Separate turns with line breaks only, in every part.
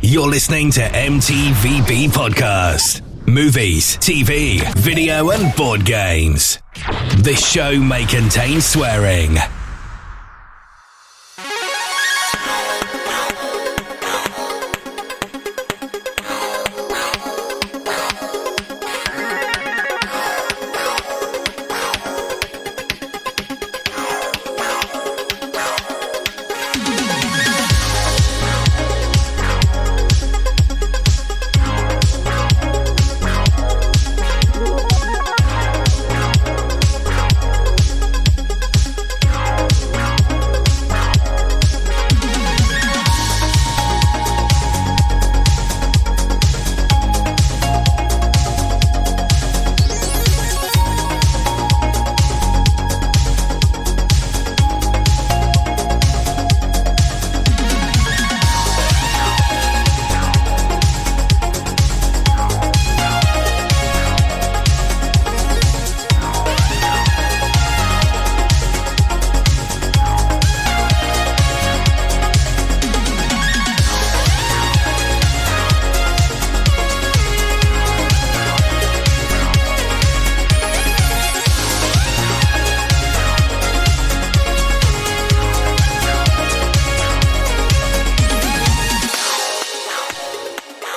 You're listening to MTVB Podcast. Movies, TV, video, and board games. This show may contain swearing.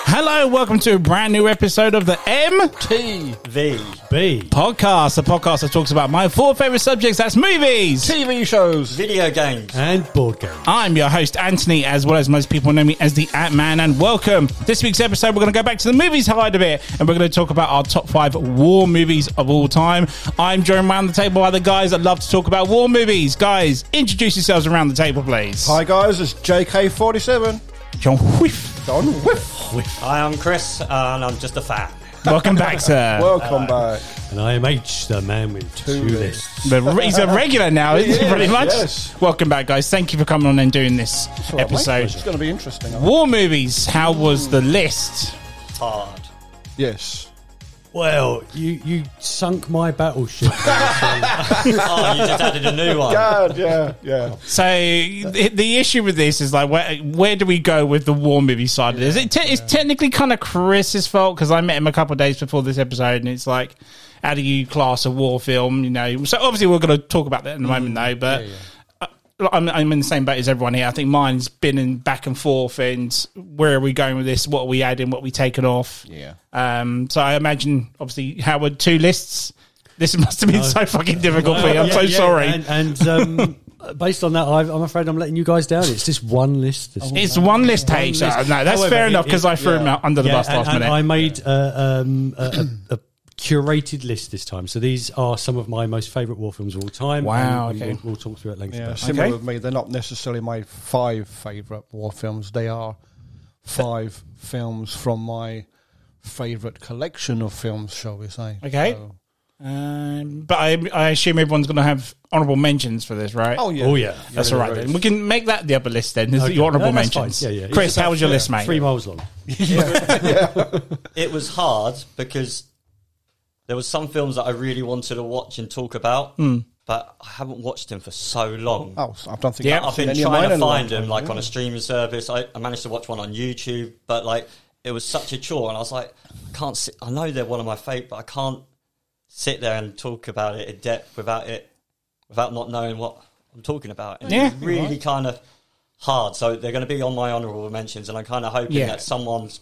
Hello, welcome to a brand new episode of the MTVB podcast, the podcast that talks about my four favorite subjects that's movies.
TV shows.
Video games.
And board games.
I'm your host, Anthony, as well as most people know me as the Ant Man, and welcome. This week's episode, we're going to go back to the movies side of it, and we're going to talk about our top five war movies of all time. I'm joined around the table by the guys that love to talk about war movies. Guys, introduce yourselves around the table, please.
Hi guys, it's JK47.
John Whiff.
Don Whiff.
Hi, I'm Chris, and I'm just a fan.
Welcome back, sir.
Welcome back.
And I am H, the man with two lists.
The, he's a regular now, isn't he?
Yes,
Pretty much.
yes.
Welcome back, guys. Thank you for coming on and doing this
All right, mate,
episode.
It's going to be interesting. I think.
War movies. How was the list?
Hard.
Yes.
Well, you, you sunk my battleship.
Oh, you just added a new one.
God, yeah, yeah.
So the, the issue with this is like, where where do we go with the war movie side? of this? It te- it's technically kind of Chris's fault because I met him a couple of days before this episode, and it's like, how do you class a war film? You know. So obviously we're going to talk about that in a moment, though.
Mm-hmm.
But I- I'm, I'm in the same boat as everyone here. I think mine's been in back and forth, and where are we going with this? What are we adding? What are we taking off?
Yeah.
Um, so I imagine, obviously, Howard two lists. This must have been so fucking difficult for you. I'm
Yeah,
so
yeah,
sorry.
And, and um, based on that, I've, I'm afraid I'm letting you guys down. It's just one list. This week.
It's one list page.
list.
though. No, that's
However,
fair enough
it-
because
it-
I threw him out under the
Yeah,
bus last
and, and
minute.
I made uh, um, a, a, a curated list this time. So these are some of my most favourite war films of all time.
Wow,
And
okay.
we'll, we'll talk through it at length.
Yeah,
about that.
similar
Okay.
with me. They're not necessarily my five favourite war films. They are five films from my favourite collection of films, shall we say.
Okay.
So-
um, but I, I assume everyone's going to have honourable mentions for this, right?
oh, yeah.
Oh, yeah.
that's all right. Then we can make that the other list. Then is
Okay.
your honourable
No, that's
mentions.
fine. Yeah, yeah.
Chris,
It's
how was your list, mate?
Three miles long.
It was hard because there was some films that I really wanted to watch and talk about, but I haven't watched them for so long.
Oh, so I don't think
Yeah.
I've
I've
been
seen any of
trying
mine
to
in a long
find them
time,
like uh,
yeah.
on a streaming service. I, I managed to watch one on YouTube, but like it was such a chore, and I was like, I can't. Sit, I know they're one of my favorite, but I can't sit there and talk about it in depth without it, without not knowing what I'm talking about. And
Yeah.
it's really kind of hard. So they're going to be on my honorable mentions, and I'm kind of hoping
Yeah.
that someone's,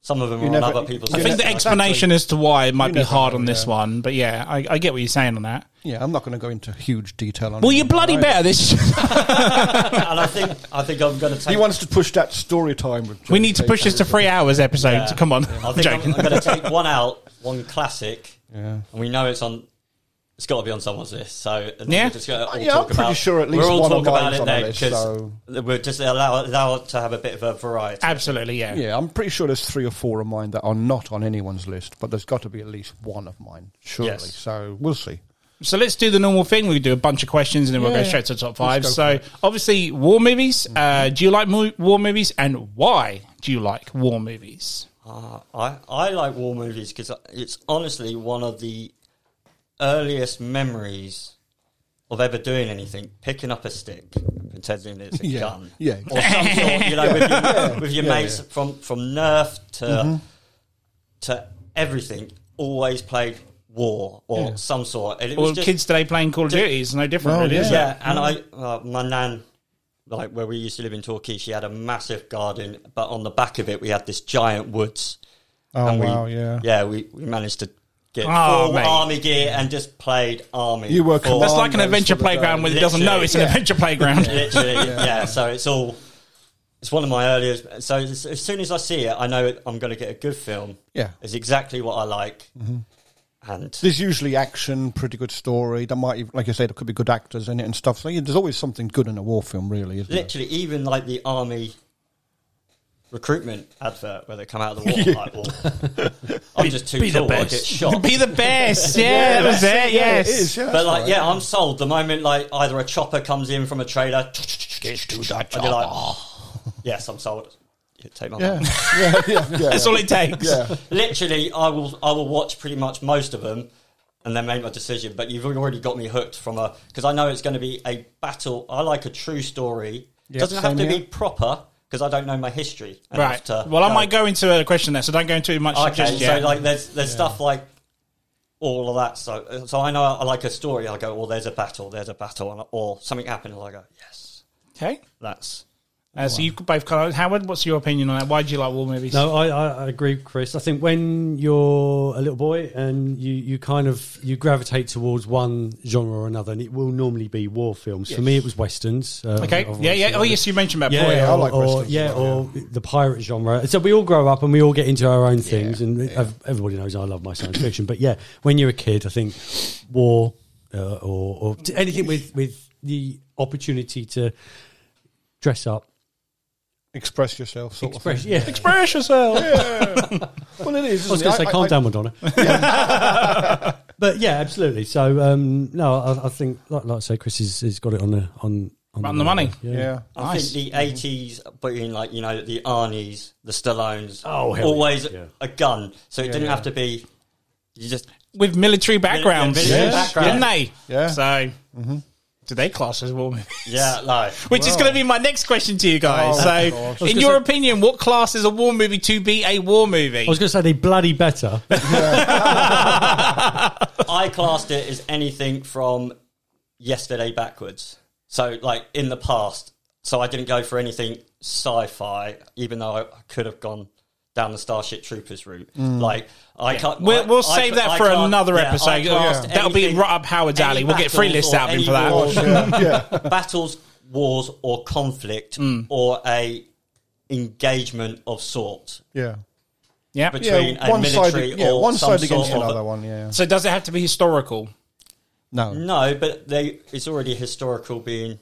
some of them
You
are
never-
on other people's.
you
I
lists,
think the
and
explanation as to why it might
You
be
never
hard
know,
on this
yeah.
one, but yeah, I, I get what you're saying on that.
Yeah, I'm not going to go into huge detail on
Well,
it.
you're bloody
Right.
better. This
and I think I think I'm going to take.
He wants to push that story time. With
we need to
JK.
push this to three hours episode.
Yeah.
Come on,
I
I'm
think I'm,
joking.
I'm going to take one out, one classic,
Yeah.
and we know it's on. It's got to be on someonene's list. So and then
Yeah.
we're just going to all
Yeah, I'm
talk
pretty
about.
sure at least
we're all
one of
talk about
mine's
it
on the
there
list,
because
so-
we're just allow allow it to have a bit of a variety.
Absolutely, yeah.
Yeah, I'm pretty sure there's three or four of mine that are not on anyone's list, but there's got to be at least one of mine, surely.
Yes.
So we'll see.
So let's do the normal thing. We do a bunch of questions and then we'll
Yeah,
go
yeah.
straight to the top
Let's
five.
go Mm-hmm.
So obviously, war movies. Uh, do you like mo- war movies, and why do you like war movies?
Uh, I I like war movies because it's honestly one of the earliest memories of ever doing anything, picking up a stick and pretending it's a
Yeah.
gun.
Yeah.
Or some sort, you know, with your, with your mates from, from Nerf to to everything, always played war or some sort. And it
Well,
was just,
kids today playing Call of Duty is no different,
Well,
really, is
yeah.
it?
yeah, and I, uh, my nan, like where we used to live in Torquay, she had a massive garden, but on the back of it we had this giant woods.
Oh,
we,
wow, yeah.
yeah, we, we managed to get
Oh,
full
mate.
army gear and just played army.
You were
for,
That's
Well,
like an
those
adventure
for the
playground
guy.
where it doesn't know
Literally.
it's an adventure playground.
literally, yeah. So it's all. It's one of my earliest. So as, as soon as I see it, I know I'm going to get a good film.
Yeah. Mm-hmm.
it's exactly what I like, and
There's usually action, pretty good story. There might, even- like I said, there could be good actors in it and stuff. So yeah, there's always something good in a war film, really, isn't it?
literally even like the army recruitment advert where they come out of the water like, well, I'm just too cool. I get shot.
Be the best. Yeah, that was it. Yes.
It is, yeah.
but like, yeah, I'm sold. The moment like either a chopper comes in from a trailer, and you're like, yes, I'm sold. Yeah, Take my money.
Yeah, yeah, yeah, yeah.
That's all it takes.
yeah.
literally I will I will watch pretty much most of them and then make my decision. But you've already got me hooked from a because I know it's going to be a battle. I like a true story.
Yeah,
Doesn't have
same
to be
here.
proper because I don't know my history. enough
Right.
to
Well, I
know.
might go into a question there, so don't go into too much
Oh, Okay,
just
so
yet.
like there's there's stuff like all of that. So so I know I like a story. I go, well, there's a battle, there's a battle, and, or something happened, and I go, yes,
okay.
that's
Uh, so you could both kind of, Howard, what's your opinion on that? Why do you like war movies?
No, I, I, I agree, Chris. I think when you're a little boy and you, you kind of you gravitate towards one genre or another, and it will normally be war films. For me, it was westerns. uh,
Okay.
I've
Yeah, yeah.
watched-
Oh, yes, you mentioned about
Yeah,
Boy.
yeah, I
or,
like
or-
westerns
yeah,
as
or the pirate genre. So we all grow up and we all get into our own things, and ev- everybody knows I love my science fiction. But yeah, when you're a kid, I think war uh, or, or t- anything with with the opportunity to dress up,
Express yourself, sort
express.
of.
Yeah,
Express yourself.
Thing. Well, it is.
I was
isn't
going
it?
to say, calm down, Madonna. but yeah, absolutely. So um, no, I, I think like, like I say, Chris has, has got it on the on
On the money.
Yeah.
I think the
Mm-hmm.
eighties, being like you know the Arnie's, the Stallones,
Oh, hell
always
yeah.
a gun. So it didn't have to be. You just
With military backgrounds.
military Yes.
Didn't
background.
they?
Yeah.
So, do they class as war movies?
yeah, like
Which is going to be my next question to you guys.
Oh, of course.
so,
I
in your opinion, what class is a war movie to be a war movie?
I was going to say they bloody better.
I classed it as anything from yesterday backwards. So like in the past. So I didn't go for anything sci-fi, even though I, I could have gone down the Starship Troopers route. Like I can't.
We'll, we'll
I-
save that
I
for
can't-
another
yeah, I
episode.
classed
That'll be
anything-
right up Howard's
any
alley. We'll get free
battles
lists
or
out of him
any
for that.
wars,
Yeah. yeah.
battles, wars, or conflict,
Mm.
or a engagement of sort
Yeah.
Yeah.
between
Yeah,
a
one side-
military
yeah,
or
one
some
side against
sort of-
another one. Yeah.
So, does it have to be historical?
No.
No, but they it's already historical being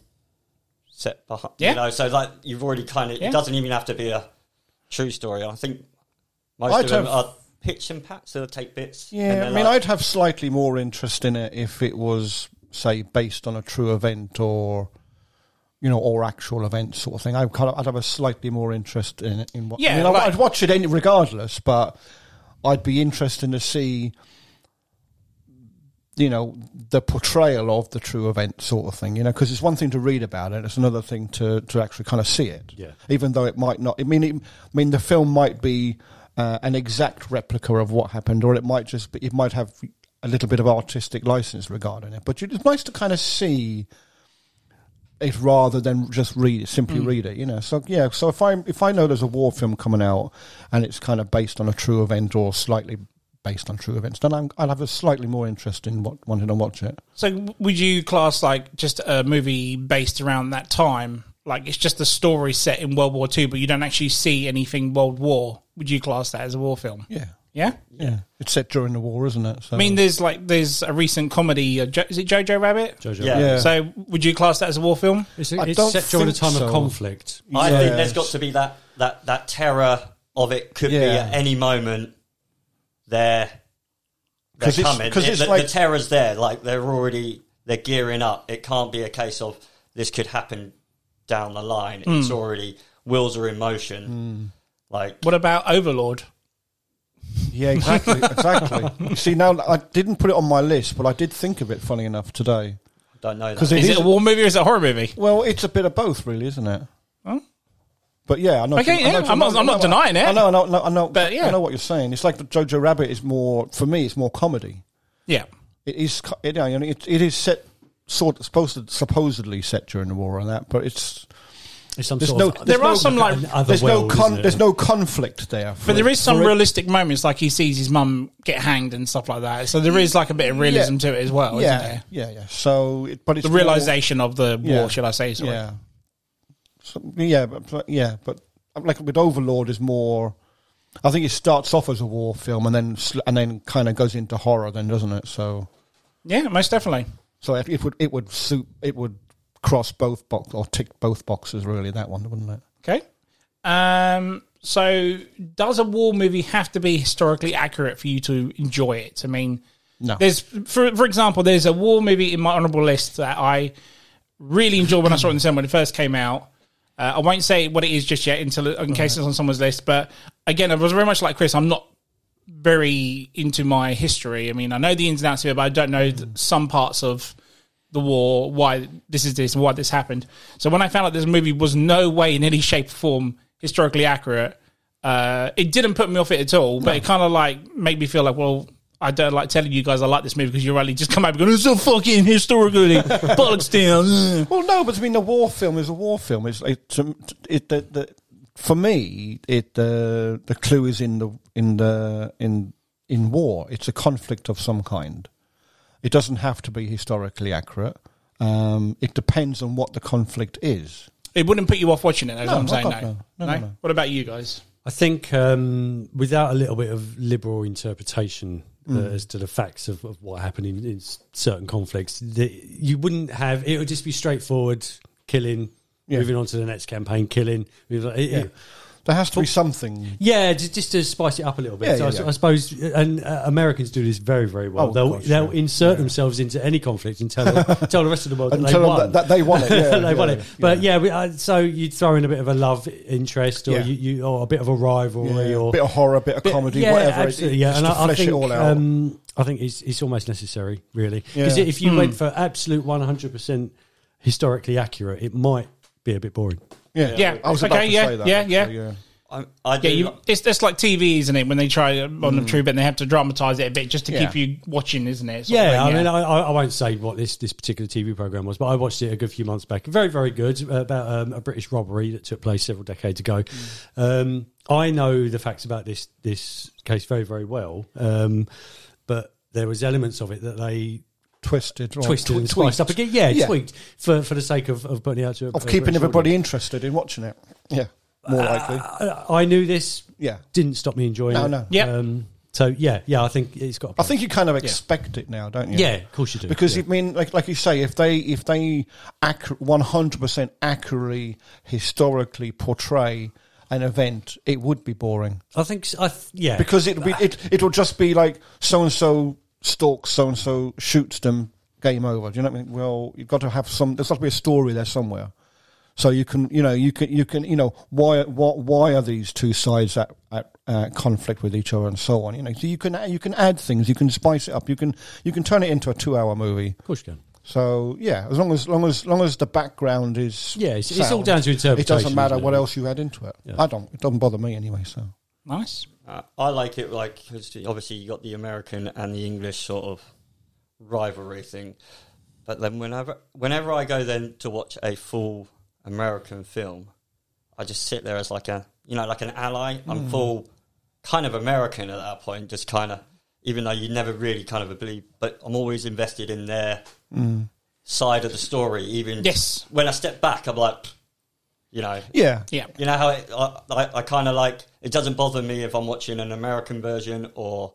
set behind.
Yeah.
You know, so like you've already kind of
Yeah.
it doesn't even have to be a true story. I think most
I'd
of them
have-
are pitch and pat, so they take bits. and
Yeah,
they're
I mean,
like-
I'd have slightly more interest in it if it was, say, based on a true event or, you know, or actual event sort of thing. I'd, kind of, I'd have a slightly more interest in it. In what,
Yeah,
I mean, I'd-
like-
I'd watch it any, regardless, but I'd be interested to see, you know, the portrayal of the true event sort of thing. You know, because it's one thing to read about it; it's another thing to to actually kind of see it.
Yeah.
Even though it might not, I mean, it, I mean, the film might be uh, an exact replica of what happened, or it might just, be, it might have a little bit of artistic license regarding it. But you- it's nice to kind of see it rather than just read it, simply
Mm.
read it. You know, so yeah. So if I if I know there's a war film coming out and it's kind of based on a true event or slightly based on true events, then I'm, I'll have a slightly more interest in what, wanting to watch it.
So w- would you class like just a movie based around that time? Like it's just a story set in World War Two, but you don't actually see anything World War. Would you class that as a war film?
Yeah,
Yeah.
yeah. It's set during the war, isn't it? So,
I mean, there's like there's a recent comedy. Uh, jo- is it Jojo Rabbit?
Jojo.
Yeah.
Yeah.
So would you class that as a war film?
It's,
I
it's
don't
set during a
think
time
so.
of conflict.
I think there's
Yes.
got to be that that that terror of it could be
Yeah.
at any moment. They're they're
'Cause it's-
coming.
'cause
It-
it's
the,
like-
the terror's there. Like they're already they're gearing up. It can't be a case of this could happen down the line.
Hmm.
It's already wheels are in motion. Like
What about Overlord?
yeah, exactly, exactly. You See, now I didn't put it on my list, but I did think of it. Funny enough, today.
Don't know that.
'Cause it
Is it a
isn't-
war movie or is it a horror movie?
Well, it's a bit of both, really, isn't it?
Huh?
But yeah, I know.
Okay,
I know-
yeah, I'm not-
I know-
I'm not
I know-
denying it.
I know, I know, I know, I know-
But, yeah.
I know what you're saying. It's like the Jojo Rabbit is more for me. It's more comedy.
Yeah.
It is. co- It, you know, it, it is set sort of supposed to, supposedly set during the war and that, but it's
It's some
There's
sort
no-
of,
there
there's
are
no-
some, like,
an other
there's
world,
no con,
isn't it?
there's no conflict there. for
But there
it-
is some
for it-
realistic moments, like he sees his mum get hanged and stuff like that. So there is like a bit of realism
Yeah.
to it as well,
yeah,
isn't there?
yeah, yeah. So, it, but it's
The
more-
realization of the war,
Yeah.
shall I say? Sorry.
Yeah. So, yeah, but but- yeah, but um, like with Overlord is more. I think it starts off as a war film and then sl- and then kind of goes into horror, then doesn't it? So
yeah, most definitely.
so it, it would it would suit it would cross both box or tick both boxes really that one wouldn't it?
Okay. Um, so, does a war movie have to be historically accurate for you to enjoy it? I mean,
No.
there's, for for example, there's a war movie in my honourable list that I really enjoyed when I saw it in the cinema when it first came out. Uh, I won't say what it is just yet until in case it's on someone's list. But again, I was very much like Chris. I'm not very into my history. I mean, I know the ins and outs of it, but I don't know th-
Mm.
some parts of the war, why this is this, and why this happened. So when I found out this movie was no way in any shape or form historically accurate, uh, it didn't put me off it at all. But it kind of like made me feel like, well, I don't like telling you guys I like this movie because you're rightly just come out going, it's so fucking historically bollocks down.
Well, no, but I mean the war film is a war film. It's it, to- it the, the for me it the the clue is in the in the in in war. It's a conflict of some kind. It doesn't have to be historically accurate. Um, it depends on what the conflict is.
It wouldn't put you off watching it. That's
No,
what I'm saying.
oh God,
no.
no. No, no, no.
What about you guys?
I think um, without a little bit of liberal interpretation uh,
Mm.
as to the facts of, of what happened in, in s- certain conflicts, the, you wouldn't have. It would just be straightforward killing,
Yeah.
moving on to the next campaign, killing. moving on- it-
Yeah.
it-
There has to be something.
Yeah, just, just to spice it up a little bit.
Yeah,
So
yeah,
I, s-
yeah.
I suppose, and uh, Americans do this very, very well.
Oh,
they'll
gosh,
they'll
yeah.
insert themselves into any conflict and tell tell the rest of the world that
And
they
tell them
won.
that, that they want it. Yeah,
they won
yeah,
it. But yeah, we, uh, so you throw in a bit of a love interest, or
Yeah.
you, you or a bit of a rivalry,
Yeah,
or
bit of horror, bit of
bit-
comedy,
yeah,
whatever. it-
Absolutely, yeah,
just
and
to
I, I
flesh
think
it all out.
Um, I think it's it's almost necessary, really, because
Yeah. Hmm.
if you went for absolute one hundred percent historically accurate, it might be a bit boring.
yeah,
yeah.
I was about
Okay,
to
yeah,
say that.
yeah,
actually,
yeah.
I, I do
Yeah, you,
li-
it's that's like TV, isn't it? When they try on the True and they have to dramatize it a bit just to
Yeah.
keep you watching, isn't it? Sort of
Yeah, I
thing,
mean, I, I I won't say what this, this particular TV program was, but I watched it a good few months back. Very, very good about um, a British robbery that took place several decades ago.
Mm.
Um, I know the facts about this this case very, very well, um, but there was elements of it that they
Twisted, right.
twisted and
Tw-
spiced up
tweaked.
again. Yeah,
Yeah.
tweaked for, for the sake of, of putting it out to a,
of
a
keeping
British
everybody
audience.
interested in watching it. Yeah, more likely.
Uh, I, I knew this.
Yeah.
didn't stop me enjoying
No,
it.
no.
Yeah.
Um, so yeah, yeah, I think it's got. a
I
place.
think you kind of expect it now, don't you?
yeah, of course you do
Because
yeah.
I mean, like like you say, if they if they one hundred percent accurately historically portray an event, it would be boring
I think s- I th- yeah
because it be it it will just be like so and so stalks so and so shoots them, game over. Do you know what I mean? Well, you've got to have some. There's got to be a story there somewhere. So you can, you know, you can, you can, you know, why, what, why are these two sides at, at uh, conflict with each other and so on? You know, so you can, you can add things, you can spice it up, you can, you can turn it into a two-hour movie.
of course you can.
So yeah, as long as long as long as the background is
Yeah, it's- it's all
sound,
down to
It
interpretation,
doesn't matter
isn't it?
what else you add into it.
Yeah.
I don't. It doesn't bother me anyway. So
nice.
uh, I like it like 'cause obviously you got the American and the English sort of rivalry thing, but then whenever whenever I go then to watch a full American film, I just sit there as like a you know like an ally. I'm full kind of American at that point, just kind of even though you never really kind of believe, but I'm always invested in their side of the story. Even
Yes.
when I step back, I'm like, you know,
yeah,
Yeah.
you know how it, I, I, I kind of like it doesn't bother me if I'm watching an American version or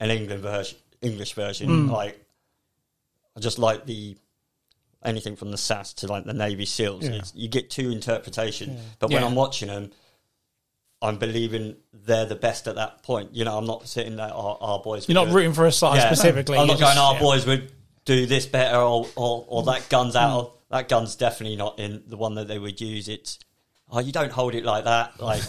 an England version, English version.
Mm.
Like I just like the anything from the SAS to like the Navy SEALs. It's, you get two interpretation, but when
Yeah.
I'm watching them, I'm believing they're the best at that point. You know, I'm not sitting there. Our, our boys.
You're
were
not
good."
rooting for a side
Yeah.
specifically.
I'm
You're
not going. "Oh,
just-
Our
yeah.
boys would do this better, or or, or that gun's
Hmm.
out. Or, that gun's definitely not in the one that they would use. It's oh, you don't hold it like that. Like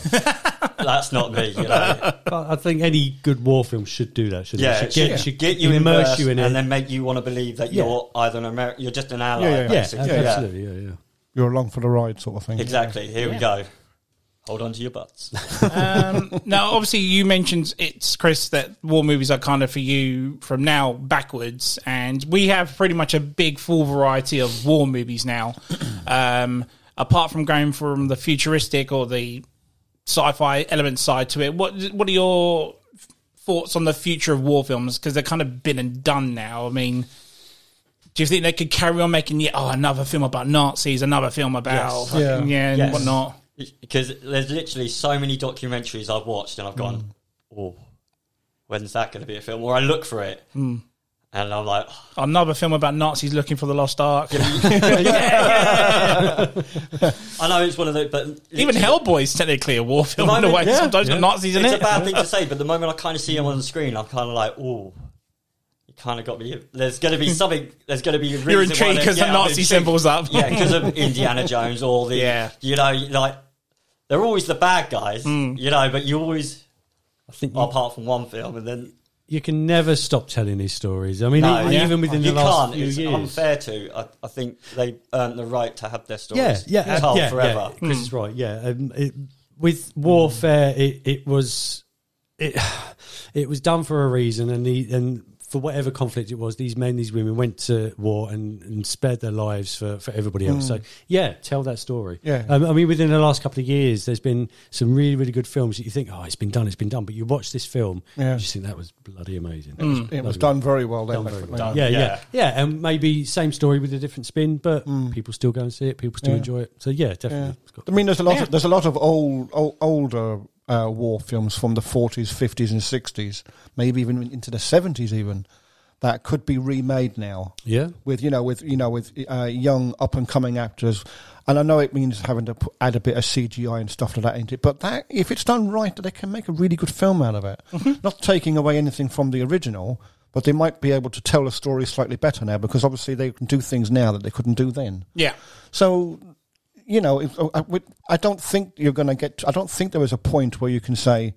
that's not me. You know?
But I think any good war film should do that. Shouldn't
Yeah,
it?
it
Should get,
should
should
get you
immerse you in it.
and then make you want to believe that
Yeah.
you're either an American, you're just an ally.
Yeah, yeah, yeah.
yeah,
basically.
absolutely. Yeah, yeah.
You're along for the ride, sort of thing.
Exactly. Here we go. Hold on to your butts.
Um, now, obviously, you mentioned it's Chris that war movies are kind of for you from now backwards, and we have pretty much a big full variety of war movies now. Um, apart from going from the futuristic or the sci-fi element side to it, what what are your thoughts on the future of war films? Because they're kind of been and done now. I mean. Do you think they could carry on making yet? Oh, another film about Nazis, another film about
Yes.
yeah, and
Yes.
whatnot.
Because there's literally so many documentaries I've watched and I've gone,
Hmm.
oh, when's that going to be a film? Or I look for it
Hmm.
and I'm like,
Another film about Nazis looking for the lost ark.
I know it's one of those, but
Even
literally-
Hellboy's technically a war film
The
in a way.
moment- yeah,
Sometimes the Nazis in
It's a
it.
bad thing to say, but the moment I kind of see him on the screen, I'm kind of like, oh, you kind of got me. There's going to be something. There's going to be a reason why
intrigued
they-
'cause the
I'm
Nazi
intrigued.
symbol's up.
yeah, because of Indiana Jones or the
Yeah.
you know like they're always the bad guys, you know. But you always
I think
well,
Hmm. you,
apart from one film, and then
you can never stop telling these stories. I mean,
No,
e-
yeah.
even within
you
the last
can't.
few
It's
years,
unfair to. I, I think they earned the right to have their
yeah,
stories
yeah, uh,
told
yeah,
forever.
Yeah. Chris is right. Yeah, um, it, with warfare, it, it was it it was done for a reason, and the and for whatever conflict it was, these men, these women went to war and, and spared their lives for, for everybody else. So yeah, tell that story.
Yeah.
um, I mean, within the last couple of years, there's been some really really good films that you think, oh, it's been done, it's been done, but you watch this film,
Yeah. Mm.
you just think that was bloody amazing.
It was done very well then.
Hmm. Done very
definitely.
Yeah, yeah,
Yeah.
yeah, and maybe same story with a different spin, but people still go and see it. People still
Yeah.
enjoy it. So yeah, definitely.
Yeah.
It's got-
I mean, there's a lot. Of, there's a lot of old, old older uh, war films from the 40s, 50s, and 60s, maybe even into the 70s, even that could be remade now.
Yeah.
with you know with you know with uh, young up and coming actors and i know it means having to put, add a bit of cgi and stuff like that into it but that if it's done right they can make a really good film out of it not taking away anything from the original but they might be able to tell a story slightly better now because obviously they can do things now that they couldn't do then
Yeah.
so you know if, I, would- I don't think you're going to get i don't think there is a point where you can say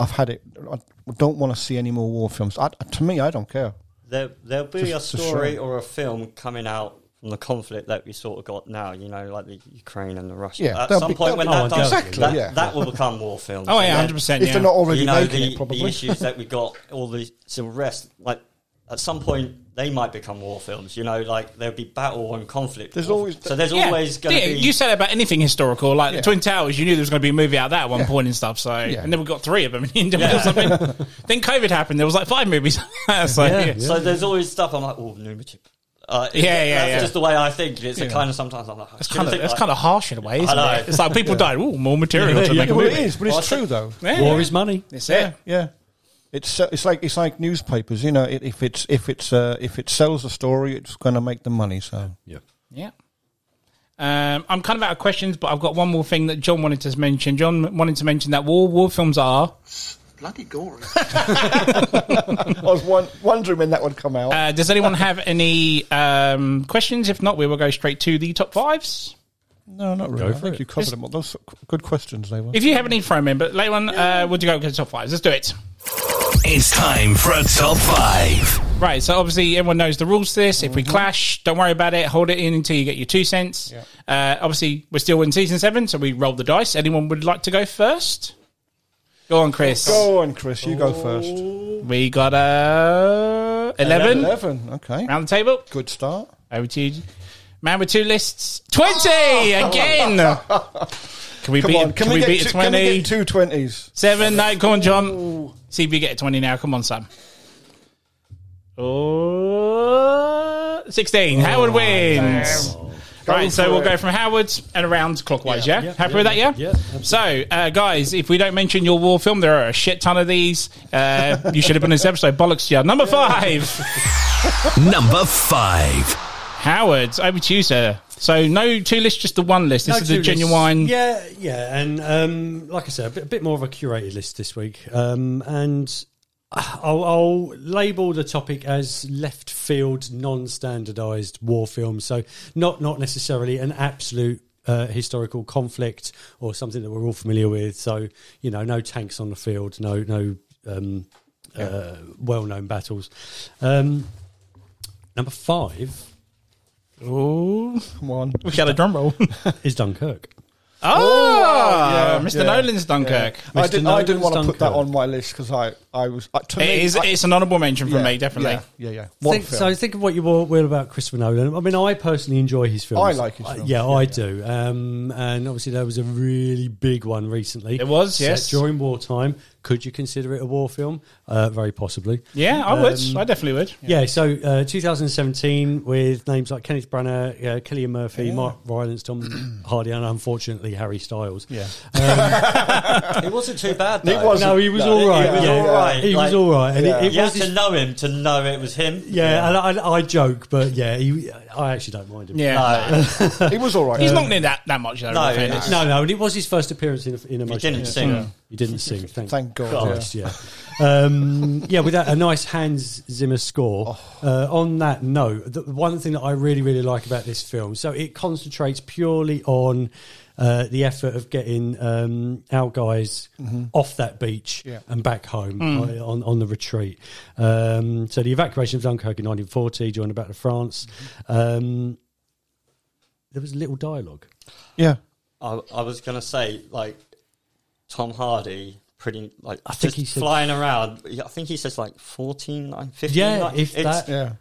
i've had it i don't want to see any more war films I, to me i don't care
There, there'll be
Just
a
to
story
show.
or a film coming out from the conflict that we sort of got now. You know, like the Ukraine and the Russia.
Yeah,
At
there'll
some
be-
point,
there'll-
when
oh,
that does,
exactly,
that,
yeah.
that will become war films.
Oh, yeah,
And then,
100%.
if
Yeah.
they're not already
You know
making
the,
it probably
the issues that we got, all the civil rest. Like at some point, they might become war films. You know, like there'll be battle and conflict.
There's
war-
always-
so there's
Yeah.
always going to
Yeah,
be.
You said about anything historical, like
Yeah.
the Twin Towers, you knew there was going to be a movie out of that at one point and stuff. So,
Yeah.
and then we got three of them in India or something. then COVID happened. There was like five movies. so, yeah.
Yeah.
so there's alwaways stuff. I'm like, oh, pneumatic. Uh,
Yeah, yeah,
That's
yeah.
just the way I think. It's the kind of sometimes I'm like,
It's kind of, it's kind of harsh in a way, isn't
know.
it? It's like people died. Ooh, more material to
Yeah,
make a
Yeah, well,
movie.
it is, but it's
Well, I
true
think-
though.
Yeah.
War is money.
It's it.
yeah. It's so- it's like it's like newspapers. You know, it, if it's if it's uh, if it sells a story, it's going to make them money. So
Yeah.
Yeah. Um, I'm kind of out of questions, but I've got one more thing that John wanted to mention. John wanted to mention that war war films are
Bloody gory.
I was won- wondering when that would come out.
Uh, does anyone have any um, questions? If not, we will go straight to the top fives.
no, not really. I
for
think
it.
you covered them. all. Those are good questions they were.
If you have any, throw them in. But later on, uh, would you go to the top fives? Let's do it.
It's time for a top five.
Right. So obviously, everyone knows the rules to this. If we
Mm-hmm.
clash, don't worry about it. Hold it in until you get your two cents. Uh, obviously, we're still in season seven, so we roll the dice. Anyone would like to go first? Go on, Chris.
Go on, Chris. You go first.
We got uh, 11.
Eleven. Okay.
round the table.
Good start.
Over to you. Man with two lists. 20 again. Can we
Come
beat,
on. Can, we,
beat
get
a
two, can
20?
we get two twenties?
Seven. No, come on, John. See if you get a 20 now. Come on, Sam. Oh, 16. Howard wins. Right, so we'll go from Howard's and around clockwise, yeah? Happy with that, yeah?
yeah,
so, uh, guys, if we don't mention your war film, there are a shit ton of these. Uh, you should have been in this episode. Bollocks to you. Number five.
Number five.
Howard, over to you, sir. So no two lists, just the one list. This
No
is the
two lists.
genuine.
Yeah, yeah, and um, like I said, a bit, a bit more of a curated list this week, um, and I'll, I'll label the topic as left field, non-standardized war film. So not not necessarily an absolute uh, historical conflict or something that we're all familiar with. So you know, no tanks on the field, no no um, uh, well known battles. Um, number five
Ooh.
Come on.
We had a drum roll. oh,
is Dunkirk.
wow, yeah,
Ah! Mr.
yeah,
Nolan's
yeah.
Dunkirk.
I
Mr.
didn't. I didn't
Nolan's
want to put that
Dunkirk.
on my list because I, I was. Uh, to
It
me,
is,
I-
it's an honourable mention for
yeah,
me, definitely.
Yeah, yeah, yeah. One
think,
film.
So think of what you will, will about Christopher Nolan. I mean, I personally enjoy his films.
I like his
Uh,
films.
yeah,
Yeah,
I
yeah.
do. Um, and obviously, there was a really big one recently.
It was,
Set
yes.
during wartime. Could you consider it a war film? Uh, very possibly.
Yeah, I would.
Um,
I definitely would.
Yeah, so uh, 2017 with names like Kenneth Branagh, uh, Killian Murphy, Mark Rylance, Tom Hardy, and unfortunately Harry Styles.
yeah.
It wasn't too bad.
It
Though.
wasn't.
No, he was
No,
all right.
he was
yeah.
all
right.
He was
Like-
all right. And it-
Yeah.
it
You
was
had to know him to know it was him.
Yeah, And I, I joke, but yeah, he, I actually don't mind him.
Yeah.
No,
It was all right.
He's not near that, that much, though.
No,
in fairness.
No, no, and it was his first appearance in a, in a
you
motion
didn't
picture.
sing.
You didn't sing. Thank,
Thank God,
Christ, yeah. um, yeah, with that, a nice Hans Zimmer score.
Oh.
Uh, on that note, the one thing that I really, really like about this film, so it concentrates purely on uh, the effort of getting um, our guys off that beach
Mm-hmm. Yeah.
and back home
Mm.
uh, on, on the retreat. Um, so the evacuation of Dunkirk in 1940 during the Battle of France.
Mm-hmm.
Um, there was little dialogue.
Yeah.
I, I was gonna say like Tom Hardy, pretty like I
think
just
he said-
flying around. I think he says like 14, like, 15.
Yeah,
like,
if
it's
that-
Yeah.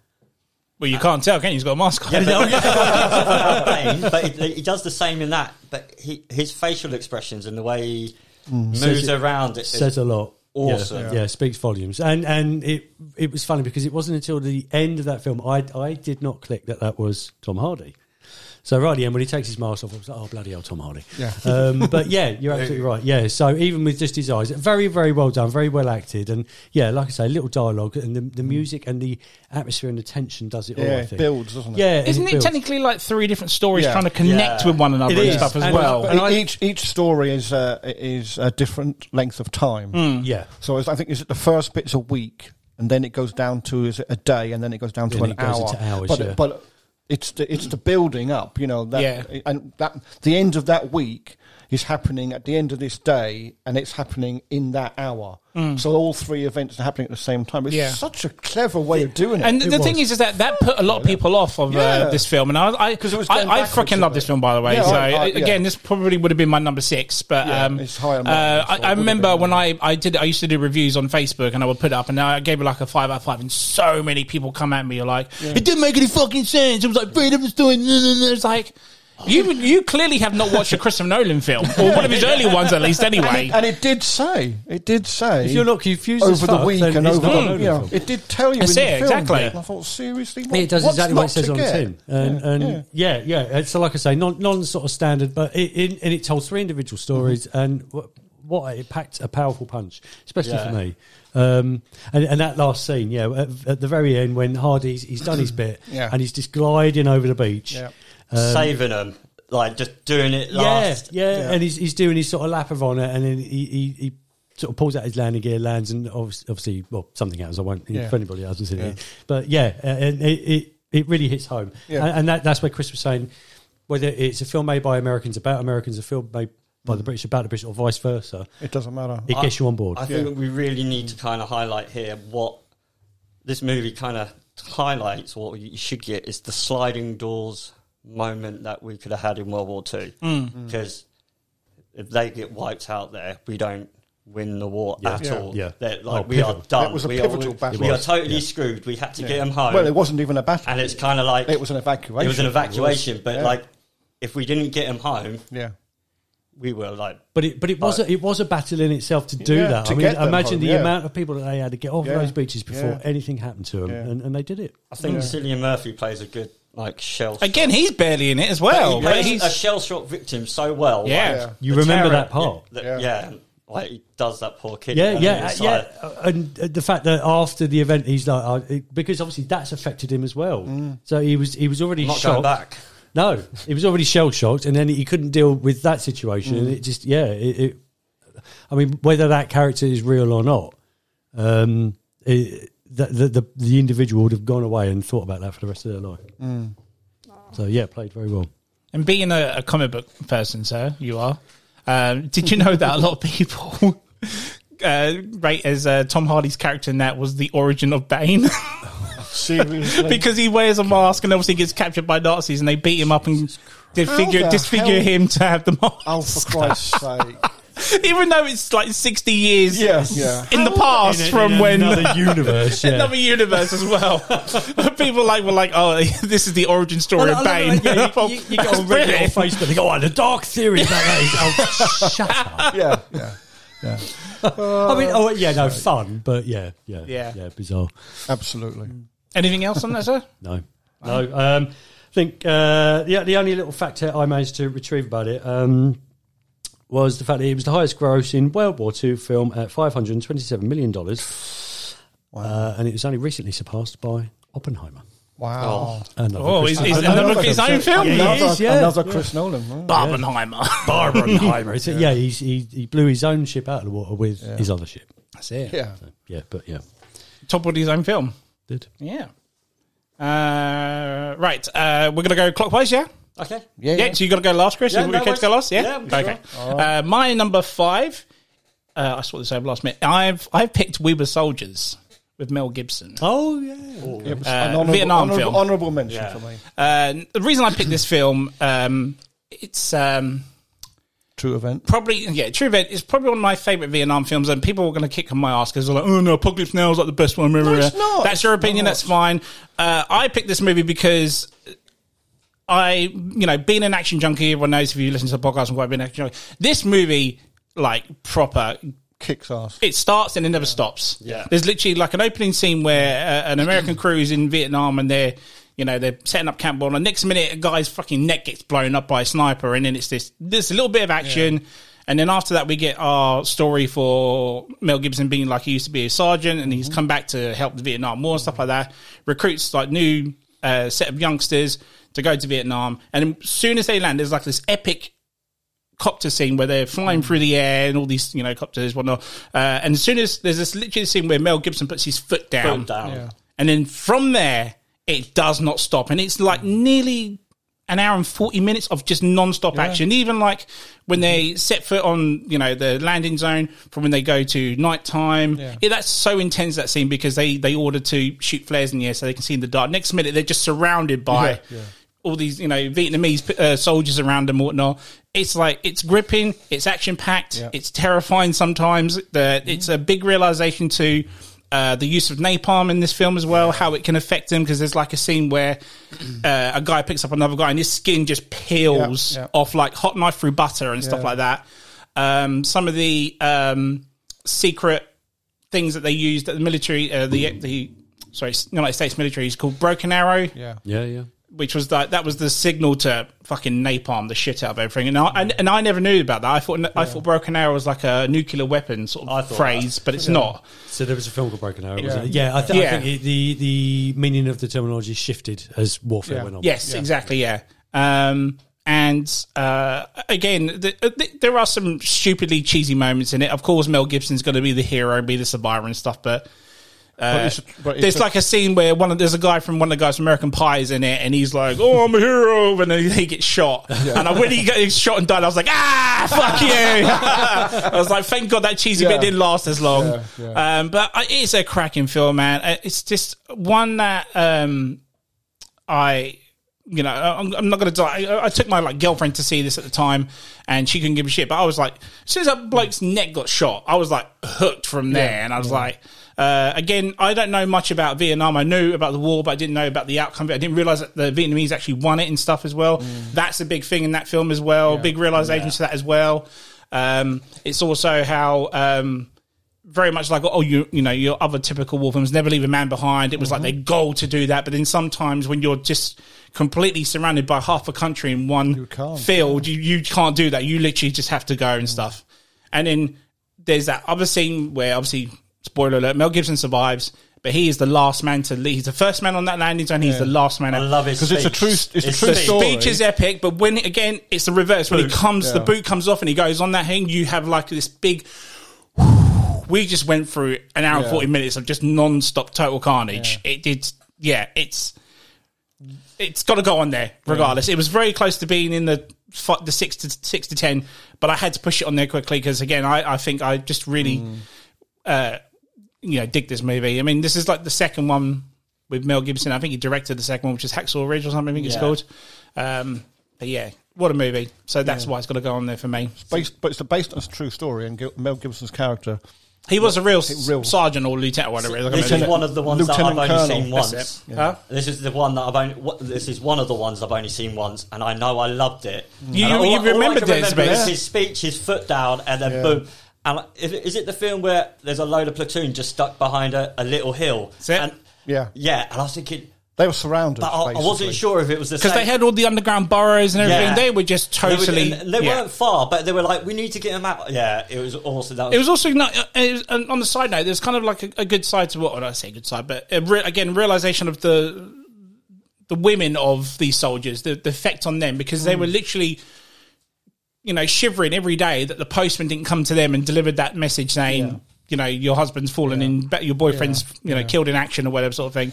Well, you can't tell, can you? He's got a mask on.
the same, but he, he does the same in that. But he, his facial expressions and the way he moves
Mm. Says it-
around, it,
says a lot.
awesome.
Yeah, yeah, speaks volumes. And and it it was funny because it wasn't until the end of that film I I did not click that that was Tom Hardy. So right at the end when he takes his mask off, I was like, oh bloody old Tom Hardy.
Yeah.
Um, but yeah, you're absolutely right. Yeah. So even with just his eyes, very very well done, very well acted, and yeah, like I say, little dialogue and the, the music and the atmosphere and the tension does it all.
Mm. Yeah.
Oh, I
It
think.
builds, doesn't it?
Yeah, and
Isn't it,
builds.
technically like three different stories
Yeah.
trying to connect
Yeah.
with one another
It
and
is.
stuff as
And-
well?
But
And I-
each each story is uh, is a different length of time.
Mm. Yeah.
So it's, I think is it the first bit's a week, and then it goes down to is it a day, and then it goes down to
Then
an
it goes
hour.
into hours,
but
yeah.
but it's the, it's the building up, you know. That, eh,
Yeah.
And that the end of that week is happening at the end of this day, and it's happening in that hour.
Hmm.
So all three events are happening at the same time. It's
Yeah.
such a clever way of doing it.
And the thing
was.
is, is that that put a lot of people off of
Yeah.
uh, this film, and I, I,
'Cause it was going
I, I
backwards
freaking
a
love
bit.
this film, by the way.
Yeah,
so
I- I- yeah.
again, this probably would have been my number six, but
Yeah,
um,
it's higher
uh,
than mine, so
I,
it
I
would've
remember
been.
when I, I did, I used to do reviews on Facebook, and I would put it up, and I gave it like a five out of five, and so many people come at me like, it didn't make any fucking sense. It was like freedom is doing. It's like. You you clearly have not watched a Christopher Nolan film, or one of his early ones at least. Anyway,
and it did say it did say
If you're not confused as
over the
fuck,
week
then
and
it's
over
not a
the
Nolan
you know,
film.
it did tell you
That's
in the
it,
film
exactly.
bit. And I thought seriously what,
It does
what's
exactly
not
what it says
to
on
get?
tin, and
Yeah,
and
yeah.
yeah, yeah. It's like I say, non non sort of standard, but it, it and it told three
Mm-hmm.
individual stories, and what, what it packed a powerful punch, especially
Yeah.
for me. Um, and, and that last scene, yeah, at, at the very end when Hardy's he's done his bit,
Mm-hmm. Yeah.
and he's just gliding over the beach,
Yeah.
saving him, like just doing it last.
um, yeah, yeah,
Yeah.
and he's he's doing his sort of lap of honour, and then he, he, he sort of pulls out his landing gear, lands, and obviously, obviously well, something else. I won't
Yeah.
if anybody hasn't seen
Yeah.
it, but yeah, uh, and it, it it really hits home,
Yeah.
and, and that, that's where Chris was saying whether it's a film made by Americans about Americans, a film made by the
Mm.
British about the British, or vice versa,
it doesn't matter
it gets you on board.
I think we really need to kind of highlight here what this movie kind of highlights. What you should get is the sliding doors moment that we could have had in World War Two.
Hmm.
Because if they get wiped out there, we don't win the war at
Yeah.
all.
Yeah.
They're
Oh,
like we are
pivotal.
done.
That was a
we
pivotal
are,
battle.
We
It
are
was,
totally screwed. We had to get them home.
well it wasn't even a battle
and it's kind of like
it was an evacuation
It was an evacuation, but
Yeah.
like if we didn't get them home,
yeah
we were like
But it, but it was a, it was a battle in itself to do
Yeah,
that.
to
I mean,
get them
imagine
home,
the
yeah.
amount of people that they had to get off
Yeah.
those beaches before
Yeah.
anything happened to them,
Yeah.
and, and they did it.
I think Cillian Murphy plays a good like shell.
again, he's barely in it as well.
he
But
plays
he's,
a shell shock victim so well.
Yeah.
like,
You
the
remember
terror-
that part?
the-
Yeah.
Yeah, like he does that poor kid.
Yeah,
and
yeah,
it's
yeah.
like-
Uh, And uh, the fact that after the event, he's like, uh, it- because obviously that's affected him as well. So he was he was already
Mm. I'm not
shocked.
going back.
No, he was already shell shocked, and then he couldn't deal with that situation.
Mm.
And it just, yeah, it, it. I mean, whether that character is real or not, um, it, the, the the the
Mm.
individual would have gone away and thought about that for the rest of their life. So yeah, played very well.
And being a, a comic book person, sir, you are. Um, did you know that a lot of people uh, rate as uh, Tom Hardy's character in that was the origin of Bane?
Seriously.
because he wears a mask and obviously gets captured by Nazis and they beat him up and
How
disfigure
the
disfigure
hell-
him to have the mask.
oh, for Christ's sake.
Even though it's like sixty years
Yeah, yeah.
in the past
In a-
from
in
when
another universe, yeah.
another universe as well. People like were like, "Oh, this is the origin story
Well,
of
Oh,
Bane."
I love it, yeah, you, you, you get on Reddit
Really?
or Facebook, they go, "Oh, the dark theory is that race." Oh, shut up.
Yeah, yeah, yeah.
I mean, oh yeah, no fun, but yeah, yeah,
Yeah.
yeah, bizarre.
Absolutely.
Anything else on that, sir?
No, no. Um, I think uh, the the only little fact I managed to retrieve about it um, was the fact that it was the highest gross in World War II film at five hundred and twenty seven million dollars, uh, and it was only recently surpassed by Oppenheimer. Uh,
Wow.
Another
Oh,
Christmas-
is, is another of his own film?
Yeah, he
Another,
is, yeah.
another Chris Nolan. right?
Barbenheimer.
Barbenheimer. It's- yeah, he's, he he blew his own ship out of the water with his other ship.
That's it.
Yeah.
Yeah, but yeah,
Toppled his own film.
did.
Yeah. Uh, right. Uh, we're gonna go clockwise. Yeah.
Okay.
Yeah,
Yeah, so you got to go last, Chris.
Yeah,
you
no
want to
worries.
go last? Yeah.
Yeah, I'm
okay. Uh, my number five. Uh, I saw this over last minute. I've I've picked We Were Soldiers with Mel Gibson.
Oh yeah.
Yeah, it was
Uh,
an honourable,
Vietnam
honourable,
film.
honourable mention for me.
Uh, the reason I picked this film, um, it's um,
True event.
probably yeah, True Event is probably one of my favorite Vietnam films, and people were going to kick on my ass because they're like, "Oh no, Apocalypse Now is like the best one." No,
it's not.
That's your opinion. That's fine. Uh, I picked this movie because I, you know, being an action junkie, everyone knows if you listen to the podcast, I'm quite a big action junkie. This movie, like proper
Kicks ass.
it starts and it never stops.
Yeah.
There's literally like an opening scene where uh, an American crew is in Vietnam and they're, you know, they're setting up camp. Well, and next minute, a guy's fucking neck gets blown up by a sniper, and then it's this this little bit of action. And then after that, we get our story for Mel Gibson being like he used to be a sergeant, and
Mm-hmm.
he's come back to help the Vietnam War and stuff like that. Recruits like new uh, set of youngsters to go to Vietnam, and as soon as they land, there's like this epic copter scene where they're flying through the air and all these, you know, copters, whatnot. Uh, and as soon as there's this literally scene where Mel Gibson puts his foot down,
Put down.
and then from there it does not stop, and it's like nearly an hour and 40 minutes of just non-stop action even like when they set foot on you know the landing zone from when they go to nighttime yeah. that's so intense that scene because they they order to shoot flares in the air so they can see in the dark next minute they're just surrounded by
Yeah, yeah.
all these you know Vietnamese uh, soldiers around them whatnot. It's like it's gripping, it's action packed,
Yeah.
it's terrifying sometimes. The, It's a big realization to uh, the use of napalm in this film as well, how it can affect them because there's like a scene where uh, a guy picks up another guy and his skin just peels
Yeah, yeah.
off like hot knife through butter and stuff
Yeah.
like that. Um, some of the um, secret things that they used at the military, uh, the the sorry United States military is called Broken Arrow
Yeah.
Yeah, yeah.
which was that that was the signal to fucking napalm the shit out of everything. And I and, and I never knew about that. I thought I thought broken arrow was like a nuclear weapon sort
I
of
thought
phrase, but it's not.
So there was a film called Broken Arrow.
Yeah.
Yeah, yeah, I, th-
Yeah.
I think it, the the meaning of the terminology shifted as warfare
Yeah.
went on.
Yes, exactly. Yeah. Um, and uh, again, the, the, there are some stupidly cheesy moments in it. Of course, Mel Gibson's going to be the hero, be the survivor and stuff, but
But it's- but it's
there's
a-
like a scene where one of there's a guy from one of the guys from American Pie is in it, and he's like, "Oh, I'm a hero," and then he gets shot. And I, when he got he's shot and died, I was like, "Ah, fuck you!" I was like, "Thank God that cheesy
Yeah.
bit didn't last as long."
Yeah, yeah.
Um, but I, it's a cracking film, man. Uh, It's just one that um, I. You know, I'm, I'm not gonna die. I, I took my like girlfriend to see this at the time, and she couldn't give a shit. But I was like, as soon as that bloke's neck got shot, I was like hooked from there. and I was like, uh, again, I don't know much about Vietnam. I knew about the war, but I didn't know about the outcome. of it. I didn't realize that the Vietnamese actually won it and stuff as well.
Mm.
That's a big thing in that film as well. Big realization to that as well. Um, it's also how. Um, very much like oh you you know your other typical war films never leave a man behind it was like their goal to do that but then sometimes when you're just completely surrounded by half a country in one
can't,
field you, you can't do that you literally just have to go and stuff and then there's that other scene where obviously spoiler alert Mel Gibson survives but he is the last man to leave he's the first man on that landing zone he's the last man
I
out.
love it
Because it's a true- it's a true
the
story.
speech is epic, but when again it's the reverse. When he comes, the
yeah.
boot comes off, and he goes on that thing. You have like this big. We just went through an hour and
Yeah.
forty minutes of just non-stop total carnage. It did, yeah. It's it's got to go on there regardless. It was very close to being in the fi- the six to six to ten, but I had to push it on there quickly because again, I, I think I just really, uh, you know, dig this movie. I mean, this is like the second one with Mel Gibson. I think he directed the second one, which is Hacksaw Ridge or something. I think it's
Yeah.
called. Um, but yeah, what a movie! So that's why it's got to go on there for me.
Based, but it's based on a true story, and Gil- Mel Gibson's character
He was a real,
real-
sergeant or lieutenant, or whatever. it is. I can't
This
remember.
is one of the ones that I've
Lieutenant
only
Colonel.
seen
That's
once.
Huh?
This is the one that I've only. wha- This is one of the ones I've only seen once, and I know I loved it.
Mm.
You-
And all-
you
all I can
remembered this
remember
bit.
is His speech, his foot down, and then
Yeah.
boom. And I- is it- is it the film where there's a load of platoon just stuck behind a, a little hill?
it.
And,
Yeah.
yeah. And I was thinking,
they were surrounded.
but I, I wasn't
basically.
sure if it was the
because they
same.
had all the underground burrows and everything.
Yeah.
They were just
They were-
totally.
and they
yeah.
weren't far, but they were like, we need to get him out. Yeah, it was awesome. That was,
It was also not. uh, It was, and on the side note, there's kind of like a, a good side to what well, I say good side, but a re, again, realization of the the women of these soldiers, the, the effect on them because they were literally, you know, shivering every day that the postman didn't come to them and delivered that message saying, you know, your husband's fallen in, but your boyfriend's, you know, killed in action or whatever sort of thing.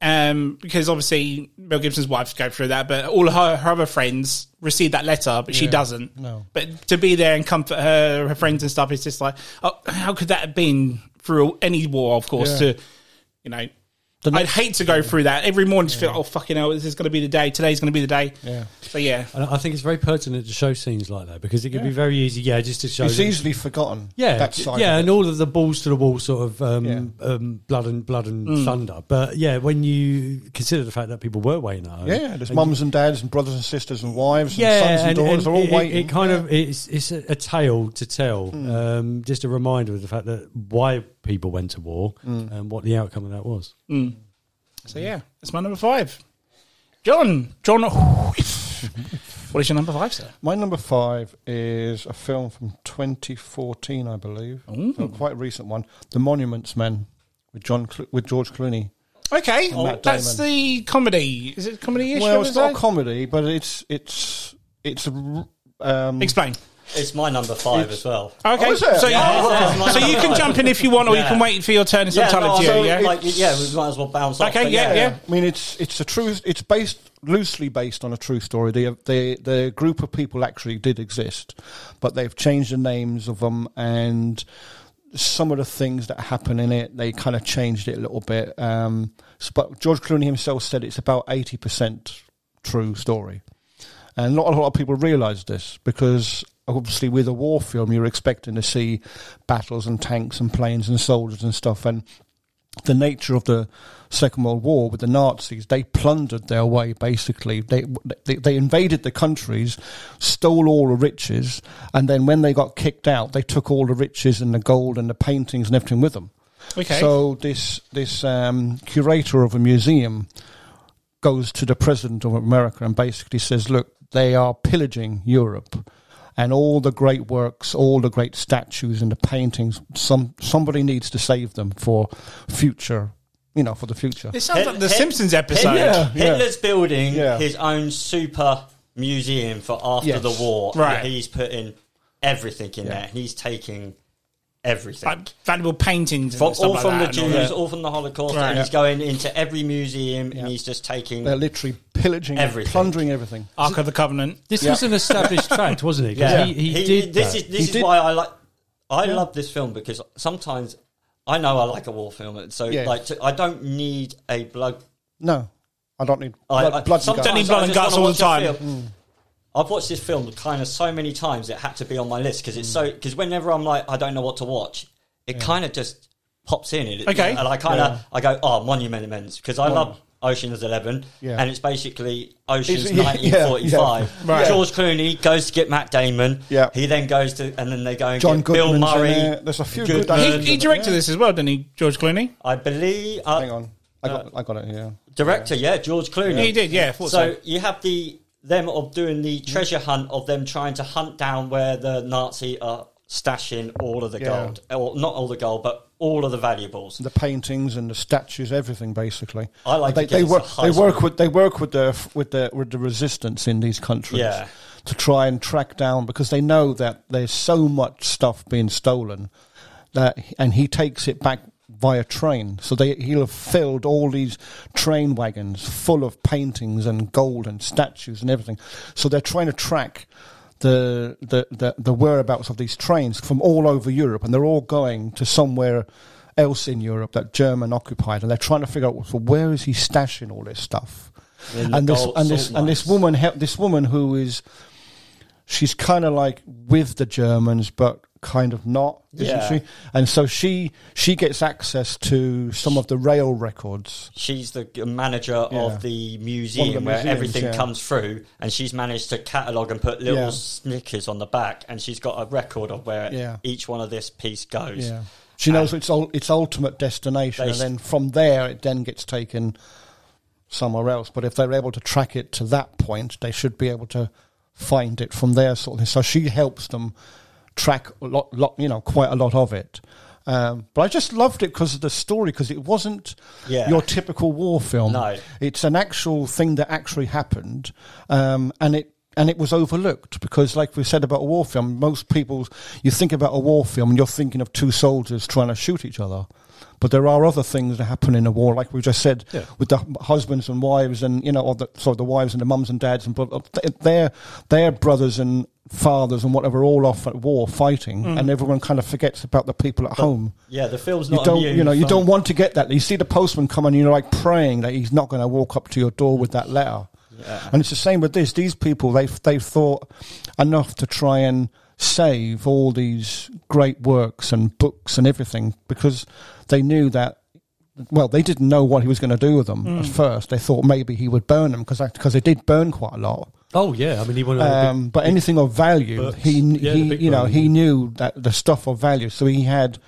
Um, because obviously Mel Gibson's wife go through that, but all her, her other friends receive that letter, but she doesn't.
No.
But to be there and comfort her, her friends and stuff, it's just like, oh, how could that have been through any war? Of course,
Yeah.
to you know, I'd hate to go through that every morning. Just feel, oh fucking hell, this is going to be the day. Today's going to be the day.
Yeah.
So yeah,
And I think it's very pertinent to show scenes like that because it could be very easy, yeah, just to show.
It's
that-
easily forgotten.
yeah,
that side.
yeah,
of
and all of the balls to the wall sort of um,
Yeah. Mm.
um, blood and blood and thunder. But yeah, when you consider the fact that people were waiting at home,
it. yeah. There's
and-
mums and dads and brothers and sisters and wives and
yeah,
sons and, daughters. They're all
it,
waiting. Hmm.
It, it kind of it's it's a, a tale to tell, um, just a reminder of the fact that why people went to war
Hmm.
and what the outcome of that was.
so yeah, that's my number five, John. John, what is your number five, sir?
My number five is a film from 2014, I believe, So quite a recent one, "The Monuments Men" with John Clo- with George Clooney.
Okay,
Matt
that's
Damon.
the comedy. Is it comedy issue?
well, it's not a comedy, but it's it's it's a r- um,
Explain.
it's my number five as well.
Okay,
Oh, is it?
so
Yeah,
it's- it's
you,
my
so you
number
can
five.
jump in if you want, or you
Yeah.
can wait for your turn. It's
Yeah,
entirely
no,
up to
so,
you. Yeah.
like, yeah, we might as well bounce off.
Okay,
but
yeah, yeah.
I mean, it's it's a true. It's based loosely based on a true story. The the the group of people actually did exist, but they've changed the names of them and some of the things that happen in it. They kind of changed it a little bit. Um, s- but George Clooney himself said it's about eighty percent true story, and not a lot of people realise this because. Obviously, with a war film, you're expecting to see battles and tanks and planes and soldiers and stuff. And the nature of the Second World War with the Nazis, they plundered their way basically. They, they they invaded the countries, stole all the riches, and then when they got kicked out, they took all the riches and the gold and the paintings and everything with them.
Okay.
So this this um, curator of a museum goes to the president of America and basically says, "Look, they are pillaging Europe." And all the great works, all the great statues and the paintings, some somebody needs to save them for future, you know, for the future.
it sounds
Hit-
like the
hit-
Simpsons
hit-
episode.
Yeah.
Hitler's building
Yeah.
his own super museum for after
Yes.
the war.
Right.
He's putting everything in
Yeah.
there. He's taking everything.
Like valuable paintings, and
from,
stuff
all
like
from the
that and all
Jews,
that.
all from the Holocaust,
Right.
and he's going into every museum
Yeah.
and he's just taking.
They're literally pillaging, and
Everything.
plundering everything.
Ark of the Covenant.
This
Yeah.
was an established fact, wasn't it? 'Cause
Yeah.
he, he,
He-
did.
This
that.
is this is
did-
why I like. I love this film because sometimes I know I like a war film, and so
Yeah.
like to, I don't need a blood
No, I don't need
I-
blood,
I-
blood Mm. and
sometimes
guts.
Don't need blood
I
and
just
guts
wanna
all the
watch a
time.
film. I've watched this film kind of so many times it had to be on my list because it's so
Mm.
because whenever I'm like I don't know what to watch, it kind of just pops in. And, it-
Okay.
and I kind of I go oh Monument Men because I love Ocean's Eleven
Yeah.
and it's basically Ocean's
It's- yeah,
1945.
yeah, yeah. Right.
George Clooney goes to get Matt Damon.
Yeah.
he then goes to and then they go and
John
get Bill
Goodman's
Murray.
in there. There's a few good
Goodman.
He,
actors.
he directed this as well, didn't he, George Clooney?
I believe. Uh,
Hang on, I got I got it here.
director, yeah, George Clooney.
Yeah, he did, yeah, I thought
So,
so.
you have the them of doing the
Mm-hmm.
treasure hunt of them trying to hunt down where the Nazi are stashing all of the
Yeah.
gold, or not all the gold, but all of the valuables.
the paintings and the statues, everything basically.
I like
they,
to get
they
into
work.
high
They work
school.
with they work with the with the with the resistance in these countries
Yeah.
to try and track down because they know that there's so much stuff being stolen that and he takes it back via train. So they, he'll have filled all these train wagons full of paintings and gold and statues and everything. So they're trying to track the the, the, the whereabouts of these trains from all over Europe, and they're all going to somewhere else in Europe that German occupied, and they're trying to figure out well, where is he stashing all this stuff.
In
and
the
this
gold
and this
salt
and this
mines.
woman, hel- this woman who is, she's kind of like with the Germans, but kind of not, isn't
Yeah.
she? And so she she gets access to some of the rail records.
She's the g- manager
Yeah.
of the museum where
museums,
everything
yeah.
comes through, and she's managed to catalogue and put little
Yeah.
snickers on the back, and she's got a record of where
Yeah.
each one of this piece goes.
Yeah. She knows its ul- its ultimate destination,
They
and
s-
then from there it then gets taken somewhere else. But if they're able to track it to that point, they should be able to find it from there. Sort of thing. So she helps them track a lot, lot you know, quite a lot of it. Um, but I just loved it because of the story, because it wasn't
Yeah.
your typical war film.
No.
It's an actual thing that actually happened, um, and it and it was overlooked because, like we said about a war film, most people you think about a war film, you're thinking of two soldiers trying to shoot each other, but there are other things that happen in a war, like we just said, with the husbands and wives, and you know, or the, sorry, the wives and the mums and dads and bro- their their brothers and fathers and whatever are all off at war fighting, and everyone kind of forgets about the people at home
Yeah, the film's
you
not
don't
immune
you know you
from-
don't want to get that you see the postman come and you're like praying that he's not going to walk up to your door with that letter and it's the same with this these people they they thought enough to try and save all these great works and books and everything because they knew that well they didn't know what he was going to do with them
Mm.
at first they thought maybe he would burn them because because they did burn quite a lot
Oh yeah, I mean he wanted. Um,
um, but anything of value,
Books.
he
Yeah, the
he
big
you know
one.
he knew that the stuff of value. So he had,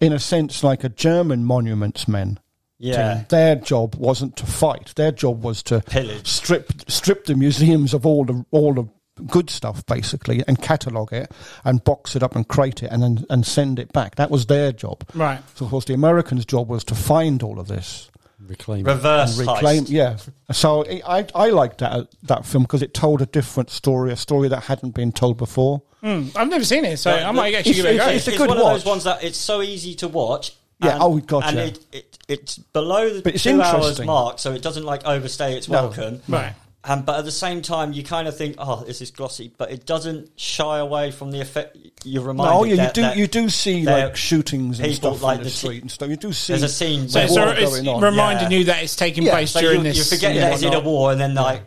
in a sense, like a German monuments men.
Yeah,
team. Their job wasn't to fight. Their job was to
Pillage.
strip strip the museums of all the all the good stuff basically and catalog it and box it up and crate it and then and send it back. That was their job.
Right.
So of course the Americans' job was to find all of this
reclaim.
reverse
reclaim.
heist.
Yeah. So I I, I liked that that film because it told a different story, a story that hadn't been told before.
I've never seen it, so I might actually give it a go.
It's a
it's
good
one of those
watch.
ones that it's so easy to watch.
Yeah, oh, God,
and
yeah.
it, it, it's below the
But it's
two hours
interesting.
mark, so it doesn't like overstay its
No.
welcome.
Right.
And but at the same time, you kind of think, oh, this is glossy, but it doesn't shy away from the effect. You're reminded.
No, Oh, yeah, you
that-
do
that
you do see
they're
like shootings and
people
stuff
like
in
the
the
t-
street and stuff. You do see
There's a scene.
So,
where-
There's
so
war
it's
going on.
reminding
Yeah.
you that it's taking
Yeah.
place
So
during
you,
this.
you forget
yeah,
that it's in a
whatnot.
war, and then like,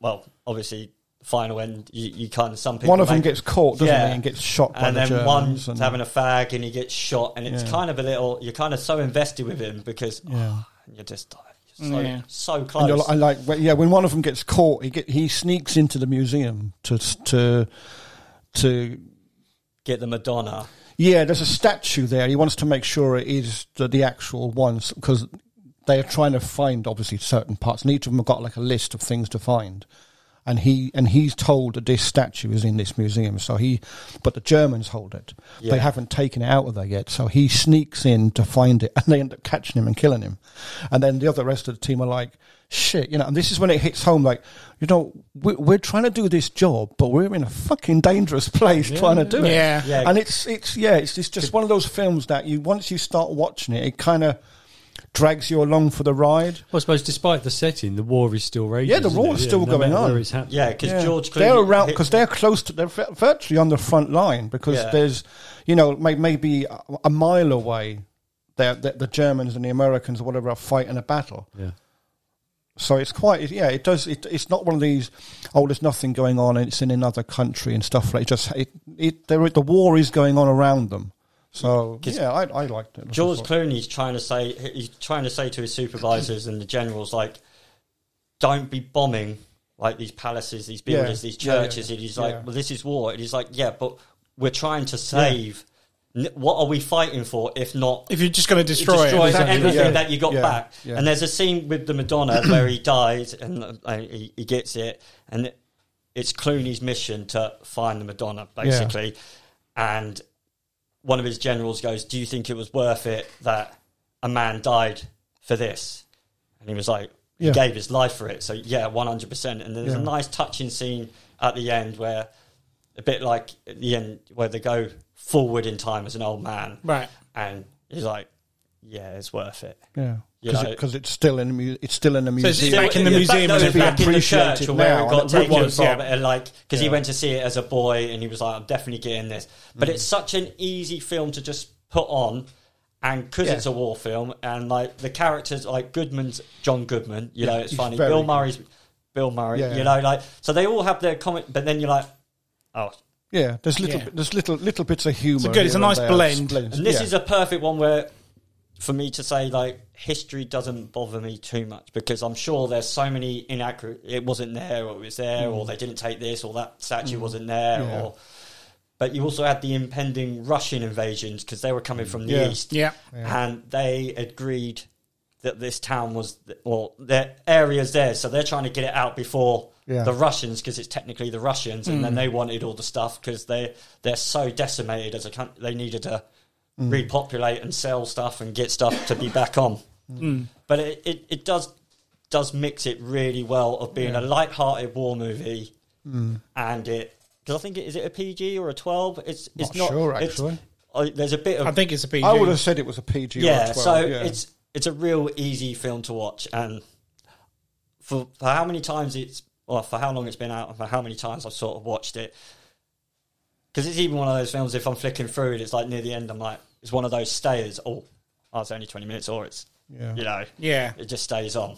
well, obviously, final end. You, you kind of some people.
One of them
make-
gets caught, doesn't
Yeah.
he, and gets shot by
and
the
then
Germans.
one's
and-
having a fag and he gets shot, and it's
Yeah.
kind of a little. You're kind of so invested with him because
Yeah.
oh, you're just you're so,
Yeah.
so
And you're
close.
like, I like, well, yeah, when one of them gets caught, he get, he sneaks into the museum to to to
Get the Madonna.
Yeah, there's a statue there. He wants to make sure it is the, the actual ones because they are trying to find obviously certain parts, and each of them have got like a list of things to find. And he and he's told that this statue is in this museum. So he, but the Germans hold it.
Yeah.
They haven't taken it out of there yet. So he sneaks in to find it, and they end up catching him and killing him. And then the other rest of the team are like, "Shit," you know. And this is when it hits home. Like, you know, we're, we're trying to do this job, but we're in a fucking dangerous place trying to do it.
Yeah.
Yeah.
And it's it's yeah, it's, it's just one of those films that you once you start watching it, it kind of drags you along for the ride.
Well, I suppose despite the setting, the war is still raging.
Yeah, the
isn't
war
it?
is still
no
going
matter
on.
Where it's happening.
Yeah, because George Clooney.
they're around because
hit-
they're close to they're vi- virtually on the front line because
Yeah.
there's you know may, maybe a- a mile away, they're, the the Germans and the Americans or whatever are fighting a battle.
Yeah.
So it's quite it- yeah. It does. It, it's not one of these. Oh, there's nothing going on, and it's in another country and stuff like. It just it it there the war is going on around them. So yeah, I, I liked it.
George Clooney's trying to say he's trying to say to his supervisors and the generals like, don't be bombing like these palaces, these
Yeah.
buildings, these
Yeah, yeah,
churches.
yeah.
And he's like,
Yeah.
well, this is war. And he's like, yeah, but we're trying to save. N- What are we fighting for if not
If you're just going to destroy,
destroys
it,
everything
Yeah.
that you got
Yeah.
back.
Yeah.
And there's a scene with the Madonna where he dies and uh, he, he gets it, and it's Clooney's mission to find the Madonna basically. And one of his generals goes, "Do you think it was worth it that a man died for this?" And he was like, "He
Yeah.
gave his life for it." So yeah, one hundred percent. And there's a
Yeah.
nice touching scene at the end where. A bit like at the end where they go forward in time as an old man,
Right.
and he's like, yeah, it's worth it.
Yeah,
You
because
know-
it's still in a mu- it's still in a
it's
museum.
just back in the
Yeah,
museum
Back, no,
and
it's
it'd be
back in the
appreciated
church or where
now,
it
and
got
it
taken
was,
from,
yeah.
and like because he went to see it as a boy, and he was like, "I'm definitely getting this." But it's such an easy film to just put on, and because
Yeah.
it's a war film, and like the characters, like Goodman's John Goodman, you know, it's
he's
funny.
very
Bill
good.
Murray's Bill Murray,
Yeah.
you know, like so they all have their comment, but then you're like, oh.
yeah, there's little
Yeah.
there's little little bits of humor.
It's good, it's a
here
nice
and there.
blend.
Blends,
And this
yeah.
is a perfect one where, for me to say, like, history doesn't bother me too much because I'm sure there's so many inaccurate. It wasn't there, or it was there, or they didn't take this, or that statue wasn't there,
Mm. Yeah.
or. But you also had the impending Russian invasions because they were coming from the
Mm. Yeah.
east,
Yeah.
and they agreed that this town was, well, their area's theirs, so they're trying to get it out before
Yeah. Mm.
the Russians because it's technically the Russians, and then they wanted all the stuff because they they're so decimated as a country. They needed to
Mm.
repopulate and sell stuff and get stuff to be back on.
Mm.
But it, it, it does does mix it really well of being a light-hearted war movie,
Mm.
and it because I think it is it a PG or a twelve. It's it's
Not
not,
sure,
it's-
actually.
I- there's a bit of
I think it's a PG.
I would have said it was a PG.
yeah,
or a 12,
so
yeah.
it's it's a real easy film to watch, and for for how many times it's well, for how long it's been out, and for how many times I've sort of watched it, because it's even one of those films. If I'm flicking through it, it's like near the end. I'm like, it's one of those stayers. Oh, oh it's only twenty minutes, or it's
Yeah.
you know,
Yeah.
it just stays on.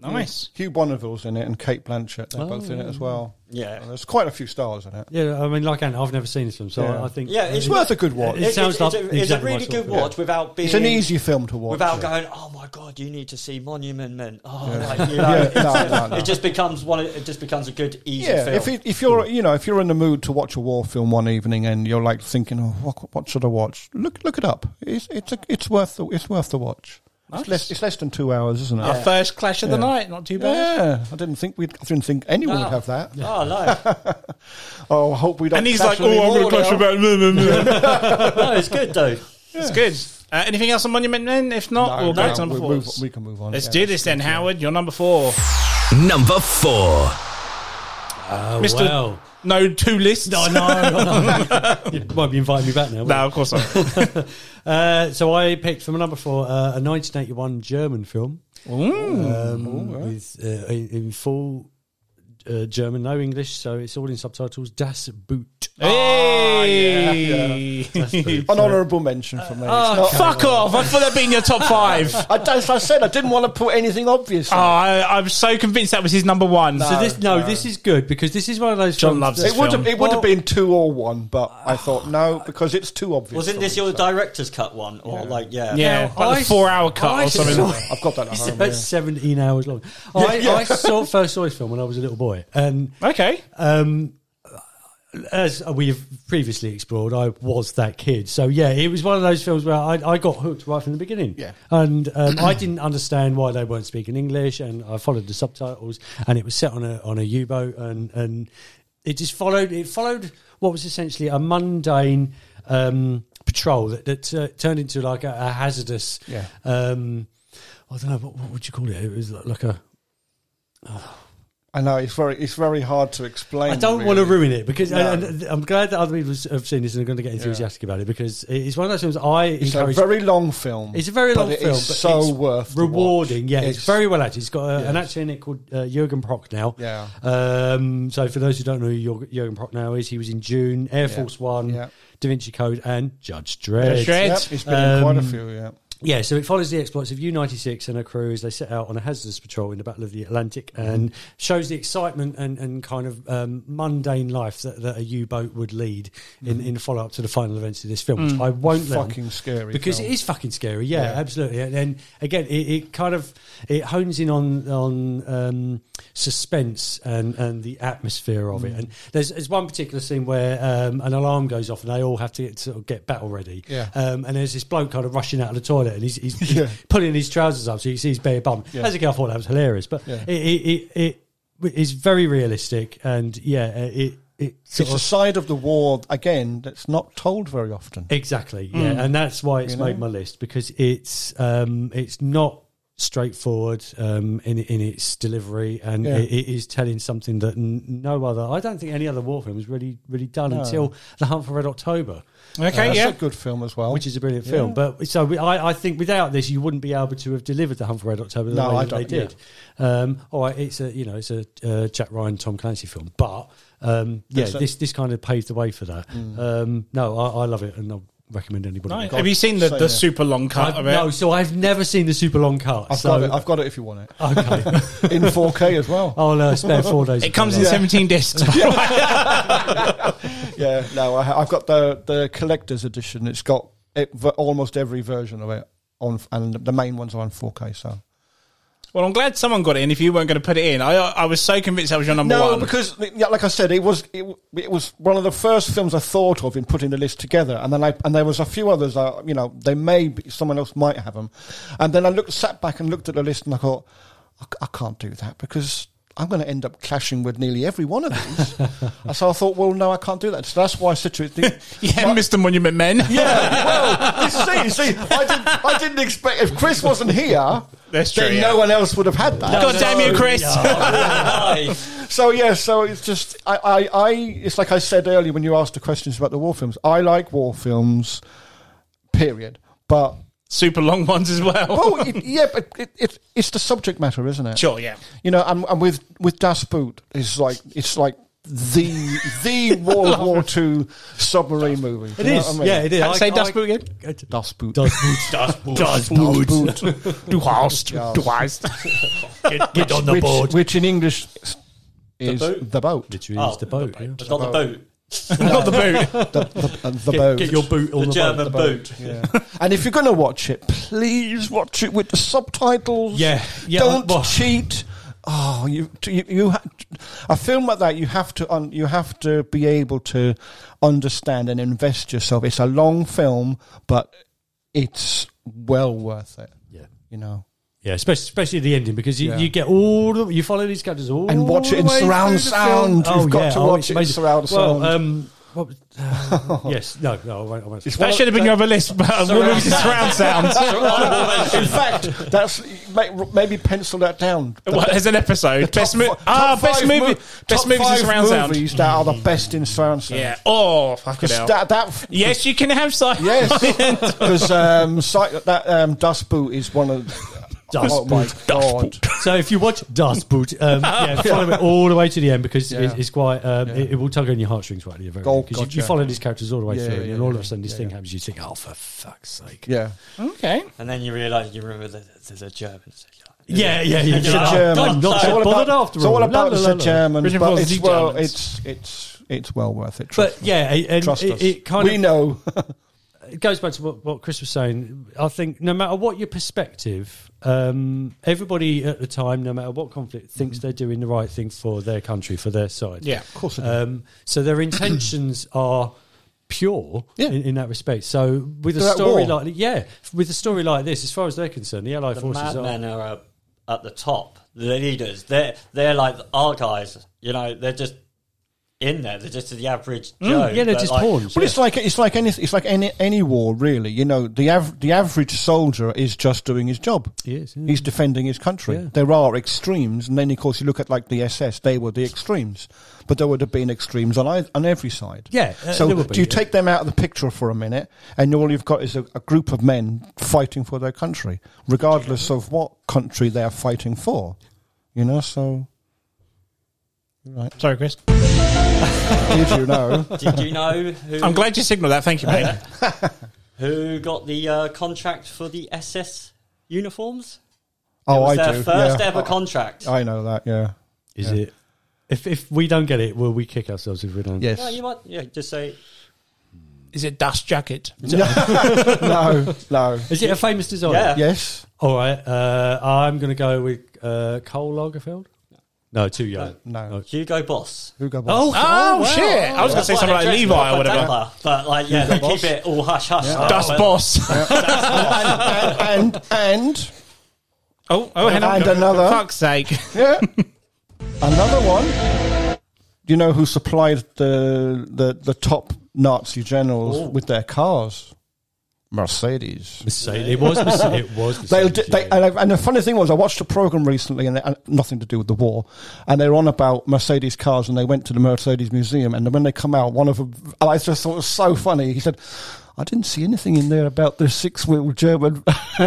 Nice.
Hugh Bonneville's in it and Kate Blanchett. They're both in it as well.
Oh. Yeah.
And there's quite a few stars in it.
Yeah, I mean, like Anne, I've never seen this film, so
Yeah.
I I think
Yeah,
It's
It-
worth a good watch.
It
It's-
sounds
it's,
like
a, it's a
exactly
really
what I
good
thought, yeah.
watch without being
It's an easy film to watch.
without
yeah.
going, oh my god, you need to see Monument Men. Oh,
Yeah.
like, you know,
Yeah,
it's-
no, no, no.
it just becomes one. of- It just becomes a good, easy
Yeah,
film.
if it, if you're you know if you're in the mood to watch a war film one evening and you're like thinking, oh, what, what should I watch? Look look it up. It's it's a, it's worth the it's worth the watch.
Nice.
It's less it's less than two hours, isn't it?
Our first clash of the
Yeah.
night. Not too bad.
Yeah, I didn't think we'd. I didn't think anyone would
No.
have that.
Oh no,
Oh, I hope we don't.
And he's
clash
like, oh, I'm going to
anymore
clash
now."
about.
no, it's good though.
It's good. Uh, anything else on Monument Men? If not,
No,
we'll
no,
go to number
we,
four.
move- we can move on.
Let's
Yeah.
do this then, Howard. You're number four.
Number four.
Oh,
Mr.
wow.
No two lists.
No, no, no. you might be inviting me back now.
No, of course not.
Uh, so I picked from number four uh, a 1981 German film um, with, uh, in in full uh, German, no English, so it's all in subtitles. Das Boot. Ah,
Hey!
An honourable mention for me.
Ah,
It's not-
Fuck off! I thought that'd been your top five. oh,
I, as I said, I didn't want to put anything obvious. on
I, I'm so convinced that was his number one.
So this no, this is good because this is one of those.
John
films
loves
that-
it would have,
film.
it would
Well-
have been two or one, but I thought no because it's too obvious.
Wasn't
for
this
me,
your
so-
director's cut one or like yeah?
yeah,
Now,
like
I-
the four-hour cut
I
or something.
saw-
I've got that at home.
That's
yeah.
17 hours long. I, I saw, first saw this film when I was a little boy, and
Okay.
um, as we've previously explored, I was that kid. So yeah, it was one of those films where I, I got hooked right from the beginning.
Yeah.
and um, I didn't understand why they weren't speaking English, and I followed the subtitles, and it was set on a on a U boat, and and it just followed it followed what was essentially a mundane um, patrol that, that uh, turned into like a, a hazardous.
Yeah.
Um, I don't know what, what would you call it. It was like a
I know it's very it's very hard to explain.
I don't want to
really.
ruin it because
No.
and, and I'm glad that other people have seen this and are going to get enthusiastic about it because it's one of those films I
It's a
encourage.
very long film.
it's a very long
but
film,
It is
but
so
it's
worth the
rewarding.
watch.
Yeah, it's, very well acted. It's got uh, an
Yes.
actor in it called uh, Jürgen Prochnow.
Yeah.
Um, so for those who don't know who Jür- Jürgen Prochnow is, he was in June, Air Force One,
Yeah.
Da Vinci Code, and Judge Dredd.
Dredd.
Yep,
It's-
it's been in quite a
um,
few. Yeah,
Yeah, so it follows the exploits of U 96 and her crew as they set out on a hazardous patrol in the Battle of the Atlantic and shows the excitement and, and kind of um, mundane life that, that a U boat would lead in, in follow up to the final events of this film, which I won't let on
fucking scary.
because
film.
it is fucking scary. Yeah,
Yeah.
absolutely. And then again, it, it kind of it hones in on on um, suspense and and the atmosphere of it.
Mm.
And there's there's one particular scene where um, an alarm goes off and they all have to get, sort of get battle ready.
Yeah.
Um, and there's this bloke kind of rushing out of the toilet and he's, he's, he's
Yeah.
pulling his trousers up so you see his bare bum.
Yeah.
As a kid, I thought that was hilarious, but
Yeah.
it, it it it is very realistic and yeah, it it sort
It's a
of
side of the war again that's not told very often.
Exactly. Yeah, and that's why it's
You Mm. know?
made my list because it's um, it's not straightforward um, in in its delivery, and
Yeah.
it, it is telling something that n- no other. I don't think any other war film has really really done until The Hunt for Red October,
Okay,
Uh, That's
yeah.
a good film as well.
which is a brilliant film. But so we, I, I think without this, you wouldn't be able to have delivered The Hunt for Red October the
No,
way
I
that they
don't-
did. Um, all right, it's a you know it's a uh, Jack Ryan Tom Clancy film, but um, yeah,
That's a- Mm.
this this kind of paved the way for that. Um, no, I, I love it, and I'll recommend anybody.
Nice.
God,
Have you seen the,
so
the
yeah.
super long cut
I've,
of it?
no, so I've never seen the super long cut.
I've
so
got it. I've got it if you want it
okay,
in 4K as well.
I'll uh, spare four days.
It comes in
Yeah.
17 discs.
Yeah, no, I, ha- I've got the the collector's edition. It's got it, v- almost every version of it on, f- and the main ones are on 4K. So
well, I'm glad someone got it in if you weren't going to put it in. I I was so convinced that was your number
no,
one.
because yeah, like I said, it was it, w- it was one of the first films I thought of in putting the list together, and then I and there was a few others. I, you know, they may be, someone else might have them, and then I looked sat back and looked at the list, and I thought, I, c- I can't do that because. I'm going to end up clashing with nearly every one of these. And so I thought, well, no, I can't do that. So that's why I said to it,
yeah, Mr. Monument Men.
Yeah, well, you see, you see, I didn't, I didn't expect if Chris wasn't here,
That's
then
true,
no
yeah.
one else would have had that.
God damn you, Chris.
oh, Nice.
So yeah, so it's just I, I, I, it's like I said earlier when you asked the questions about the war films. I like war films, period. But
super long ones as well.
oh, it, yeah, but it, it, it's the subject matter, isn't it?
sure, yeah.
You know, and, and with with Das Boot, it's like it's like the the World War Two submarine movie.
It is, yeah, it is.
Say I, Das
I-
Boot again.
Das Boot.
Das Boot.
Das
Das Boot.
Boot.
Du hast,
Yeah.
du hast.
Get on the
which,
board.
which in English is the boat.
boat.
The boat.
Literally,
Oh,
it's the boat. yeah.
It's not the boot.
Not the boot.
Uh, the boat.
Get your boot on
The
the,
German
boat.
boot.
Yeah. and if you're going to watch it, please watch it with the subtitles.
Yeah, yeah,
Don't
well-
cheat. Oh, you, you, you ha- a film like that, you have to, un- you have to be able to understand and invest yourself. It's a long film, but it's well worth it.
Yeah.
You know,
Yeah, especially, especially the ending because you,
Yeah.
you get all the you follow these characters all
And watch it
the
in
way
surround
through the film. Oh,
sound. You've got to watch
it's
it in
amazing.
surround
well,
sound.
Um, what was- uh, yes, no, no, I won't. I won't say.
That should have been your other list, but we'll move to surround sound.
in fact, that's may- maybe pencil that down. The
What, as an episode, best movie, ah,
top
best
five
movie,
mo-
best
top
movies in
five
surround sound.
movies that are the best in surround sound.
Mm. Yeah. Oh, fuck it
Because
out.
that, that
Yes, you can have side.
Yes, because um, Cy- that um, Dust Boot is one of
Dust
oh my god.
So if you watch Das Boot, um, yeah, follow it all the way to the end because
Yeah.
it's, it's quite. Um, it, it will tug on your heartstrings right at the very
Oh,
end because you, you
gotcha.
follow these characters all the way
Yeah,
through,
yeah,
and then
yeah,
all of
yeah,
a sudden this
yeah,
thing
yeah.
happens. You think, oh, for fuck's sake!
Yeah,
Okay.
And then you realise you remember the, the, the Germans.
yeah, yeah. yeah,
it's
yeah.
a
Oh,
German.
God, not
it's
so
all
bothered
about,
after
it's all
all.
about
La,
it's a
la, la, la.
German,
Richard
but
Wall's
it's
the
well,
Germans.
it's it's it's well worth it.
But
Trust me.
yeah, and
Trust
it,
us.
it kind
we
of
know.
it goes back to what, what Chris was saying. I think no matter what your perspective, um, everybody at the time, no matter what conflict,
Mm-hmm.
thinks they're doing the right thing for their country, for their side.
Yeah.
of course,
Um, so their intentions are pure
Yeah.
in, in that respect. So with
They're
a
at
story
war.
like yeah, with a story like this, as far as they're concerned, the Allied
The
forces are.
madmen are up at the top. The leaders. They're they're like our guys. You know, they're just in there. They're just the average Joe.
Yeah, they're
but
just
like,
pawns.
Well,
yeah.
it's like it's like any it's like any any war really. You know, the av- the average soldier is just doing his job.
He is, yeah.
He's defending his country.
Mm. Yeah.
There are extremes, and then of course you look at like the SS. They were the extremes, but there would have been extremes on ei- on every side.
Yeah, uh,
so
there would
do you
be, yeah.
take them out of the picture for a minute, and all you've got is a, a group of men fighting for their country, regardless of what country they are fighting for. You know, so
Sorry, Chris.
did you know?
Did you know who
I'm glad you signaled that. Thank you, mate.
who got the uh, contract for the SS uniforms?
Oh,
it was
I
their
do.
first
yeah.
ever
I-
contract.
I know that. Yeah.
Is it? If, if we don't get it, will we kick ourselves if we don't?
Yes.
Well, you might yeah, just say
Is it dust jacket?
no. No.
Is it a famous design?
Yeah.
Yes.
All right. Uh, I'm going to go with uh, Cole Lagerfeld. No, too young.
No.
Hugo Boss.
Hugo Boss.
Oh,
Oh, shit! I was going to say something like Levi or whatever.
But like, yeah, they keep it all hush hush. now,
Dust
but-
boss.
Oh, and, and and
Oh, oh, hang on.
And another.
Fuck's sake.
yeah, another one. Do you know who supplied the the, the top Nazi generals with their cars? Mercedes.
Mercedes. It was. Mercedes. It was.
They'll do,
Mercedes,
they,
yeah.
and, I- and the funny thing was, I watched a program recently, and, and nothing to do with the war, and they were on about Mercedes cars, and they went to the Mercedes Museum, and when they come out, one of them, and I just thought it was so funny. He said, "I didn't see anything in there about the six-wheel German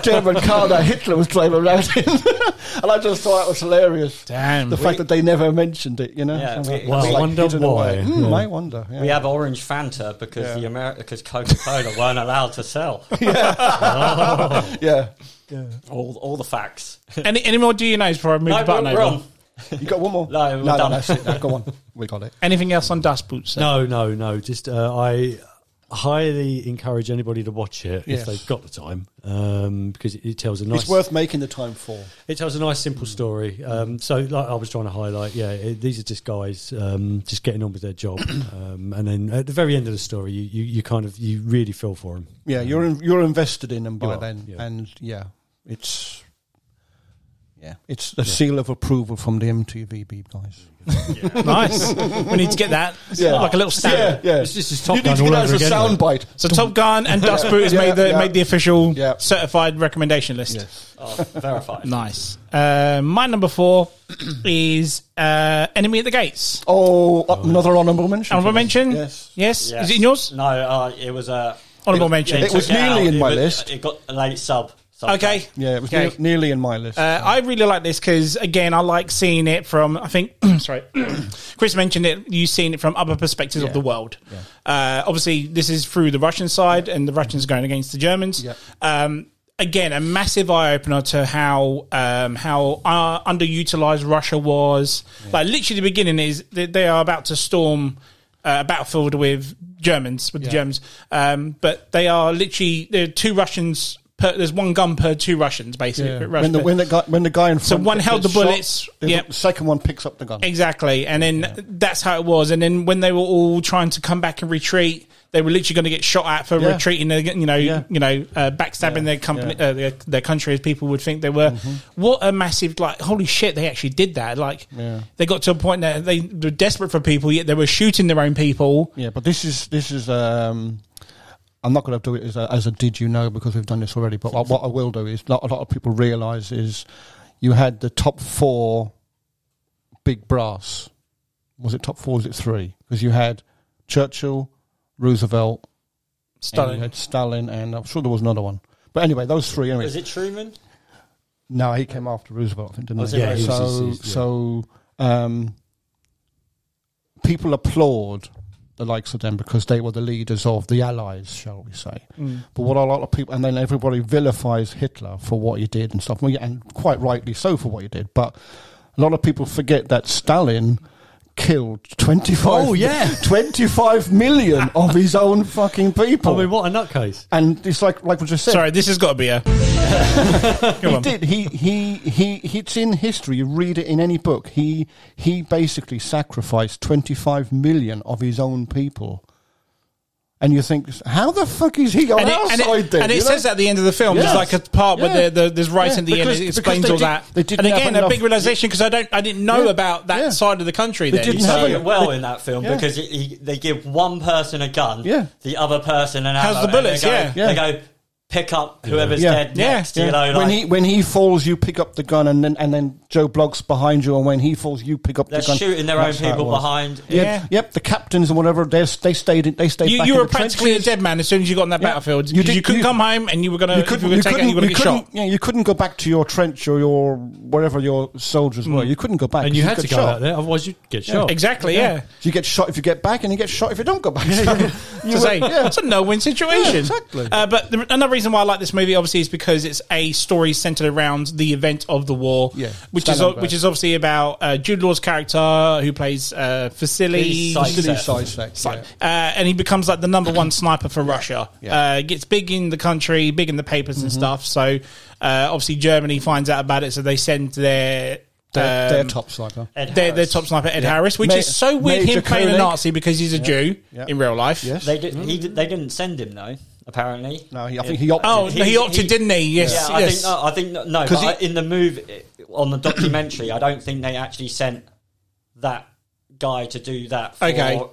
German car that Hitler was driving around in," and I just thought that was hilarious.
Damn.
The fact that they never mentioned it, you know.
Yeah,
Something
we-
like-
I
it's like
wonder
hidden away.
why.
Hmm,
Yeah.
I wonder. Yeah.
We have orange Fanta because
Yeah.
the America because Coca Cola weren't allowed to sell.
yeah.
all, all the facts.
Any, any more do you knows before I move
No,
the button over?
we're, we're on.
You got one more?
No, we're
no,
done.
that's it. No, go on. We got it.
Anything else on Dust Boots? sir?
No, no, no. Just uh, I highly encourage anybody to watch it
Yes.
if they've got the time, um, because it, it tells a nice.
It's worth making the time for.
It tells a nice, simple story. Um, so, like I was trying to highlight, yeah, it, these are just guys um, just getting on with their job, um, and then at the very end of the story, you, you, you kind of you really feel for them.
Yeah, you're in, you're invested in them by
are,
then,
yeah.
and yeah, it's yeah, it's a seal of approval from the MTVB guys.
nice. we need to get that. It's
Yeah.
like a little stamp.
yeah.
It's just it's Top
you need
Gun
to get
all
that as
over
a
again. mate.
soundbite.
So Top Gun and Dust Boot has
Yeah,
made the
yeah.
made the official
Yeah.
certified recommendation list.
Oh, verified.
Nice. Uh, my number four is uh, Enemy at the Gates.
Oh, uh, another honourable mention.
Honorable mention?
Yes.
Yes.
Yes.
Is it in yours?
No, uh, it was a
Honorable mention.
It was nearly in my list.
It got a late sub. so-
Okay.
Yeah, it was
Okay.
near- nearly in my list.
Uh, I really like this because again, I like seeing it from. I think sorry, Chris mentioned it. You seeing it from other perspectives of the world. Uh, obviously, this is through the Russian side, and the Russians going against the Germans.
Yeah.
Um, again, a massive eye opener to how um, how uh, underutilized Russia was. Like literally, the beginning is that they are about to storm. Uh, a battlefield with Germans, with the Germans, um, but they are literally there are two Russians. Per, there's one gun per two Russians, basically.
Yeah.
Russian
When the
per-
when the guy when the guy in front
one
gets
held the
shot,
bullets,
the
yep.
the second one picks up the gun.
Exactly. And then that's how it was. And then when they were all trying to come back and retreat, they were literally going to get shot at for
Yeah.
retreating. They're getting, You know,
Yeah.
you know, uh, backstabbing
Yeah.
their company,
Yeah. Mm-hmm.
uh, their, their country as people would think they were. What a massive like! Holy shit! They actually did that. Like
Yeah.
they got to a point that they were desperate for people, yet they were shooting their own people.
Yeah, but this is this is. Um, I'm not going to do it as a, as a did you know because we've done this already. But what, what I will do is not a lot of people realise is you had the top four big brass. Was it top four? Was it three? Because you had Churchill, Roosevelt, and you
Stunning.
had Stalin, and I'm sure there was another one. But anyway, those three. Anyway,
Was it Truman?
no, he came after Roosevelt, I think, didn't
Was
he?
it Yeah, he was-
so,
he was- yeah.
so um, people applaud the likes of them because they were the leaders of the Allies, shall we say. But what a lot of people, and then everybody vilifies Hitler for what he did and stuff, Well, yeah, and quite rightly so for what he did. But a lot of people forget that Stalin killed 25,
Oh, yeah.
25 million of his own fucking people.
I mean, what a nutcase!
and it's like, like we just said,
Sorry, this has got to be a. Come on.
he did. He, he he he. It's in history. You read it in any book. He he basically sacrificed twenty five million of his own people. And you think, how the fuck is he on
And it,
our
and it-
side then?
and it
you know?
says at the end of the film,
Yes.
there's like a part
Yeah.
where the, the, there's right
Yeah.
in the
Because-
end, it
because
explains
they
all
did-
that.
they didn't
and
have
again, a
enough-
big realization because I don't, I didn't know
Yeah.
about that
Yeah.
side of the country.
They
then.
didn't
He's
have
doing
Yeah.
it well in that film
Yeah.
because he, he, they give one person a gun,
Yeah.
the other person an
How's
ammo.
the bullets?
and
Yeah.
They go,
Yeah.
They go pick up whoever's
Yeah.
dead
Yeah.
next.
Yeah.
You know, like,
when he when he falls, you pick up the gun, and then and then Joe Bloggs behind you, and when he falls, you pick up
they're
the gun.
shooting their own
That's how it
people
was.
behind.
Yep,
Yeah.
yep. The captains and whatever they they stayed in, they stayed.
You,
back
you
in
were
the
practically a
trenches.
dead man as soon as you got on that
Yeah.
battlefield.
You
You,
did-
you couldn't
you-
come home and you were gonna,
you
Uh, if you
couldn't,
were
you
gonna take it, you were
couldn't,
gonna
you
get shot.
couldn't, yeah, you couldn't go back to your trench or your wherever your soldiers were. You couldn't go back,
And
'cause
you had to
get
go
shot.
out there, otherwise you'd get shot.
Exactly, yeah.
So you get shot if you get back, and you get shot if you don't go back. So you
To
were-
say
yeah.
it's a no-win situation.
Yeah, exactly.
Uh, but the, another reason why I like this movie, obviously, is because it's a story centered around the event of the war,
Yeah.
which is
Stalingrad.
which is obviously about uh, Jude Law's character who plays uh, Facili,
He's psych-
Silly
Exactly.
size sex, yeah.
uh, and he becomes like the number one sniper for Russia.
Yeah. Mm-hmm.
Uh, gets big in the country, big in the papers and stuff. So uh, obviously Germany finds out about it, so they send their
They're, they're
um,
top sniper.
Ed
their, their
Harris.
top sniper Ed Harris, which
Ma-
is so weird.
Major
him playing
Koenig.
a Nazi because he's a Jew
Yeah.
in real life.
Yes.
They did. He
Mm.
did, They didn't send him though. Apparently,
No, he- I think he opted.
Oh, he,
He-
opted,
he-
didn't he? Yes,
Yeah, I
yes.
think
uh,
no, I think no, no
'Cause
but
he-
in the movie on the documentary, I don't think they actually sent that guy to do that. For
Okay.
to-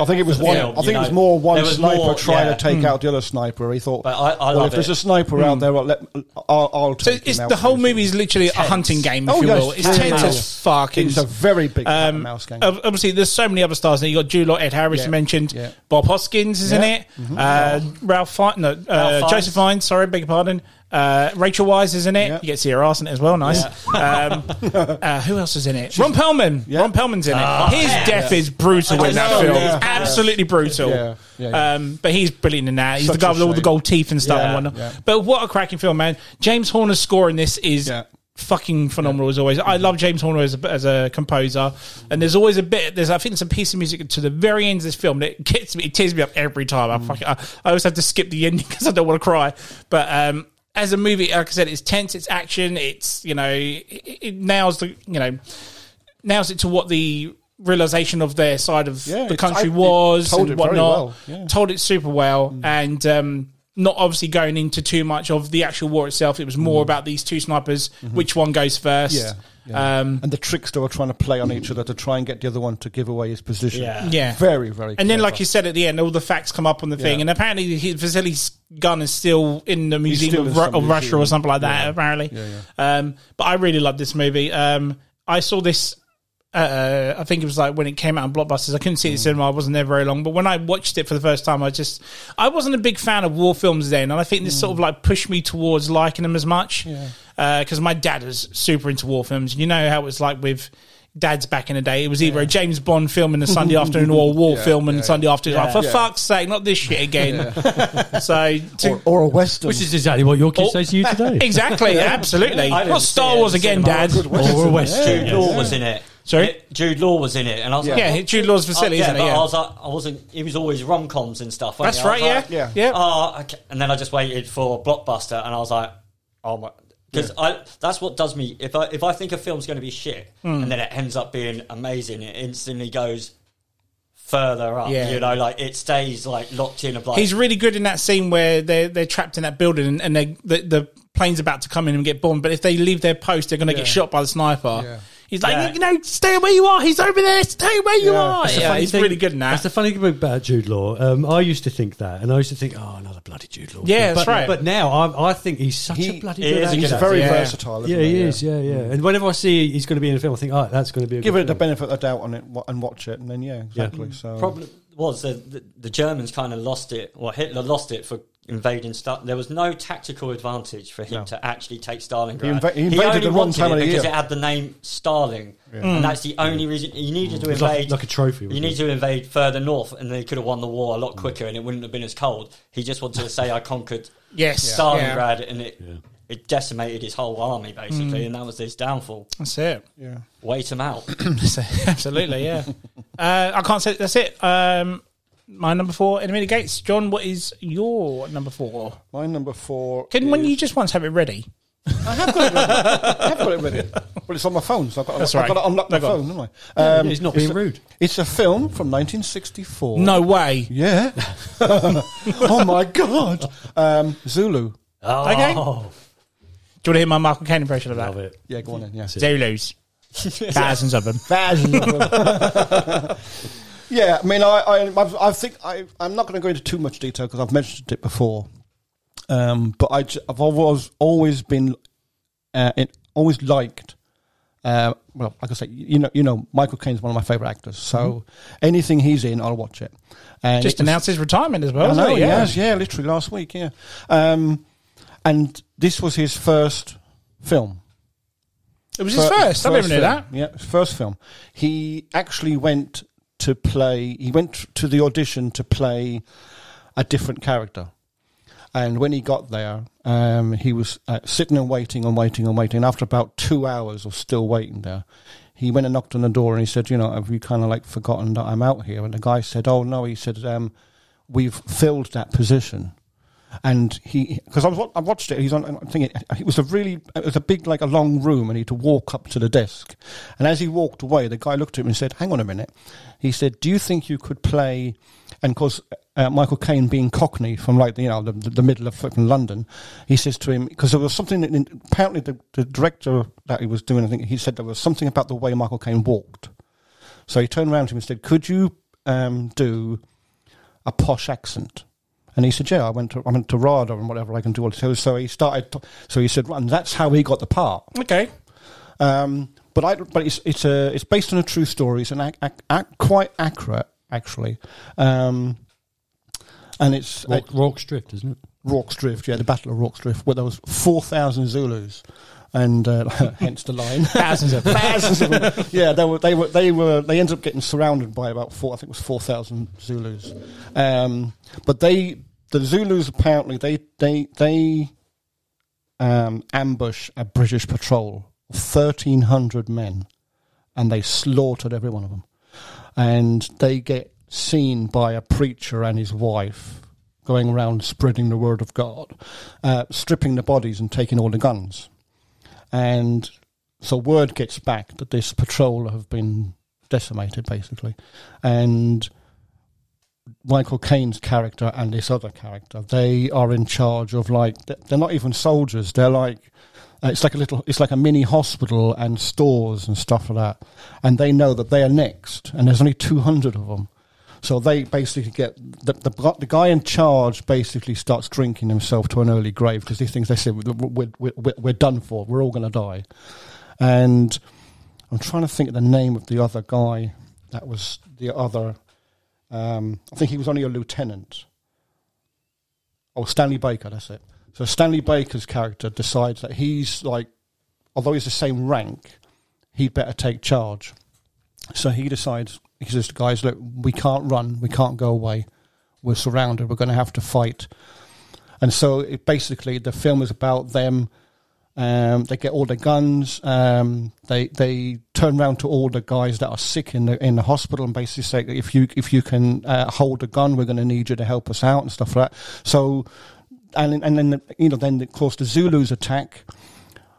I think it was
for the
one.
film,
I think
you
it was
know.
more one
There was
sniper
more-
trying
yeah.
to take out the other sniper. He thought,
But I- I
well,
love
if there's
it.
a sniper out there, I'll, let, I'll, I'll
So
take
it's
him out
the whole
first."
movie is literally a hunting game, if
Oh,
you
yes,
will. It's
yeah,
tense
yeah.
as fuck.
It's a very big cat and
Um,
mouse game.
ob- Obviously, there's so many other stars. There you got Jude Law, Ed Harris,
Yeah.
you mentioned.
Yeah.
Bob Hoskins is in
Yeah.
it. Uh, Ralph Fiennes, no, uh,
Ralph Fiennes.
Joseph Fiennes. Sorry, beg your pardon. Uh, Rachel Wise is in it.
Yeah.
You get Sierra Arson as well. Nice. Um, uh, who else is in it? Ron Perlman.
Yeah.
Ron Perlman's in it. His death is brutal
I
in that
know,
film.
yeah.
It's absolutely brutal.
Yeah, yeah, yeah.
Um, but he's brilliant in that. He's
Such
the guy
a
with all the
shame.
gold teeth and stuff
Yeah.
and whatnot.
Yeah.
But what a cracking film, man! James Horner's score in this is
Yeah.
fucking phenomenal as always. I love James Horner as a, as a composer, and there's always a bit. There's I think there's a piece of music to the very end of this film that gets me. It tears me up every time.
Mm.
I fucking I, I always have to skip the ending because I don't want to cry. But um, as a movie, like I said, it's tense, it's action, it's you know, it, it nails the you know, nails it to what the realization of their side of
Yeah,
the
it's-
country
I- it
was
told
and
it very
whatnot
well, yeah.
told it super well
Mm.
and um, not obviously going into too much of the actual war itself. It was more about these two snipers, which one goes first.
Mm. Mm-hmm. Yeah, yeah.
Um,
and the trickster were trying to play on each other to try and get the other one to give away his position.
Yeah.
Yeah.
very, very.
and then, like
clever.
you said at the end, all the facts come up on the thing,
Yeah.
and apparently his Vasili's gun is still in the
still
museum of,
in
Ru-
some
of Russia or
museum.
something like that. Apparently, Um, but I really loved this movie. Um, I saw this. Uh, I think it was like when it came out in blockbusters. I couldn't see it in
Mm.
cinema. I wasn't there very long. But when I watched it for the first time, I just I wasn't a big fan of war films then, and I think this sort
Mm.
of like pushed me towards liking them as much. Because my dad was super into war films. You know how it was like with dads back in the day. It was either a James Bond film in the Sunday afternoon or a war
Yeah,
film in
yeah,
the Sunday afternoon. Like, for
Yeah.
fuck's sake, not this shit again. so to,
or, or a western.
Which is exactly what your kid
Oh.
says to you today.
exactly, absolutely.
I didn't
Not
see
Star
it
Wars
in the
again,
cinema.
Dad.
Good
Or a Western.
Jude
yes.
Law was in it.
Sorry?
It- Jude Law was in it, and I was like,
Yeah, Jude Law's facility,
Oh, yeah,
isn't it?
but
Yeah.
I was like, I wasn't. He was always rom coms and stuff. wasn't
That's
he? I was
right. Yeah.
like,
yeah,
Yeah.
Oh, okay. and then I just waited for blockbuster, and I was like, oh my, because I that's what does me. If I if I think a film's going to be shit,
Hmm.
and then it ends up being amazing, it instantly goes further up.
Yeah.
You know, like it stays like locked in. Of like,
He's really good in that scene where they're they're trapped in that building and, and they the, the plane's about to come in and get bombed. But if they leave their post, they're going to get shot by the sniper.
Yeah.
He's like,
Yeah.
you know, stay where you are. He's over there. Stay where you
Yeah.
are.
That's
the
Yeah,
funny
he's
thing-
really good in
That's
that.
the funny thing about Jude Law. Um, I used to think that, and I used to think, oh, another bloody Jude Law.
Yeah,
but,
that's right.
But now I, I think he's such
He
a bloody
is
good
a
actor.
good
he's
Yeah.
very
Yeah.
versatile.
yeah,
isn't
he is. Yeah, yeah. And whenever I see he's going to be in a film, I think, oh, that's going to be a
Give
good
it the
film.
benefit of the doubt on it wa- and watch it, and then yeah, exactly. So
problem was the, the, the Germans kind of lost it. Well, Hitler lost it for invading Stalin. There was no tactical advantage for him to actually take Stalingrad.
He inva- he invaded
only
the wrong
wanted
time
it
of the
because
year.
it had the name Starling, and that's the only reason you needed to
It's like-
invade.
like a trophy,
You
wasn't
need
it?
to invade further north, and they could have won the war a lot quicker, and it wouldn't have been as cold. He just wanted to say, "I conquered
Yes. Yeah.
Stalingrad," and it. It decimated his whole army basically, and that was his downfall.
That's it.
yeah,
Wait him out.
Absolutely, yeah. uh, I can't say that's it. Um, my number four, Enemy Gates. John, what is your number four?
my number four.
Can when
is-
you just once have it ready?
I have got it ready, but it's on my phone, so I've got,
That's
to, I've
right.
got to unlock my
No, go on.
phone, haven't I? Um,
he's not
it's
being
a-
rude.
It's a film from 1964.
No way.
Yeah. oh my god. Um, Zulu.
Okay. Do you want to hear my Michael Caine impression of that?
Love it.
Yeah, go on in. Yeah.
Zulus, thousands of them.
yeah, I mean, I, I, I've, I think I, I'm not going to go into too much detail because I've mentioned it before. Um, but I, have always always been, uh, in, always liked. Uh, well, like I say, you know, you know, Michael Caine's one of my favorite actors. So anything he's in, I'll watch it. And
Just
it was-
announced his retirement as well.
I
hasn't
know,
he?
he has, yeah, literally last week, yeah. Um, and this was his first film.
It was his
Fir-
first. I never knew
film.
that.
Yeah, his first film. He actually went to play. He went to the audition to play a different character. And when he got there, um, he was uh, sitting and waiting and waiting and waiting. And after about two hours of still waiting there, he went and knocked on the door and he said, "You know, have you kind of like forgotten that I'm out here?" And the guy said, "Oh no," he said, um, "We've filled that position." and he because I was wa- I watched it. He's on. I'm thinking it was a really it was a big like a long room, and he had to walk up to the desk. And as he walked away, the guy looked at him and said, "Hang on a minute." He said, "Do you think you could play?" And because uh, Michael Caine being Cockney from like you know the, the middle of fucking London, he says to him because there was something that in, apparently the, the director that he was doing. I think he said there was something about the way Michael Caine walked. So he turned around to him and said, "Could you um, do a posh accent. And he said, "Yeah, I went to I went to RADA and whatever. I can do all this." So, so he started. To, so he said, and that's how he got the part.
Okay.
Um, but I, but it's it's a it's based on a true story. It's an ac- ac- ac- quite accurate actually, um, and it's
Rock, Rock's Drift, isn't it?
Rorke's Drift. Yeah, the Battle of Rorke's Drift, where there was four thousand Zulus, and uh, hence the line.
Thousands of
Thousands of them. Yeah, they were they were they were they ended up getting surrounded by about four. I think it was four thousand Zulus, um, but they the Zulus apparently they they they um, ambush a British patrol, thirteen hundred men, and they slaughtered every one of them, and they get seen by a preacher and his wife going around spreading the word of God, uh, stripping the bodies and taking all the guns, and so word gets back that this patrol have been decimated, basically, and Michael Caine's character and this other character, they are in charge of like th- they're not even soldiers. They're like uh, it's like a little, it's like a mini hospital and stores and stuff like that, and they know that they are next, and there's only two hundred of them. So they basically get the, the gu- the guy in charge basically starts drinking himself to an early grave because he thinks they said we're, we're, we're, we're done for, we're all going to die and I'm trying to think of the name of the other guy that was the other. Um, I think he was only a lieutenant. Oh, Stanley Baker, that's it. So Stanley Baker's character decides that he's like, although he's the same rank, he'd better take charge. So he decides, he says to guys, look, we can't run, we can't go away, we're surrounded, we're going to have to fight. And so it basically, the film is about them um, they get all the guns. Um, they they turn round to all the guys that are sick in the in the hospital and basically say, if you if you can uh, hold a gun, we're going to need you to help us out and stuff like that. So, and and then the, you know then of course the Zulus attack,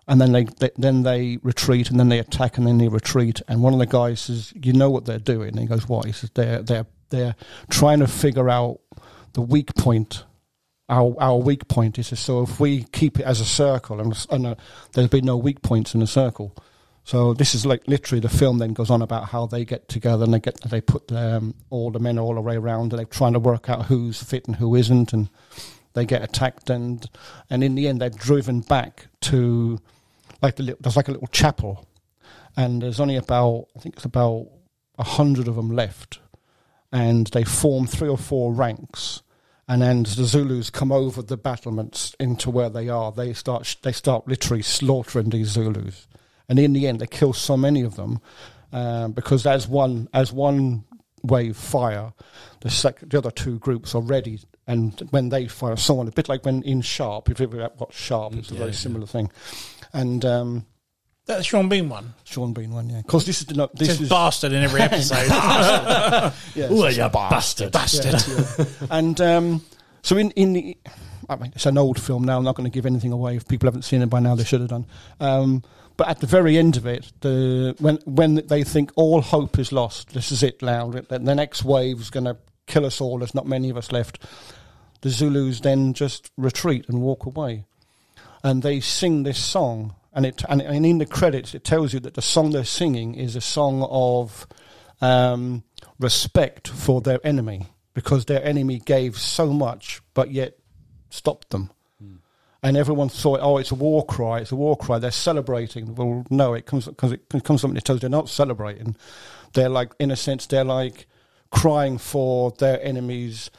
and then they, they then they retreat and then they attack and then they retreat. And one of the guys says, "You know what they're doing?" And he goes, "What?" He says, "They're they're they're trying to figure out the weak point." our our weak point is so if we keep it as a circle and, and uh, there'll be no weak points in a circle. So this is like literally the film then goes on about how they get together and they get they put um, all the men all the way around and they're trying to work out who's fit and who isn't and they get attacked and and in the end they're driven back to like the little, there's like a little chapel and there's only about I think it's about a hundred of them left and they form three or four ranks and then the Zulus come over the battlements into where they are. They start sh- they start literally slaughtering these Zulus, and in the end, they kill so many of them um, because as one as one wave fire, the sec- the other two groups are ready, and when they fire, someone a bit like when in Sharp, if you've ever watched Sharp, it's a very similar thing, and. Um,
That's Sean Bean one.
Sean Bean one, yeah. Because this is the, no,
It
this
says
is
bastard in every episode.
yeah,
Oh, you bastard.
bastard.
and um, so in in the, I mean it's an old film now. I'm not going to give anything away. If people haven't seen it by now, they should have done. Um, but at the very end of it, the when when they think all hope is lost, this is it. Now the, the next wave's going to kill us all. There's not many of us left. The Zulus then just retreat and walk away, and they sing this song. And it and, and in the credits, it tells you that the song they're singing is a song of um, respect for their enemy because their enemy gave so much but yet stopped them. And everyone thought, oh, it's a war cry, it's a war cry. They're celebrating. Well, no, it comes because it comes from the toes. They're not celebrating. They're like, in a sense, they're like crying for their enemies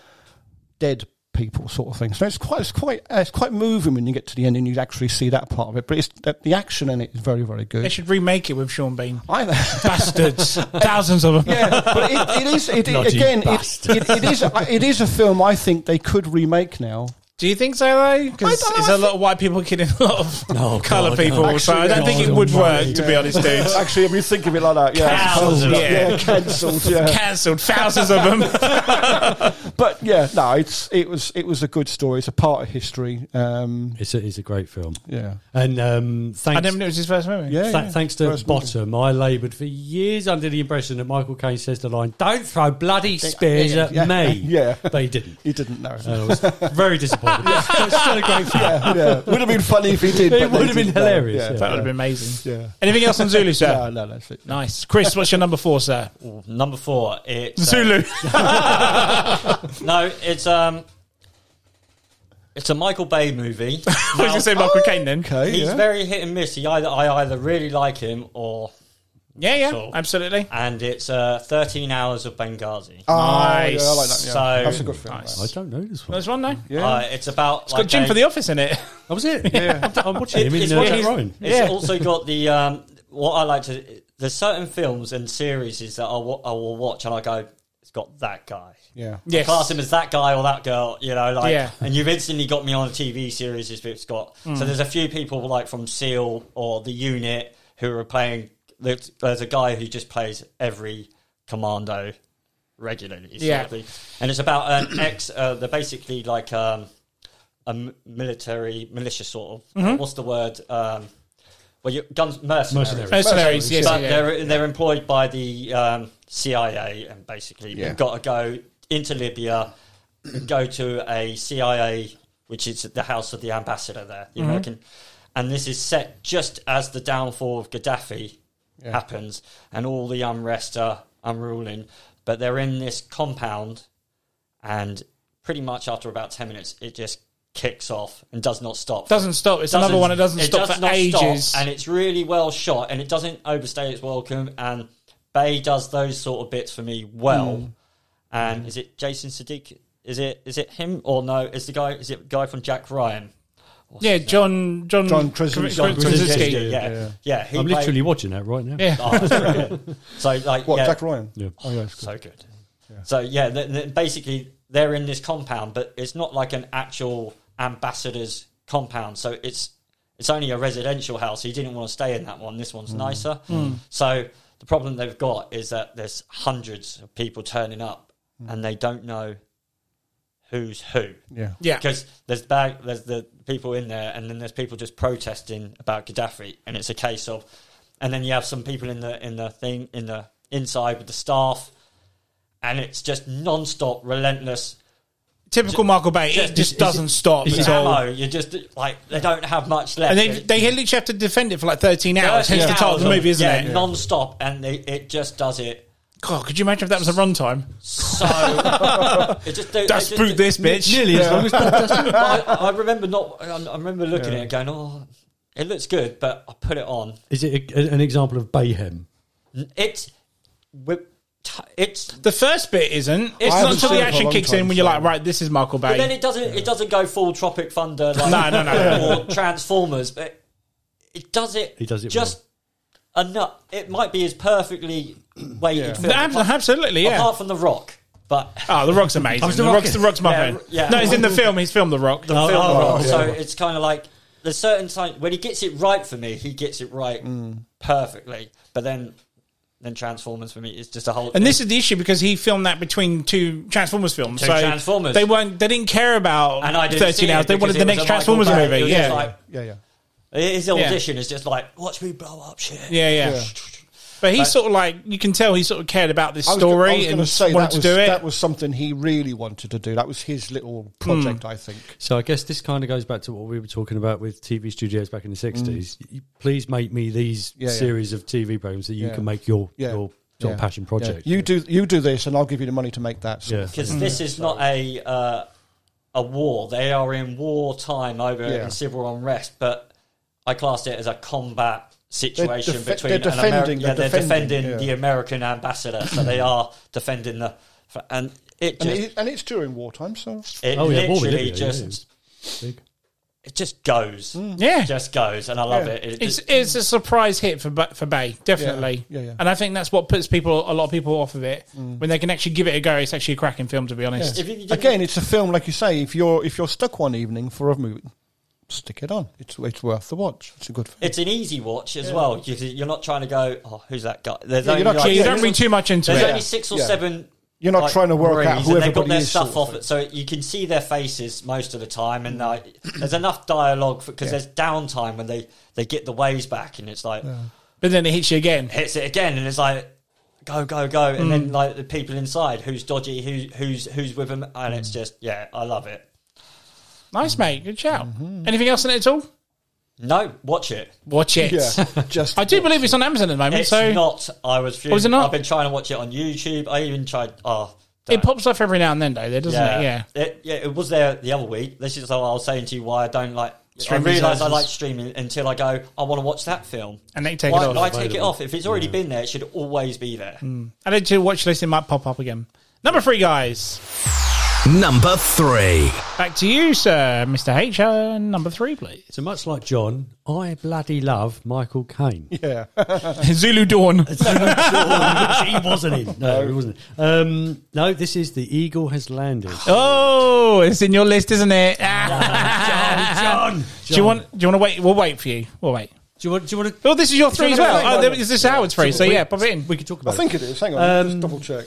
dead people sort of thing. So it's quite it's quite uh, it's quite moving when you get to the end and you actually see that part of it. But it's the the action in it is very very
they
good.
should remake it with Sean Bean.
I,
Bastards. Thousands of them.
yeah, but it, it is it,
Bloody
again. It,
bastard.
it, it is it is a film I think they could remake now.
Do you think so, though? Because
I don't know,
it's
I
a lot of white people killing a lot of
Oh,
colour
God,
people,
no.
so I don't
Actually,
think it
God
would work,
almighty.
to be honest, dudes.
Actually, if you think of it like that, yeah,
Cancelled, yeah.
cancelled, yeah.
Cancelled thousands of them.
But yeah, no, it's it was it was a good story. It's a part of history. Um,
It's a, it's a great film.
yeah,
And um, thanks.
I never knew it was his first movie.
yeah,
Tha-
yeah.
Thanks to
First movie.
Bottom, I laboured for years under the impression that Michael Caine says the line, "Don't throw bloody spears at
yeah,
me."
yeah.
but he didn't.
He didn't know.
And I was very pod. It's so great for
yeah, yeah. Would have been funny if he did.
It
but they
would have been
didn't know.
hilarious, yeah.
That would have been amazing.
Yeah.
Anything else on Zulu, sir?
No, no, that's it.
Nice. Chris, what's your number four, sir?
Number four, it's uh,
Zulu.
No, it's um, it's a Michael Bay movie.
I was going to say Michael Caine then.
Okay,
He's
yeah.
very hit and miss. He either I either really like him or,
Yeah, yeah,
So-
absolutely.
and it's uh, thirteen hours of Benghazi.
Oh,
Nice.
Yeah, I like that. Yeah.
So-
that's a good film.
Nice.
I don't know this one.
There's one, though. It's
Yeah.
Uh, it's about it's
got Jim for the office in it.
That Oh, was it.
Yeah.
I'm watching him in
it's
uh,
what
Jack
he's-
Ryan.
It's
Yeah.
also got the um, what I like to. There's certain films and series that I wa- I will watch and I go, it's got that guy.
yeah.
Yes.
Class him as that guy or that girl, you know, like,
Yeah. Mm.
and you've instantly got me on a TV series if it's got. So there's a few people like from Seal or the Unit who are playing. There's there's a guy who just plays every commando regularly, sort
Yeah.
of thing. and it's about an ex. Uh, they're basically like um, a m- military militia sort of.
Mm-hmm.
What's the word? Um, well, you guns mercenaries.
Mercenaries.
Mercenaries, yes,
But
yeah.
they're they're employed by the um, CIA, and basically
Yeah.
you've got to go into Libya, go to a CIA, which is the house of the ambassador there,
Mm-hmm.
the American, and this is set just as the downfall of Gaddafi happens, and all the unrest are unruling. But they're in this compound, and pretty much after about ten minutes, it just kicks off and does not stop.
Doesn't stop. It's another
Doesn't-
one that doesn't stop
does
for
not stop,
ages.
and it's really well shot, and it doesn't overstay its welcome. And Bay does those sort of bits for me
Hmm.
well. And is it Jason Sadiq? Is it is it him or no? Is the guy is it the guy from Jack Ryan?
yeah, John John
John Krasinski.
John
Krasinski.
Krasinski.
yeah, yeah.
yeah.
he
I'm
played-
literally watching that right now.
Yeah.
Oh, it's brilliant. so like
What
yeah,
Jack Ryan?
Yeah.
Oh yeah, it's good.
so good. So yeah, th- th- basically they're in this compound, but it's not like an actual ambassador's compound. So it's it's only a residential house. He didn't want to stay in that one. This one's nicer. So the problem they've got is that there's hundreds of people turning up, and they don't know who's who
Yeah.
Yeah.
because there's bag, there's the people in there, and then there's people just protesting about Gaddafi, and it's a case of, and then you have some people in the in the thing in the inside with the staff, and it's just non-stop, relentless.
Typical Michael Bay. It
Just-
just doesn't stop
It's
at all.
ammo. You just like they don't have much left.
And they they literally have to defend it for like 13 hours. Hence the title of the movie, isn't
yeah,
it?
non-stop, and they, it just does it.
God, could you imagine if that was a runtime?
So it just they- they
That's
just-
boot this bitch.
Nearly as long as
But I, I remember not. I I remember looking at it, going, "Oh, it looks good," but I put it on.
Is it a, an example of Bayhem?
It's wi- t- it's
The first bit isn't. It's not
I haven't
until
seen
the
it for a
action
long
kicks in
time,
when you're
so-
like, right, this is Michael
but then
Bay.
it doesn't it doesn't go full Tropic Thunder like
No, no, no.
or Transformers, but it does it.
He does it
just enough. It might be as perfectly weighted film,
Ab-
apart,
Absolutely, yeah.
apart from The Rock, but
Oh, The Rock's amazing.
was
The
The Rock
Rock's, the Rock's my
Yeah,
friend.
yeah.
No, he's in the film. He's filmed The Rock.
the film
oh,
The Rock.
yeah.
So it's kind of like there's certain time when he gets it right for me, he gets it right
Mm.
perfectly. But then then Transformers for me is just a whole.
And this is the issue because he filmed that between two Transformers films.
Two
so
Transformers.
They weren't. They didn't care about
And I didn't see
thirteen
it
hours. They
because
wanted
it
the
was
next
a Michael
Transformers
Bay. It
movie.
was just
Yeah.
like-
Yeah, yeah.
his audition is just like watch me blow up shit.
yeah, yeah, But he sort of like you can tell he sort of cared about this
I was go- I
story
was gonna
and
say
wanted
that
to
was,
do it. Hmm.
That was something he really wanted to do. That was his little project, I think.
So I guess this kind of goes back to what we were talking about with TV studios back in the sixties. Please make me these
Mm. Yeah, yeah.
series of TV programs that you
Yeah.
can make your
Yeah.
your, your
Yeah.
passion project.
Yeah. You do you do this, and I'll give you the money to make that. sort
Yeah.
of thing.
because this is not a uh, a war. They are in wartime over
Yeah.
in civil unrest, but I classed it as a combat situation
defe-
between
they're
an Ameri-
defending-
yeah,
they're
they're
defending,
defending
yeah. Mm-hmm.
the American ambassador, so they are defending the and it
And,
just
it, and it's during wartime, so
it
Oh, yeah, war with
literally
Libya,
just
Big.
it just goes,
yeah,
just goes, and I love
Mm. Yeah.
it. It-
it's it's a surprise hit for Ba- for Bay, definitely.
Yeah, Mm. yeah, yeah.
And I think that's what puts people a lot of people off of it when they can actually give it a go. It's actually a cracking film, to be honest.
if you didn't-
again, it's a film like you say. If you're if you're stuck one evening for a movie, stick it on. It's it's worth the watch. It's a good film.
it's an easy watch as well. You- You're not trying to go, oh, who's that guy? There's
Yeah, you're
only
not
like-
trying-
You
yeah,
don't read too much into
There's
it.
only six or
Yeah.
seven.
You're not trying to work out
Marines,
who
and They've got
everybody
their
is,
stuff
sort
off
of
it, so you can see their faces most of the time, and like, there's enough dialogue because there's downtime when they they get the waves back, and it's like
But then it hits you again.
hits it again, and it's like go go go, and
Mm.
then like the
Mm.
people inside who's dodgy, who who's who's with them, and it's just yeah, I love it.
Nice, mate. Good shout.
Mm-hmm.
Anything else in it at all?
No, watch it.
Watch it.
Yeah, just
I do believe it's on Amazon at the moment,
It's
so
not. I was. Fuming.
Was it not?
I've been trying to watch it on YouTube. I even tried. Oh,
it pops up every now and then, though, there, doesn't it? Yeah.
It, yeah, it was there the other week. This is how I was saying to you why I don't like.
Streaming
I realise I
services.
like streaming until I go. I want to watch that film,
And they take
why,
it off. Mm.
Why take it off? If it's already been there, it should always be there.
And then to watch list, it might pop up again. Number three, guys.
Number three.
Back to you, sir. Mr. H. Uh, number three, please.
So much like John, I bloody love Michael Caine.
yeah.
Zulu Dawn.
he wasn't in. No, he wasn't. Um, no, this is the eagle has landed.
Oh, it's in your list, isn't it? Ah.
John,
Do you want? Do you want to wait? We'll wait for you. We'll wait.
Do you want? Do you want to?
Oh, this is your three as
no, no,
well.
no, no,
Oh,
no.
there- is this Howard's three? So yeah, pop it in.
We could talk
I
about.
think it is. Hang on,
Um,
just double check.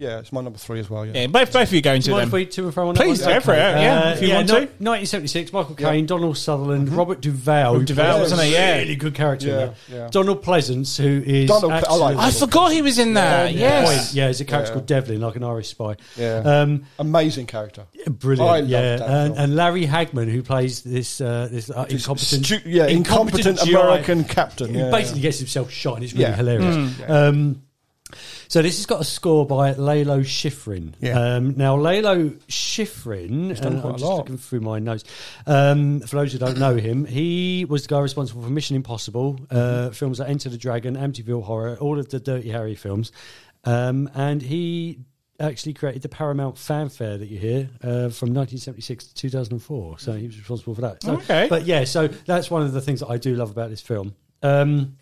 Yeah, it's my number three as well. Yeah,
Yeah, both both of you going
Do
to
you mind if
them.
we to and fro on
Please
that one?
go for it, yeah, if you want to.
1976, Michael Caine, Donald Sutherland, Mm-hmm. Robert Duvall. who
Duvall,
plays a
wasn't he? Yeah.
really good character. in
Yeah,
that.
yeah.
Donald Pleasance, who is
Donald Ple- I like
absolutely-
I forgot he was in that. Ah, Yes.
yeah, he's a character
Yeah.
called Devlin, like an Irish spy.
Yeah.
Um,
amazing character.
Brilliant,
I love
yeah,
that
and,
film.
and Larry Hagman, who plays this uh, this uh, incompetent,
Stu- yeah, incompetent
GI,
American captain.
who
Yeah,
basically gets himself shot, and it's really
Yeah.
hilarious. Um, so this has got a score by Lalo Schifrin.
Yeah.
Um, now Lalo Schifrin,
done
and
quite
I'm
a
just
lot.
looking through my notes. Um, for those who don't know him, he was the guy responsible for Mission Impossible uh, films like Enter the Dragon, Amityville Horror, all of the Dirty Harry films, um, and he actually created the Paramount fanfare that you hear uh, from 1976 to 2004. So he was responsible for that. So,
Okay.
but yeah, so that's one of the things that I do love about this film. Um,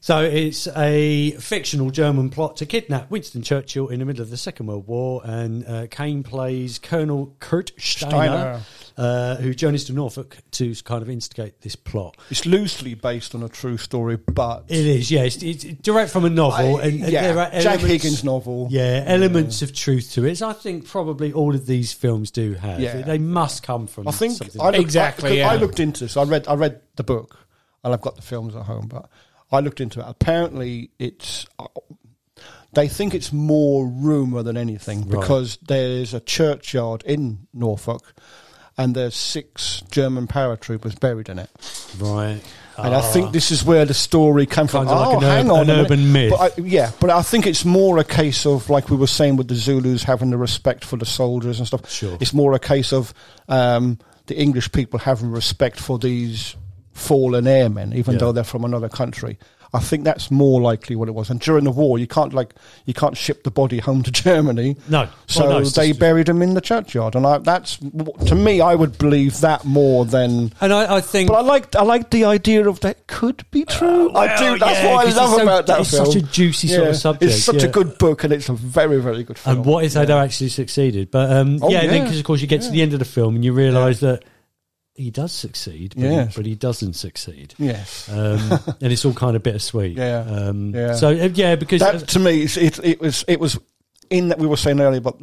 so it's a fictional German plot to kidnap Winston Churchill in the middle of the Second World War, and uh, Kane plays Colonel Kurt Steiner, Uh, who journeys to Norfolk to kind of instigate this plot.
it's loosely based on a true story, but
It is, yeah, it's, it's direct from a novel,
I-
and, and
yeah,
there are
Jack
elements-
Higgins novel.
Yeah, elements of truth to it. So I think probably all of these films do have.
Yeah.
they must come from.
I think
something.
I looked,
Exactly,
I, 'cause
yeah.
I looked into this. I read. I read the book, and I've got the films at home. But I looked into it. Apparently, it's. uh, They think it's more rumor than anything
Right.
because there's a churchyard in Norfolk, and there's six German paratroopers buried in it.
right.
And I think this is where the story came from.
Ah. Kind of like
oh,
an
hang
urb-
on
an
a minute.
urban myth.
But I, yeah, but I think it's more a case of like we were saying with the Zulus having the respect for the soldiers and stuff.
Sure.
It's more a case of um, the English people having respect for these fallen airmen, even
Yeah.
though they're from another country. I think that's more likely what it was. And during the war, you can't like you can't ship the body home to Germany.
No.
So
Well, no, it's
they
just-
buried him in the churchyard, and I, that's to me, I would believe that more than
and I, I think.
but I like I like the idea of that could be true. I do.
Uh, well,
That's
yeah,
what I
'cause it's
love
so-
about that
it's
film.
such a juicy sort of subject,
It's such
yeah.
a good book, and it's a very very good film.
And what if they don't actually succeeded? But um,
Oh,
yeah, and then
yeah.
because of course you get to the end of the film and you realise that he does succeed, but,
Yes.
he, but he doesn't succeed,
Yes.
um, and it's all kind of bittersweet.
Yeah.
Um,
Yeah.
So uh, yeah, because
That to me, it's- it, it was it was in that we were saying earlier, but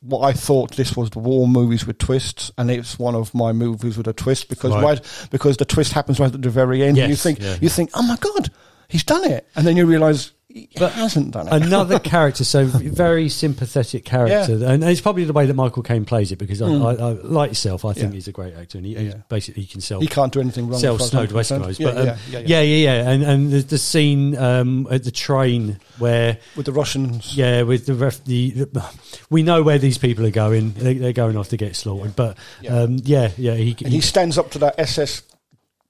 what I thought this was the war movies with twists, and it's one of my movies with a twist because
Right.
right, because the twist happens right at the very end. and you
Yes,
think
yeah.
you think, oh my god, he's done it, and then you realise he hasn't done it.
another character, so very sympathetic character, and it's probably the way that Michael Caine plays it because I, I, I like yourself. I think
Mm. Yeah.
he's a great actor, and he, he's
Yeah.
basically he can sell.
he can't do anything wrong.
Sell
as far
Snow
as
to
I'm concerned.
Eskimos,
Yeah,
but um,
yeah, yeah, yeah.
yeah, yeah, and and the, the scene um, at the train where
with the Russians.
Yeah, with the ref, the, the we know where these people are going. They, they're going off to get slaughtered. But
Yeah.
um, yeah, yeah, he,
And he
he,
stands up to that SS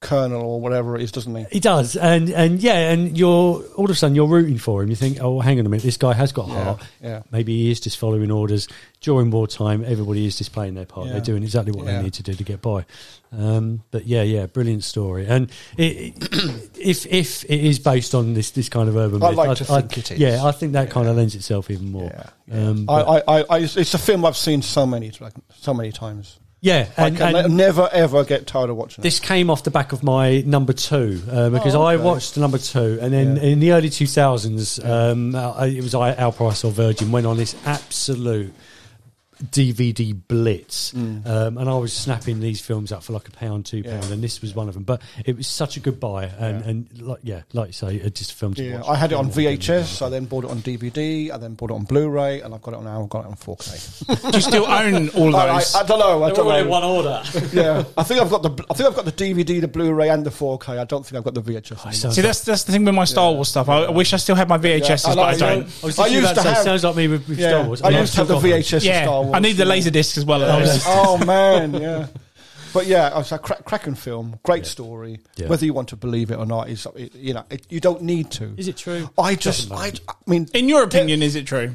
colonel or whatever it is, doesn't he?
he does, and and yeah, and you're all of a sudden you're rooting for him. You think, oh, hang on a minute, this guy has got heart.
yeah.
Maybe he is just following orders during wartime. Everybody is just playing their part.
Yeah.
They're doing exactly what
Yeah.
they need to do to get by. Um, but yeah, yeah, brilliant story. And it, it- if if it is based on this this kind of urban,
I
myth,
like to think it is.
Yeah, I think that kind of lends itself even more.
Yeah,
Um,
I,
but-
I, I, I, it's a film I've seen so many, like, so many times.
yeah, and-
I can
and-
ne- never ever get tired of watching
This came off the back of my number two uh, because I watched number two, and then
Oh, Yeah.
in the early two thousands, um, uh, it was I Al Price or Virgin went on this absolute DVD blitz, um, and I was snapping these films up for like a pound, two pound,
Mm. Yeah.
and this was one of them. But it was such a good buy, and and like yeah, like you say, it just films.
Yeah, I had it on VHS. I then bought it on DVD. I then bought it on Blu-ray, and I've got it on now. I've got it on 4K.
Do you still own all
I, I,
those?
I don't know. I
They're
don't
all in
know.
one order.
yeah, I think I've got the I think I've got the DVD, the Blu-ray, and the 4K. I don't think I've got the VHS. anymore.
See, that's that's the thing with my Star Wars stuff. I, I wish I still had my VHSs,
Yeah, I
but I
like-
don't.
I, was
I
used
used
about to
to
say,
have-
sounds like me with, with
yeah.
Star Wars.
I
and I've
used to have the
still got them.
VHS of
Yeah,
Star Wars.
I need the laser discs as well. as those.
oh man, yeah. But yeah, I was a cra- cracking film, great story.
Yeah.
Whether you want to believe it or not, is it, you know it, you don't need to.
Is it true?
I just, I,
Doesn't matter.
I mean,
In your opinion, is it true?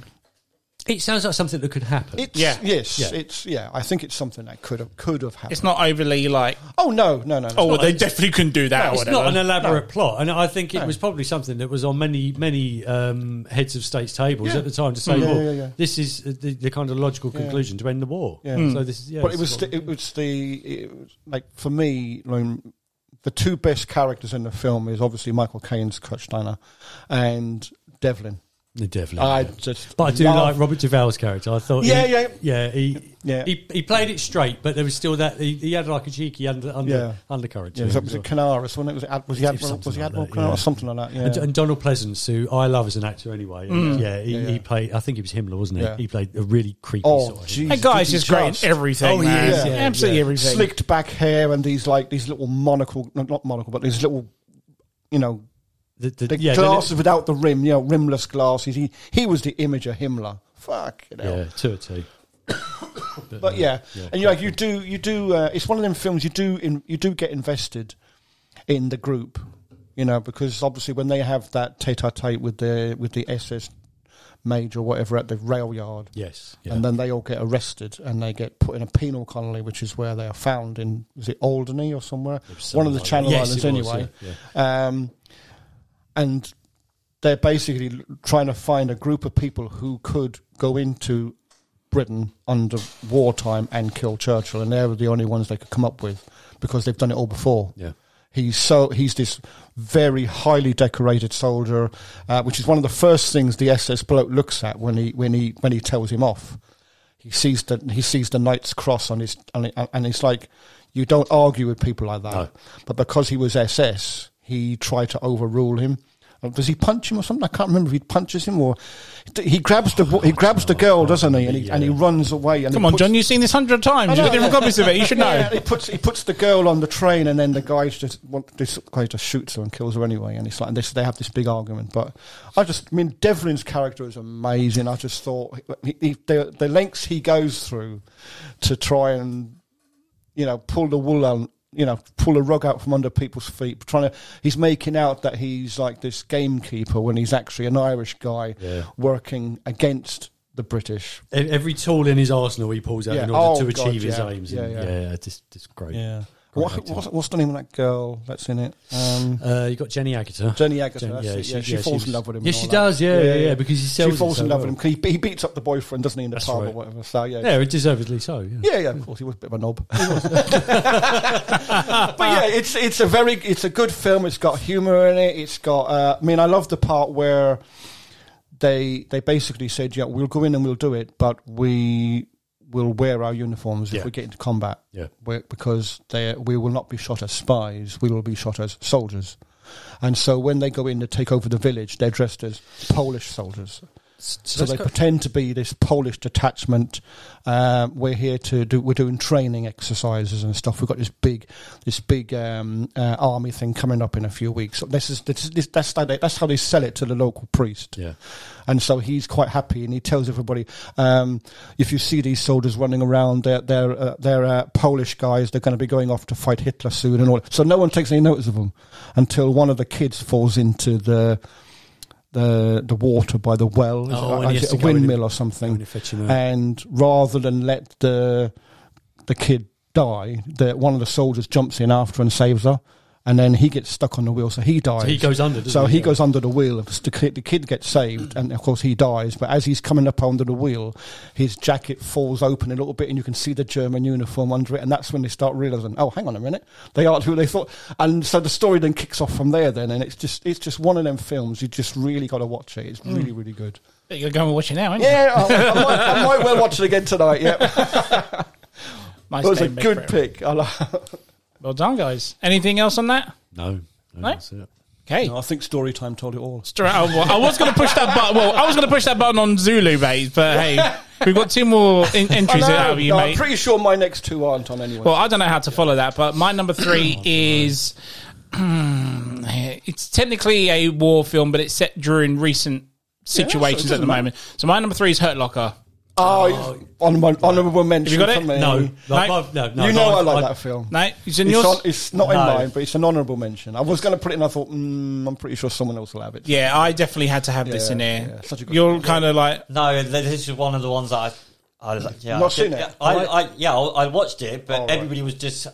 it sounds like something that could happen.
it's
Yeah.
yes,
Yeah.
it's yeah. I think it's something that could have could have happened.
It's not overly like,
oh no, no, no, no.
oh, well,
It's not-
they definitely couldn't do that. or
It's
whatever.
not an elaborate plot, and I think it was probably something that was on many many um, heads of states tables
Yeah. Mm.
at the time to say,
Yeah,
well,
yeah, yeah.
this is uh, the, the kind of logical conclusion to end the war.
Yeah. Mm.
So this is, yeah,
but it
this
was
is
the,
what-
it was the it was, like for me like, the two best characters in the film is obviously Michael Caine's Crutchsteiner and Devlin.
the devil.
I
yeah.
just
but I do
love-
like Robert Duvall's character. I thought,
Yeah,
he,
yeah.
yeah, he,
Yeah.
He, he played it straight, but there was still that he, he had like a cheeky under, under
Yeah.
undercurrent. to
Yeah, was,
him
it, was
as
it Canaris? Wasn't it? Was it Ad, was the
It
Admiral? Was
was something
the
like
Admiral
that,
Canaris?
yeah.
Something like that. Yeah. Mm.
And, and Donald Pleasance, who I love as an actor anyway, and yeah, he,
Yeah, yeah.
he played. I think he was Himmler, wasn't he?
Yeah.
He played a really creepy
Oh,
sort of.
Jesus,
That guy's
did he
just great
just-
in everything.
Oh, he
man.
is, yeah,
Absolutely
yeah.
everything.
slicked back hair and these like these little monocle, no, not monocle, but these little, you know,
The, the-
the
yeah, the-
glasses without the rim, you know, rimless glasses. He he was the image of Himmler. Fuck, you know.
yeah, two or two.
But yeah,
yeah,
and you like you do you do. Uh, it's one of them films you do in you do get invested in the group, you know, because obviously when they have that tete-a-tete with the with the SS major or whatever at the rail yard.
Yes. Yeah.
And then they all get arrested and they get put in a penal colony, which is where they are found in, is it Alderney or somewhere? One of the Channel
Yes,
Islands,
it was,
anyway.
yeah,
Um, and they're basically l- trying to find a group of people who could go into Britain under wartime and kill Churchill. And they were the only ones they could come up with because they've done it all before.
Yeah.
He's so he's this very highly decorated soldier, uh, which is one of the first things the SS bloke looks at when he when he when he tells him off. He sees the he sees the Knight's Cross on his on it, and it's like you don't argue with people like that.
No.
But because he was SS, he tried to overrule him. Uh, Does he punch him or something? I can't remember if he punches him or he grabs the he grabs the girl, doesn't he? And he and he runs away. And he
Come on,
puts-
John, you've seen this hundred times. You've got different copies of it. You should know.
yeah, he puts he puts the girl on the train, and then the guy just want, this guy just shoots her and kills her anyway. And it's like and this, they have this big argument. But I just, I mean, Devlin's character is amazing. I just thought he, he, the the lengths he goes through to try and you know pull the wool on. You know, pull the rug out from under people's feet. Trying to—he's making out that he's like this gamekeeper when he's actually an Irish guy
Yeah.
working against the British.
E- Every tool in his arsenal he pulls out
Yeah.
in order
Oh,
to
God,
achieve his
yeah.
aims.
Yeah,
and- Yeah,
yeah.
just, just great. Great
What,
acting.
what's, what's the name of that girl that's in it? Um,
Uh, you got Jenny Agutter.
Jenny Agutter,
Jen-
that's it, yeah, she,
yeah,
falls
was-
in love with him.
Yes,
and
she
all that.
does. Yeah, yeah, yeah. Because he sells
she falls
it so
in love
well.
with him. 'cause He, he beats up the boyfriend, doesn't he, in the
That's
pub or
right.
whatever. So yeah,
Yeah, deservedly so. Yeah.
yeah, yeah, of course, he was a bit of a knob. but yeah, it's it's a very it's a good film. It's got humour in it. It's got. Uh, I mean, I love the part where they they basically said, "Yeah, we'll go in and we'll do it, but we will wear our uniforms
Yeah.
if we get into combat,
Yeah.
we because they we will not be shot as spies. We will be shot as soldiers." And so when they go in to take over the village, they're dressed as Polish soldiers. So they pretend to be this Polish detachment. Um, we're here to do. We're doing training exercises and stuff. We've got this big, this big um, uh, army thing coming up in a few weeks. So this is this, this, that's how they, that's how they sell it to the local priest.
Yeah.
And so he's quite happy, and he tells everybody, um, if you see these soldiers running around, they're they're uh, they're uh, Polish guys. They're going to be going off to fight Hitler soon, and all. So no one takes any notice of them until one of the kids falls into the. The, the water by the well, Is
Oh,
it-
and he
is
has
it
to
a
go in and-
windmill or something,
Going to fetch him out.
and rather than let the the kid die, the, one of the soldiers jumps in after and saves her, and then he gets stuck on the wheel, so he dies.
So he goes under. doesn't
So he
Yeah.
goes under the wheel. The kid, the kid gets saved, and of course he dies. But as he's coming up under the wheel, his jacket falls open a little bit, and you can see the German uniform under it. And that's when they start realizing, oh, hang on a minute, they aren't who they thought. And so the story
Mm.
then kicks off from there. Then, and it's just it's just one of them films. You just really got to watch it. It's really really good.
You're going to watch it now, ain't
Yeah, I, I might, I might well watch it again tonight. Yeah, that
you? Nice
was a
game, mate,
good
for it.
pick. I, like-
Well done, guys. Anything else on that?
No, no,
No?
that's it.
Okay.
I think Storytime told it all.
Straight out of what- I was going to push that button. Well, I was going to push that button on Zulu, mate. But hey, we've got two more in-
I
entries out of you,
no, I'm
mate.
pretty sure my next two aren't on anyway.
Well, I don't know how to follow that, but my number three is it's technically a war film, but it's set during recent situations
doesn't
at the
matter.
moment. So my number three is Hurt Locker.
oh, it's honourable, honourable mention.
uh, got it?
for me.
No,
No.
no, no, no.
you know
no,
I like that film.
No, it's in
It's,
yours.
on, it's not in
No.
mine, but it's an honourable mention. I was going to put it in, I thought, mm, I'm pretty sure someone else will have it.
yeah, I definitely had to have this
Yeah,
in here.
yeah, such a good-
You're kind of like
No, th- this is one of the ones that I, I was like, yeah,
Not
I did-
seen it?
yeah, I, I, yeah, I I watched it, but
Oh, right.
everybody was just,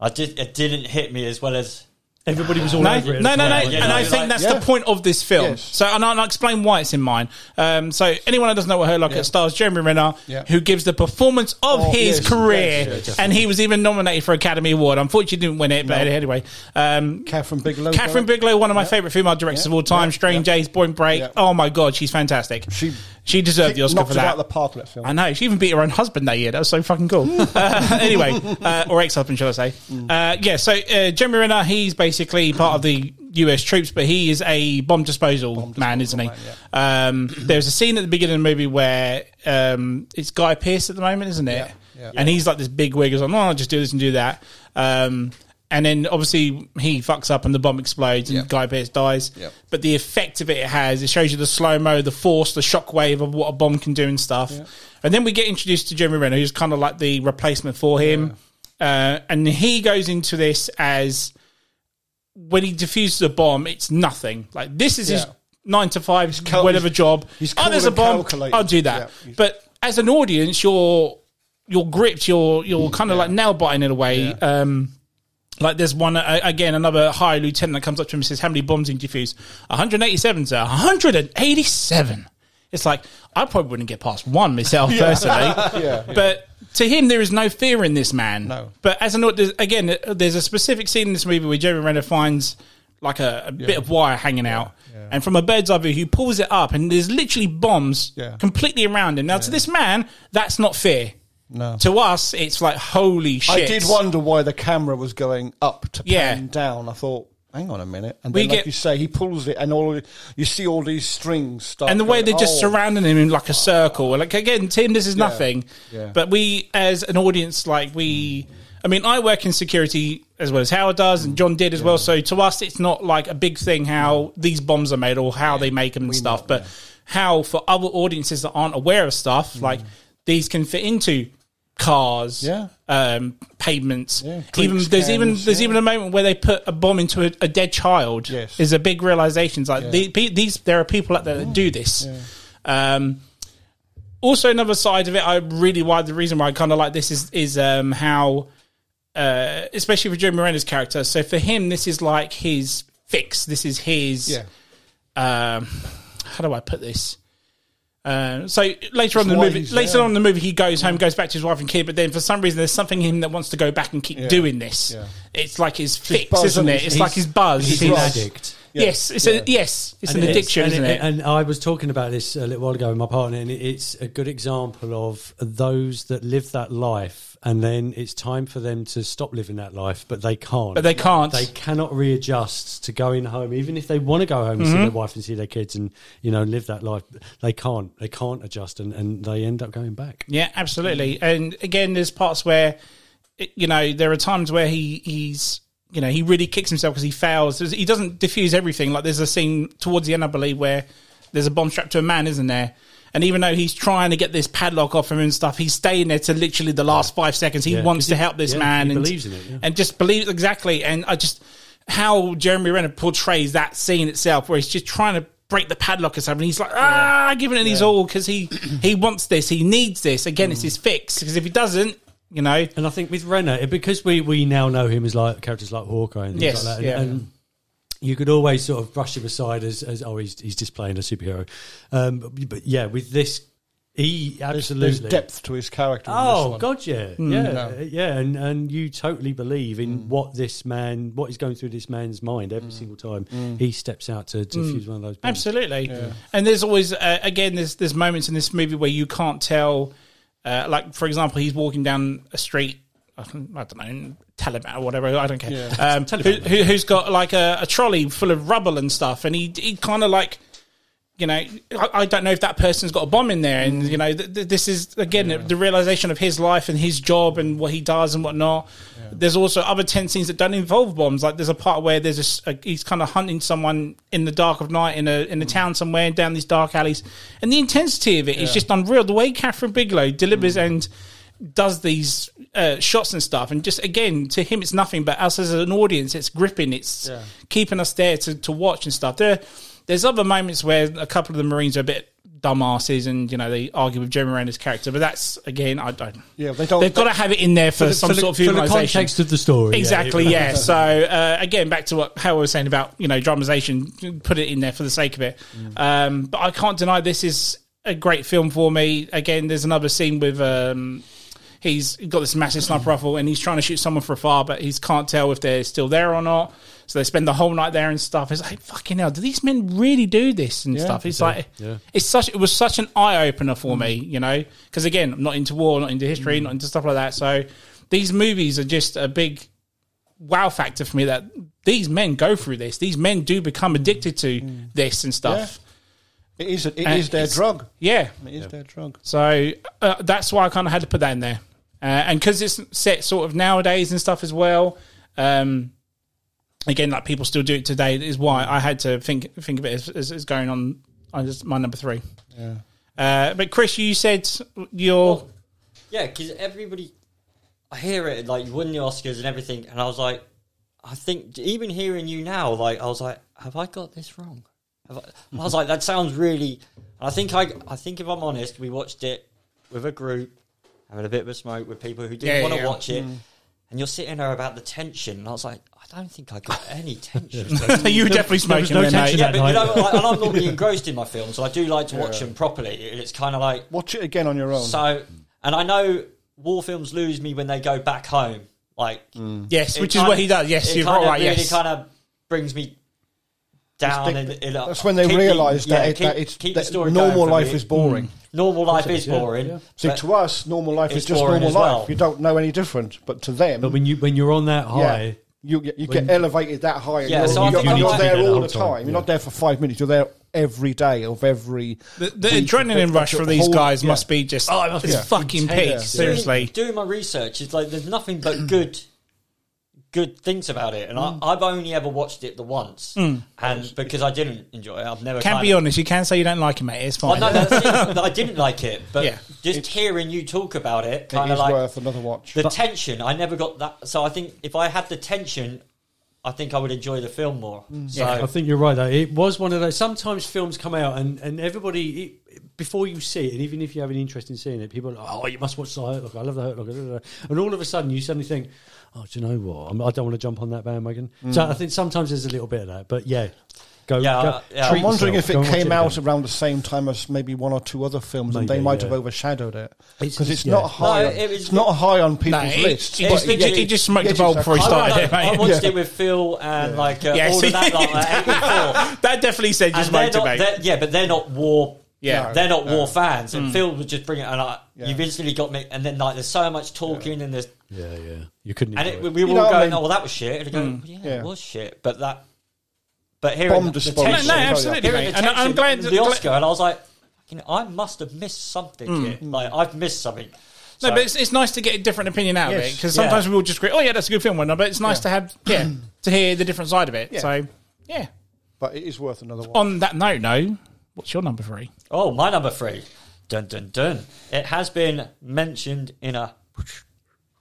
I did, it didn't hit me as well as
Everybody was all
No,
over it.
no, no, no.
Yeah,
and I
yeah,
think
like-
that's
yeah.
the point of this film.
Yes.
So, and I'll, and I'll explain why it's in mine. Um, so, anyone who doesn't know what Her Locker
Yeah.
stars Jeremy Renner,
Yeah.
who gives the performance of
Oh,
his
yes,
career,
yes, yes, yes.
and he was even nominated for Academy Award. Unfortunately, didn't win it, but
No.
anyway. Um,
Catherine Bigelow.
Catherine
Big.
Bigelow, one of my favorite female directors
Yeah.
of all time,
Yeah.
Strange Days, Point Break.
Yeah.
Oh my god, she's fantastic.
She-
she deserved the Oscar
knocked
for
it
that.
out of the park with that film.
I know. She even beat her own husband that year. That was so fucking cool. uh, anyway, uh, or ex-husband, shall I say?
Mm.
Uh, yeah. So uh, Jeremy Renner, he's basically part of the U.S. troops, but he is a bomb disposal man, isn't he?
man,
um, there's a scene at the beginning of the movie where um, it's Guy Pearce at the moment, isn't it?
yeah.
And he's like this big wig. He's like, "No, I'll just do this and do that." Um, and then obviously he fucks up and the bomb explodes and
Yeah.
Guy Pearce dies
Yep.
but the effect of it, it has it shows you the slow mo, the force, the shockwave of what a bomb can do and stuff. And then we get introduced to Jeremy Renner, who's kind of like the replacement for him, uh, and he goes into this as when he defuses a bomb, it's nothing. Like this is his
Yeah.
nine to five,
cal-
whatever job.
he's
oh,
cool
there's a
and
bomb.
calculated.
I'll do that.
Yeah.
But as an audience, you're you're gripped. You're you're kind of like nail biting in a way. Um, like there's one uh, again, another high lieutenant that comes up to him and says, "How many bombs did you defuse?" 187, sir. 187. It's like I probably wouldn't get past one myself personally.
Yeah, yeah.
But to him, there is no fear in this man.
No.
But as an au- there's- again, there's a specific scene in this movie where Jeremy Renner finds like a, a bit of wire hanging out, and from a bird's eye view, he pulls it up, and there's literally bombs
Yeah.
completely around him. Now, to this man, that's not fear.
No.
To us, it's like holy shit.
I did wonder why the camera was going up to pan
Yeah.
down. I thought, hang on a minute. And
We
then, like
get-
you say, he pulls it, and all you see all these strings start.
and the way
going,
they're just
oh.
surrounding him in like a circle. Like again, Tim, this is nothing.
Yeah.
But we, as an audience, like we, I mean, I work in security as well as Howard does, and John did as well. So to us, it's not like a big thing how these bombs are made or how they make them and stuff. but how for other audiences that aren't aware of stuff, like these can fit into cars,
Mm. Yeah.
um, pavements.
Yeah,
Even
drink
there's even
cans,
there's
yeah.
even a moment where they put a bomb into a, a dead child.
Yes.
is a big realization. It's like the- pe- these, there are people out there that do this. Um, also, another side of it, I really why the reason why I kind of like this is is um, how, uh, especially for Jeremy Renner's character. So for him, this is like his fix. This is his.
Yeah.
Um, how do I put this? Um, so later on in the
why
movie,
he's
later
there.
on in the movie, he goes home, goes back to his wife and kid. But then, for some reason, there's something in him that wants to go back and keep doing this.
Yeah.
It's like his fix,
buzz,
isn't
isn't
it?
it?
It's like his buzz.
He's
It's-
an
Ross.
addict.
Yes, it's a yes, it's an
And it is,
addiction,
and
isn't it?
And I was talking about this a little while ago with my partner, and it's a good example of those that live that life, and then it's time for them to stop living that life, but they can't.
But they can't.
They cannot readjust to going home, even if they want to go home and see
Mm-hmm.
their wife and see their kids, and you know live that life. They can't. They can't adjust, and, and they end up going back.
Yeah, absolutely. And again, there's parts where, it- you know, there are times where he he's you know he really kicks himself because he fails. There's- He doesn't diffuse everything. Like there's a scene towards the end, I believe, where there's a bomb strapped to a man, isn't there? And even though he's trying to get this padlock off him and stuff, he's staying there to literally the last five seconds. He
Yeah,
wants
'cause
to
he-
help this
yeah,
man
he
and
believes in it, yeah.
and just believes exactly. And I just how Jeremy Renner portrays that scene itself, where he's just trying to break the padlock or something. He's like, ah, giving it his all because he he wants this, he needs this. Again,
Mm.
it's his fix because if he doesn't, you know,
And I think with Renner, it- because we, we now know him as like characters like Hawkeye and things
Yes,
like that, and,
yeah.
and you could always sort of brush him aside as, as oh he's he's just playing a superhero, um, but, but yeah, with this He
There's
absolutely.
depth to his character. in this
Oh
one.
God, yeah,
Hmm.
yeah, yeah, and and you totally believe in what this man, what is going through this man's mind every single time he steps out to defuse one of those. Bombs.
Hmm. Absolutely. And there's always uh, again there's there's moments in this movie where you can't tell. Uh, like for example, he's walking down a street. I don't know, Taliban or whatever. I don't care. Um, who, who, who's got like a, a trolley full of rubble and stuff, and he he kind of like you know, I, I don't know if that person's got a bomb in there. And, you know, th- th- this is, again, the realization of his life and his job and what he does and whatnot. There's also other tense scenes that don't involve bombs. Like there's a part where there's a, s- a- he's kind of hunting someone in the dark of night in a, in a town somewhere and down these dark alleys. And the intensity of it is just unreal. The way Catherine Bigelow delivers and does these uh, shots and stuff and just again to him it's nothing but us as an audience it's gripping it's keeping us there to, to watch and stuff there there's other moments where a couple of the marines are a bit dumbasses and you know they argue with jeremy renner's character but that's again i don't
Yeah, they don't-
they've got to have it in there for,
the-
some
for the-
sort
for
of
the
humanization
context of the story, yeah.
exactly yeah, so uh, again back to what how i was saying about you know dramatization put it in there for the sake of it um but i can't deny this is a great film for me again there's another scene with um he's got this massive sniper rifle and he's trying to shoot someone for far, but he can't tell if they're still there or not. So they spend the whole night there and stuff. It's like fucking hell. Do these men really do this and stuff? It's like it's such. It was such an eye opener for me, you know. Because again, I'm not into war, not into history, not into stuff like that. So these movies are just a big wow factor for me that these men go through this. These men do become addicted to this and stuff.
It is. It
Uh,
is their
it's-
drug.
Yeah.
It is their drug.
So uh, that's why I kind of had to put that in there. Uh, and because it's set sort of nowadays and stuff as well, um, again, like people still do it today, is why I had to think think of it as, as, as going on, on just my number three. Yeah. Uh, but Chris, you said your
Yeah, because everybody, I hear it like you win the Oscars and everything, and I was like, I think even hearing you now, like I was like, have I got this wrong? Have I, I was like, that sounds really. I think I, I think if I'm honest, we watched it with a group, having a bit of a smoke with people who didn't
Yeah,
want to
yeah. Mm.
watch it, and you're sitting there about the tension, and I was like, I don't think I got any tension.
you were definitely
there was
smoking
no
there, mate.
tension
yeah,
that
but you
night.
know, like, and I'm normally engrossed in my films, so I do like to watch them properly. It's kind of like
Watch it again on your own.
so, and I know war films lose me when they go back home. Like,
Yes, Mm.
it
which is
kind
what
of-
he does. Yes,
it
you're
kind of
right.
Really
Yes,
kind of brings me down.
They-
and it- it-
that's when they
keep the-
realise that,
yeah,
it, that
keep-
it's
keep the
that
story going
normal
for
life
me.
is boring.
normal life is
yeah,
boring.
yeah.
See,
but-
to us, normal life
It's
is just
boring
normal life.
as well.
You don't know any different, but to them,
But when you when you're on that high,
yeah, you get- you
When-
get elevated that high. And
Yeah,
you're,
so I
you're,
think
you're
I'm like-
there all
Yeah.
the time. You're not there for five minutes. You're there every day of every.
the, the
week.
adrenaline rush
Your
for these
whole-
guys
yeah.
must be just oh, it must be fucking peak.
intense. Yeah. Mm.
Seriously,
doing my research is like there's nothing but good good things about it and I, i've only ever watched it the once
Mm.
and because i didn't enjoy it i've never
can
kind
be
of-
honest. You can say you don't like him, mate. It's
I
fine.
know that's it. I didn't like it, but
Yeah.
just hearing you talk about it,
It
kind of
is
like
worth another watch.
the tension. I never got that, so I think if I had the tension, I think I would enjoy the film more. So
Yeah.
I think you're right. Though it was one of those. Sometimes films come out and and everybody it, it- before you see it, and even if you have an interest in seeing it, people are like, oh, you must watch the Hurt Locker. I love the Hurt Locker. da, da, da." And all of a sudden, you suddenly think, oh, do you know what? I'm, I don't want to jump on that bandwagon. So I think sometimes there's a little bit of that. But yeah, go.
Yeah,
go,
uh, yeah.
treat
I'm wondering
yourself.
if
Go
it
and watch
came out
again.
around the same time as maybe one or two other films, and they
Maybe,
might
yeah.
have overshadowed it
It's-
because it's,
yeah.
not high.
No,
on,
it was-
it's not high on people's
No, it-
lists.
it
but
just-
it-
it- it
just smoked
yeah,
a bowl
exactly.
before he
I,
started.
like-
mate.
I watched
Yeah.
it with Phil and like uh,
Yes.
all of that, like, like 84.
That definitely said you
and they're
smoked it,
not,
mate.
they're- yeah, but they're not war.
Yeah.
Yeah,
No, Mm.
they're not war fans, and Phil would just bring it, and I,
Yeah.
you've instantly got me. And then like, there's so much talking, and there's
Yeah, yeah. You couldn't.
and
enjoy
it,
it.
we were
You know
all
what I
going,
mean? Mm.
"Oh, well, that was shit," and going, yeah,
Yeah.
it was shit," but that, but here
Bomb
the, the
disposal.
No,
tension,
no,
Yeah.
absolutely,
hearing
mate.
the
And I'm
tension
glad
in
that
the Oscar, and I was like, "Fucking, I must have missed something
Mm.
here. Like, I've missed something."
No,
So-
but it's, it's nice to get a different opinion out of it
Yes.
because sometimes
Yeah.
we all just agree, oh yeah, that's a good film, whatnot. But it's nice to have yeah to hear the different side of it.
Yeah.
So yeah.
But it is worth another watch.
On that note, no. What's your number three?
oh, my number three, dun dun dun. It has been mentioned in a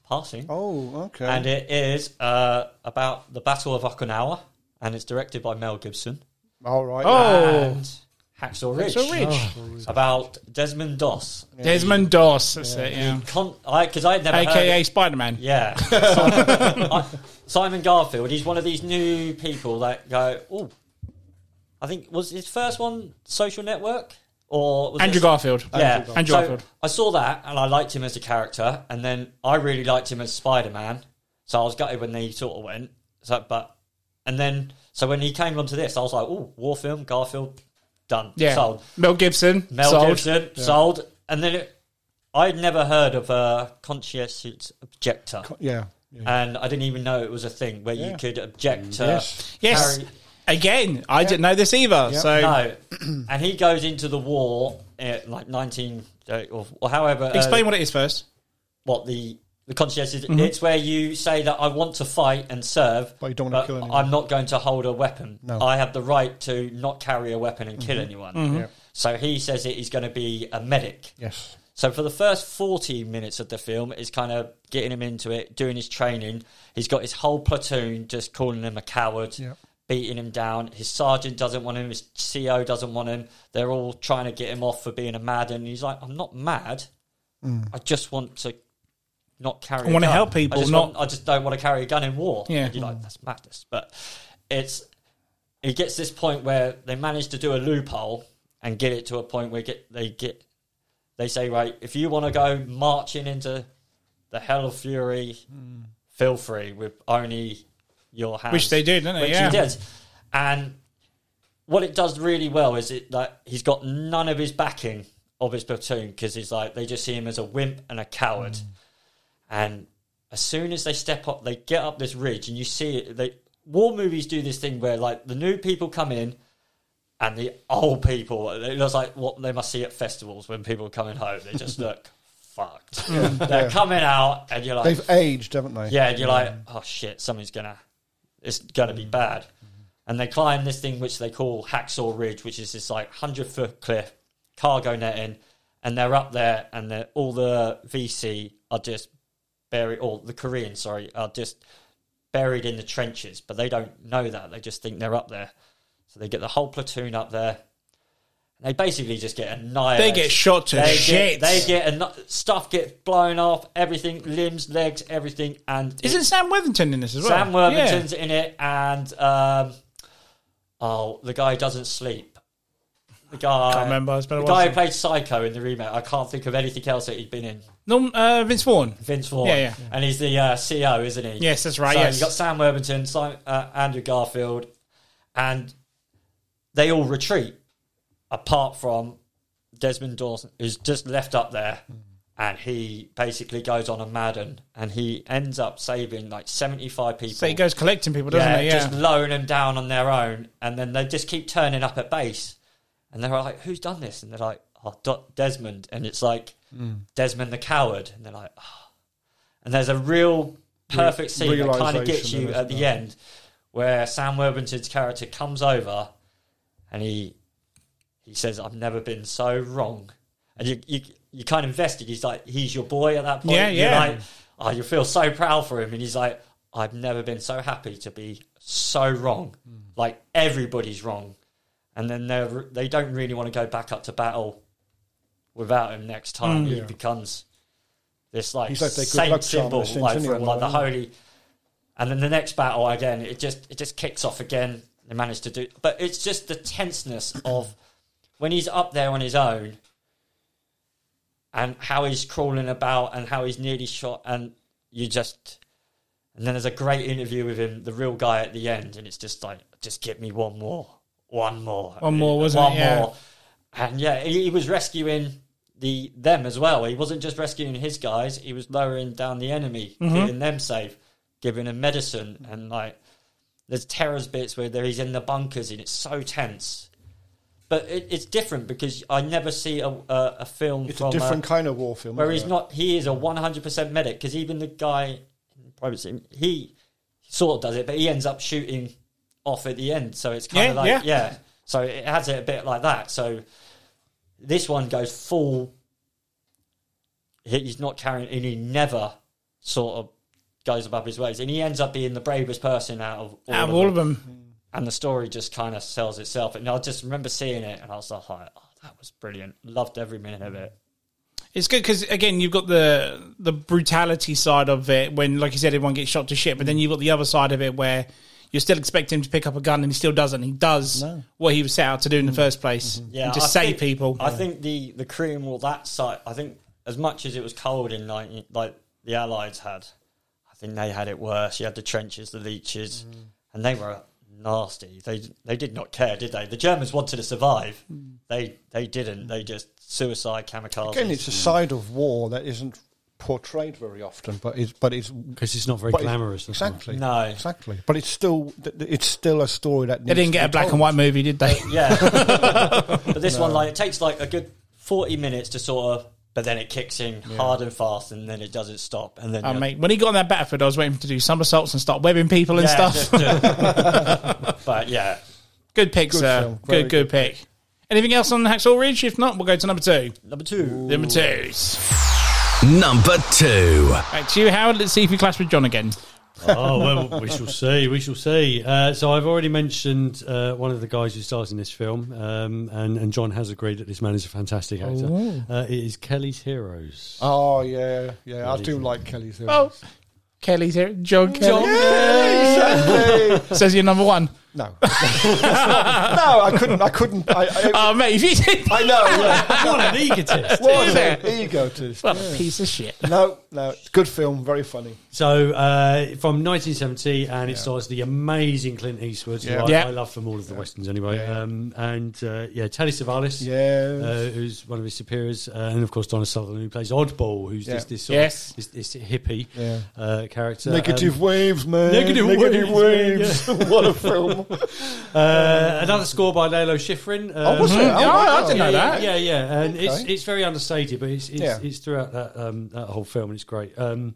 passing.
Oh, okay.
and it is uh, about the Battle of Okinawa, and it's directed by Mel Gibson
All right.
Ah,
and Hacksaw Ridge.
So Ridge,
About Desmond Doss.
Desmond Doss, that's it, yeah.
Con- I because I had never heard.
aka
It.
Spider Man.
Yeah, Simon, I- Simon Garfield. He's one of these new people that go. Oh, I think was his first one Social Network. or was
Andrew
it-
Garfield.
Yeah,
Andrew
So
Garfield.
I saw that and I liked him as a character, and then I really liked him as Spider Man. So I was gutted when they sort of went. So, but and then so when he came onto this, I was like, "Oh, war film, Garfield, done,
Yeah.
sold."
Mel Gibson.
Mel
sold.
Gibson sold, and then it, I'd never heard of a conscientious objector,
Yeah. yeah.
and I didn't even know it was a thing where you
Yeah.
could object to.
Yes.
Yes.
Harry-
Again, I didn't know this either. So
No, and he goes into the war at like nineteen uh, or, or however. uh,
explain what it is first.
what the the conscience is. It's where you say that I want to fight and serve,
Mm-hmm. But you don't wanna kill anyone.
I'm not going to hold a weapon.
No. Mm-hmm.
I have the right to not carry a weapon and kill anyone.
Yeah.
So he says it is going to be a medic.
Yes.
So for the first 40 minutes of the film, it's kind of getting him into it, doing his training. He's got his whole platoon just calling him a coward,
Yeah.
beating him down. His sergeant doesn't want him. His CO doesn't want him. They're all trying to get him off for being a mad, and he's like, "I'm not mad. I just want to." Not carry.
I wanna
a gun.
help people,
I just,
not-
want- I just don't want to carry a gun in war.
Yeah.
And you're like that's madness. But it's it gets this point where they manage to do a loophole and get it to a point where get they get they say right if you want to go marching into the hell of fury feel free with only your hands
Hmm. Which they did, didn't they?
which
Yeah.
he did and what it does really well is it that he's got none of his backing of his platoon because he's like they just see him as a wimp and a coward and as soon as they step up, they get up this ridge, and you see it. They war movies do this thing where like the new people come in, and the old people. It looks like what they must see at festivals when people are coming home. They just look fucked. They're coming out, and you're like,
They've aged, haven't they?
yeah, and you're like, oh shit, something's gonna, it's gonna be bad. And they climb this thing which they call Hacksaw Ridge, which is this like hundred foot cliff, cargo netting, and they're up there, and they're, all the VC are just buried, or the Koreans, sorry, are just buried in the trenches, but they don't know that. They just think they're up there, so they get the whole platoon up there. and They basically just get
They
annihilated.
get shot to
They get-
shit.
they get ano- stuff gets blown off, everything, limbs, legs, everything, and
Isn't Sam Worthington in this as well?
Sam Worthington's
Yeah.
in it, and um, oh, the guy who doesn't sleep. The guy,
Can't remember, it's been a
the
while
guy who
since-
played Psycho in the remake. I can't think of anything else that he'd been in.
Norm, uh, Vince Vaughn.
Vince Vaughn,
Yeah, yeah.
and he's the uh, CEO, isn't he?
Yes, that's right,
So
yes.
you've got Sam Worthington, Simon, uh, Andrew Garfield, and they all retreat, apart from Desmond Dawson, who's just left up there,
Mm.
and he basically goes on a Madden, and he ends up saving like seventy-five people.
So he goes collecting people, doesn't he? Yeah.
Oh. just lowering them down on their own, and then they just keep turning up at base, and they're like, "Who's done this?" And they're like, "Oh, Do- Desmond," and it's like Desmond the coward, and they're like, oh. and there's a real perfect scene that kind of
realisation
gets you
then,
at
isn't
the end, where Sam Worthington's character comes over, and he he says, "I've never been so wrong," and you you you kind of invested. He's like, "He's your boy at that point."
Yeah, yeah.
You're like, oh, you feel so proud for him, and he's like, "I've never been so happy to be so wrong.
Hmm.
Like everybody's wrong." And then they are they don't really want to go back up to battle without him next time. he becomes this like,
Mm, He's like the good
saint
luck charm
symbol,
in a sense,
like
isn't
for him,
he?
like the holy. And then the next battle again, it just it just kicks off again. They manage to do, but it's just the tenseness of when he's up there on his own, and how he's crawling about, and how he's nearly shot, and you just. And then there's a great interview with him, the real guy at the end, and it's just like, just get me one more, one more,
One more, wasn't
one
it? Yeah.
more, and yeah, he, he was rescuing the them as well. He wasn't just rescuing his guys; he was lowering down the enemy,
Mm-hmm.
getting them safe, giving them medicine, and like there's terrors bits where there, he's in the bunkers and it's so tense. But it, it's different because I never see a, a, a film
It's
from
a
uh,
different kind of war film.
where
isn't
he's
it?
not. He is a 100% medic because even the guy in private scene, he sort of does it, but he ends up shooting off at the end. So it's kind
Yeah,
of like
yeah.
yeah. So it has it a bit like that. So this one goes full. he- He's not carrying, and he never sort of goes above his ways, and he ends up being the bravest person out of all,
Out
of
of all
them
of them.
and the story just kind of sells itself. And I just remember seeing it, and I was like, oh, that was brilliant. Loved every minute of it.
It's good because again, you've got the the brutality side of it when, like you said, everyone gets shot to shit, but then you've got the other side of it where you're still expecting him to pick up a gun, and he still doesn't. He does what he was set out to do in the first place,
Mm. Mm-hmm. Yeah,
and just
I
save
think-
people.
I think the the Korean War that site. I think as much as it was cold in 19, like the Allies had, I think they had it worse. You had the trenches, the leeches,
Mm.
and they were nasty. They they did not care, did they? The Germans wanted to survive.
Mm.
They they didn't. They just suicide kamikazes.
Again, it's a side of war that isn't portrayed very often, but it's but it's
because it's not very
but it's-
glamorous. that's why.
exactly.
No.
exactly. But it's still th- th- it's still a story that
they didn't get a black and white movie, did they?
Yeah, but this one like it takes like a good forty minutes to sort of, but then it kicks in hard and fast, and then it doesn't stop, and then
I
you're-
mean, when he got on that battlefield, I was waiting for him to do somersaults and start webbing people and
Yeah,
stuff.
just- just- but yeah,
Good pick, sir.
film. Very
Good, good pick. Anything else on Hacksaw Ridge? If not, we'll go to number two.
number two.
Number twos.
Number two.
Back to you, Howard. Let's see if you clash with John again.
oh well, we shall see. We shall see. Uh, so I've already mentioned uh, one of the guys who stars in this film, um, and and John has agreed that this man is a fantastic actor. Uh, it is Kelly's Heroes.
Oh yeah, yeah. I do like Kelly's. uh, Theory.
Oh, Kelly's here. John Kelly.
Yeah, exactly.
Says you're number one.
No, no, I couldn't. I couldn't. I, I,
Oh, mate, if you did
I know. Yeah.
What an egotist!
What
that.
an egotist.
What a piece of shit.
No, no. Good film. Very funny.
So uh, from 1970, and it stars the amazing Clint Eastwood, who
Yeah.
I,
Yeah.
I love from all of the westerns anyway.
Yeah, yeah.
Um, and uh, yeah, Telly Savalas,
Yeah.
uh, who's one of his superiors, uh, and of course Donna Sutherland, who plays Oddball, who's
Yeah.
this this sort
Yes.
of, this, this hippie
Yeah.
uh, character.
negative
Um,
waves, man.
Negative waves,
waves. what a film.
Uh, another score by Lalo Schifrin. Um,
was it? Oh,
Mm-hmm. Yeah, I
wow.
didn't know
yeah,
that.
Yeah, yeah, and it's
Okay.
it's very understated, but it's it's,
Yeah.
it's throughout that um, that whole film, and it's great. Um,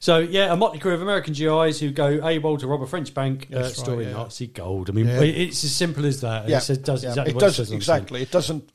so yeah, a motley crew of American GIs who go AWOL to rob a French bank, uh,
That's right,
story
yeah.
Nazi gold. I mean,
Yeah.
it- it's as simple as that. and
Yeah,
It says, does
yeah.
exactly
it
what
does
it says on the tin.
exactly. It doesn't.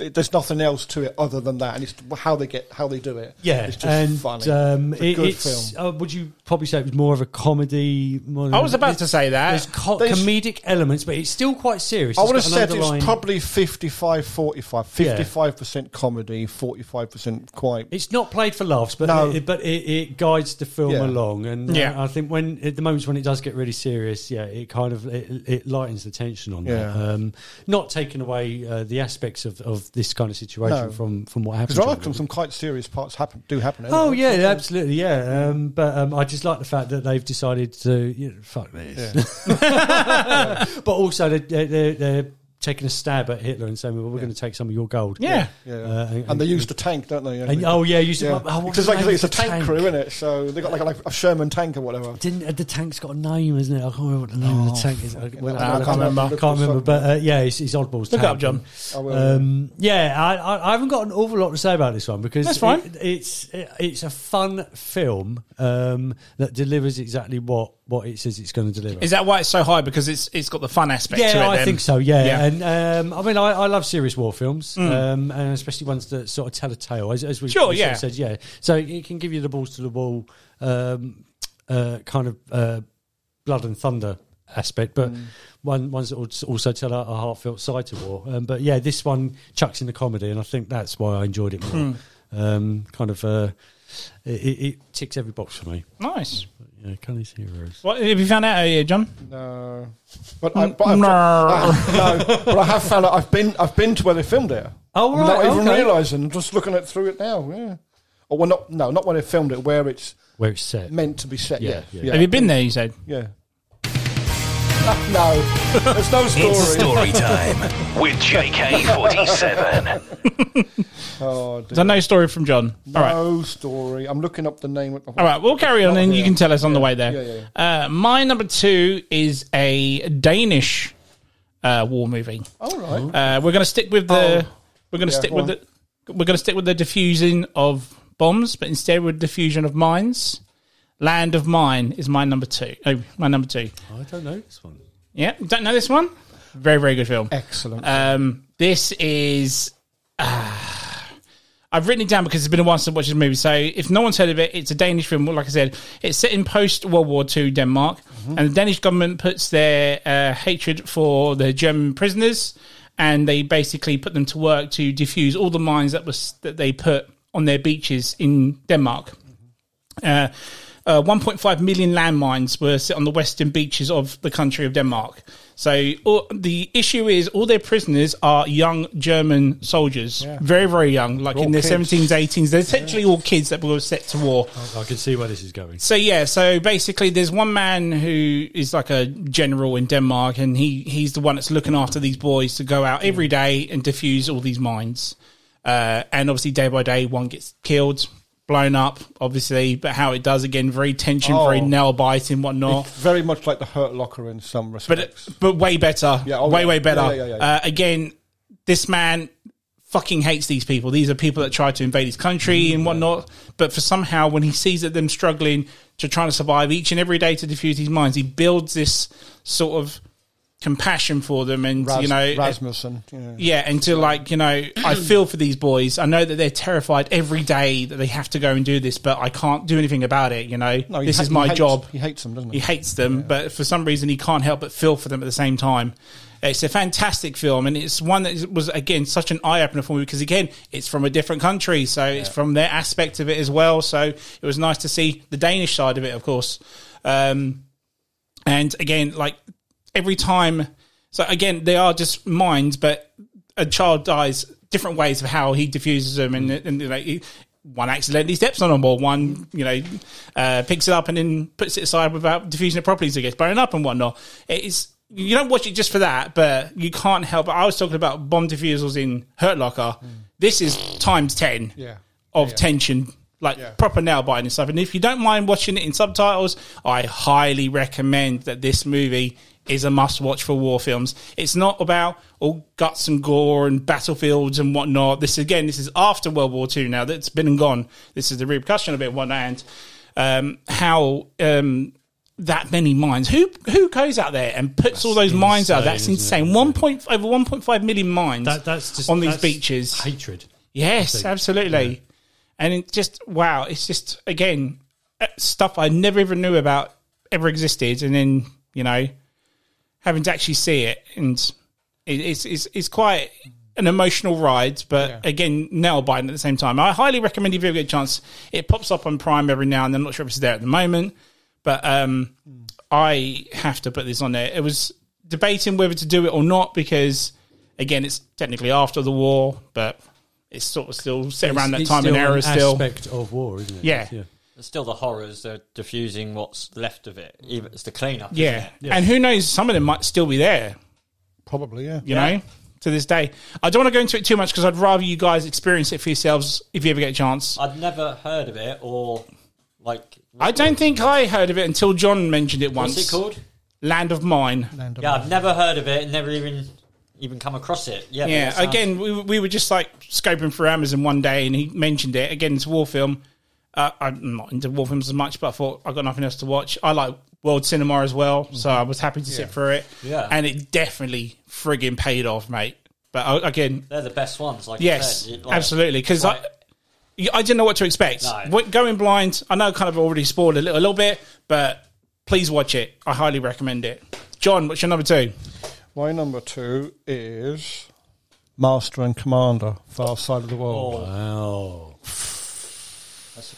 It, there's nothing else to it other than that, and it's how they get how they do it.
Yeah,
it's just
and
funny.
um,
It's a
it-
good
it's,
film.
uh, would you probably say it was more of a comedy? More
I was about to say
There's
that.
co-
There's-
comedic elements, but it's still quite serious.
I
It's
would have
got an
said it's
underlying-
probably 55 45.
Yeah.
55% comedy, 45% quite.
It's not played for laughs, but
No.
it, but it, it guides the film
Yeah.
along, and uh,
Yeah.
I think when at the moments when it does get really serious, yeah, it kind of it, it lightens the tension on that.
Yeah.
Um, not taking away uh, the aspects of, of this kind of situation
No.
from from what happens.
Because there are some, some quite serious parts happen do happen. in
Oh
it.
yeah, absolutely, yeah. Um, but um, I just like the fact that they've decided to you know, fuck this,
Yeah.
but also they're, they're, they're, they're taking a stab at Hitler and saying, "Well, we're going to take some of your gold."
Yeah.
Yeah.
Uh, and-
and they used a tank, don't they?
And, oh yeah, you said
yeah.
oh, what
because
was
like,
the
it's a
name of the
tank, crew, isn't it? So they got like, a- like a Sherman tank or whatever.
Didn't uh, the tank's got a name, isn't it? I can't remember what the name of the tank is. I, well,
hell.
I
I
can't
can't
remember. I
remember.
can't remember, but uh, yeah, it's, it's Oddball's
Look it
tank.
up, John.
I will,
Um, yeah, I, I, I haven't got an awful lot to say about this one because
That's fine.
it- it's it, it's a fun film um, that delivers exactly what, what it says it's going to deliver.
Is that why it's so high? Because it's it's got the fun aspect to it.
yeah, I
then.
think so. Yeah,
Yeah. Mm.
and um, I mean, I, I love serious war films, um, and especially ones that sort of tell a tale, as, as we
Sure,
we
yeah.
sort of said. Yeah, so it can give you the balls to the wall, um, uh, kind of uh, blood and thunder aspect, but
Mm.
one ones that will s- also tell a, a heartfelt side to war. Um, but yeah, this one chucks in the comedy, and I think that's why I enjoyed it
Mm.
more. Um, kind of, uh, it, it it ticks every box for me.
Nice.
Yeah, kind of heroes.
What have you found out, yeah, John?
no, but I, but I've,
No.
no, but I have found out. I've been I've been to where they filmed it.
Oh, right,
not even
okay.
realizing. I'm just looking at through it now. Yeah, or well, not no, not where they filmed it. Where it's
Where it's set.
meant to be set.
Yeah,
Yeah,
yeah.
yeah.
Have you been there? You said.
Yeah. Ah, no, there's no story.
It's story time with JK47.
Oh,
There's
dear.
no story from John. All right.
No story. I'm looking up the name. Of
All right, we'll carry on, and you can tell us on the way there.
Yeah, yeah,
Uh, my number two is a Danish uh, war movie.
All Oh, right.
Uh, we're going to stick with the
Oh.
we're going to
Yeah,
stick
go
with
on.
the we're going to stick with the diffusing of bombs, but instead with diffusion of mines. Land of Mine is my number two. Oh, my number two.
I don't know this one.
Yeah, don't know this one. Very very good film.
Excellent.
Um, this is. ah I've written it down because it's been a while since I watched this movie. So if no one's heard of it, it's a Danish film. Like I said, it's set in post World War II Denmark, and the Danish government puts their uh, hatred for the German prisoners, and they basically put them to work to defuse all the mines that was that they put on their beaches in Denmark. Uh, uh, 1.5 million landmines were set on the western beaches of the country of Denmark. So all, the issue is all their prisoners are young German soldiers, very, very young, like
All
in their
kids.
17s, 18s. They're essentially all kids that were set to war.
I can see where this is going.
So yeah, so basically, there's one man who is like a general in Denmark, and he he's the one that's looking after these boys to go out every day and defuse all these mines. Uh, and obviously, day by day, one gets killed, blown up, obviously. But how it does again, very tension, very
Oh.
nail biting, whatnot
It's very much like the Hurt Locker in some
but
respects.
but way better.
Yeah, oh,
way
yeah.
way better.
Yeah, yeah, yeah, yeah.
Uh, again, this man fucking hates these people. These are people that try to invade his country
Mm-hmm.
and whatnot. But for somehow, when he sees that them struggling to trying to survive each and every day to defuse these mines, he builds this sort of compassion for them, and
Ras-
uh, you know,
Rasmussen. You know.
yeah, and to like, you know, I feel for these boys. I know that they're terrified every day that they have to go and do this, but I can't do anything about it. You know,
No, he
this
ha-
is
he
my
hates-
job.
He hates them, doesn't
He
he?
hates them, but for some reason he can't help but feel for them at the same time. It's a fantastic film, and it's one that is- was again such an eye opener for me because again it's from a different country, so it's from their aspect of it as well. So it was nice to see the Danish side of it, of course. Um, and again, like every time, so again they are just minds, but a child dies different ways of how he diffuses them, and, and you know, he- one accidentally steps on them, or one you know uh, picks it up and then puts it aside without diffusing it properly, so it gets blown up and whatnot. It's you don't watch it just for that, but you can't help. I was talking about bomb diffusals in Hurt Locker. This is times ten
Yeah.
of tension, like proper nail biting and stuff. And if you don't mind watching it in subtitles, I highly recommend that this movie is a must watch for war films. It's not about all guts and gore and battlefields and whatnot. This again, this is after World War Two now that's been and gone. This is the repercussion of it. One and um, how um, that many mines. Who who goes out there and puts all those mines out?
insane,
That's
isn't it?
insane. One point over one point five million mines.
That, that's just
on these
that's
beaches.
Hatred.
Yes, absolutely. And it just wow, it's just again uh, stuff I never even knew about ever existed, and then you know having to actually see it, and it, it's it's it's quite an emotional ride, but again nail biting at the same time. I highly recommend if you ever get a chance. It pops up on Prime every now and then. I'm not sure if it's there at the moment, but um, I have to put this on there. It was debating whether to do it or not because again it's technically after the war, but it's sort of still set around that
It's
time and
still
era
an
still.
aspect of war, isn't it?
Yeah.
There's still the horrors. They're diffusing what's left of it. Even it's the cleanup. isn't
Yeah.
it?
And who knows, some of them might still be there,
Probably, yeah.
you know, to this day. I don't want to go into it too much because I'd rather you guys experience it for yourselves if you ever get a chance.
I'd never heard of it or like.
I don't think I heard of it until John mentioned it once.
What's it called?
Land of Mine.
Land of
Yeah, I've never heard of it. Never even even come across it. Yeah. uh, but
Yeah,
it sounds-
again, we, we were just like scoping through Amazon one day, and he mentioned it. Again, it's a war film. Uh, I'm not into war films as much, but I thought I got nothing else to watch. I like world cinema as well,
Mm-hmm.
so I was happy to sit through it.
Yeah.
and it definitely friggin' paid off, mate. But I, again,
they're the best ones. Like you
yes,
said. You- like-
absolutely, because I.
like-
I didn't know what to expect.
No.
What- Going blind, I know I kind of already spoiled a little, a little bit, but please watch it. I highly recommend it. John, what's your number two?
My number two is Master and Commander, Far Side of the World.
Oh,
Wow.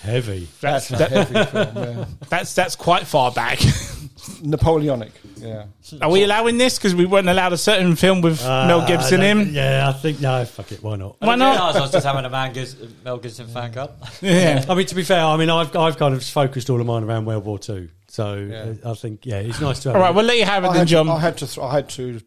Heavy.
That's
a
that,
heavy film, yeah.
that's that's quite far back.
Napoleonic, yeah.
Are we allowing this? Because we weren't allowed a certain film with
Ah,
Mel Gibson
Uh,
in.
Yeah, I think no. Fuck it. Why not?
Why
I
not?
realised I was just having a man Gis- Mel Gibson
Mm.
fan club.
Yeah.
I mean, to be fair, I mean, I've I've kind of focused all of mine around World War Two, so
Yeah.
uh, I think yeah, it's nice to have.
All right,
it.
we'll let you have it
I
then,
had,
John.
I had to, th- I had to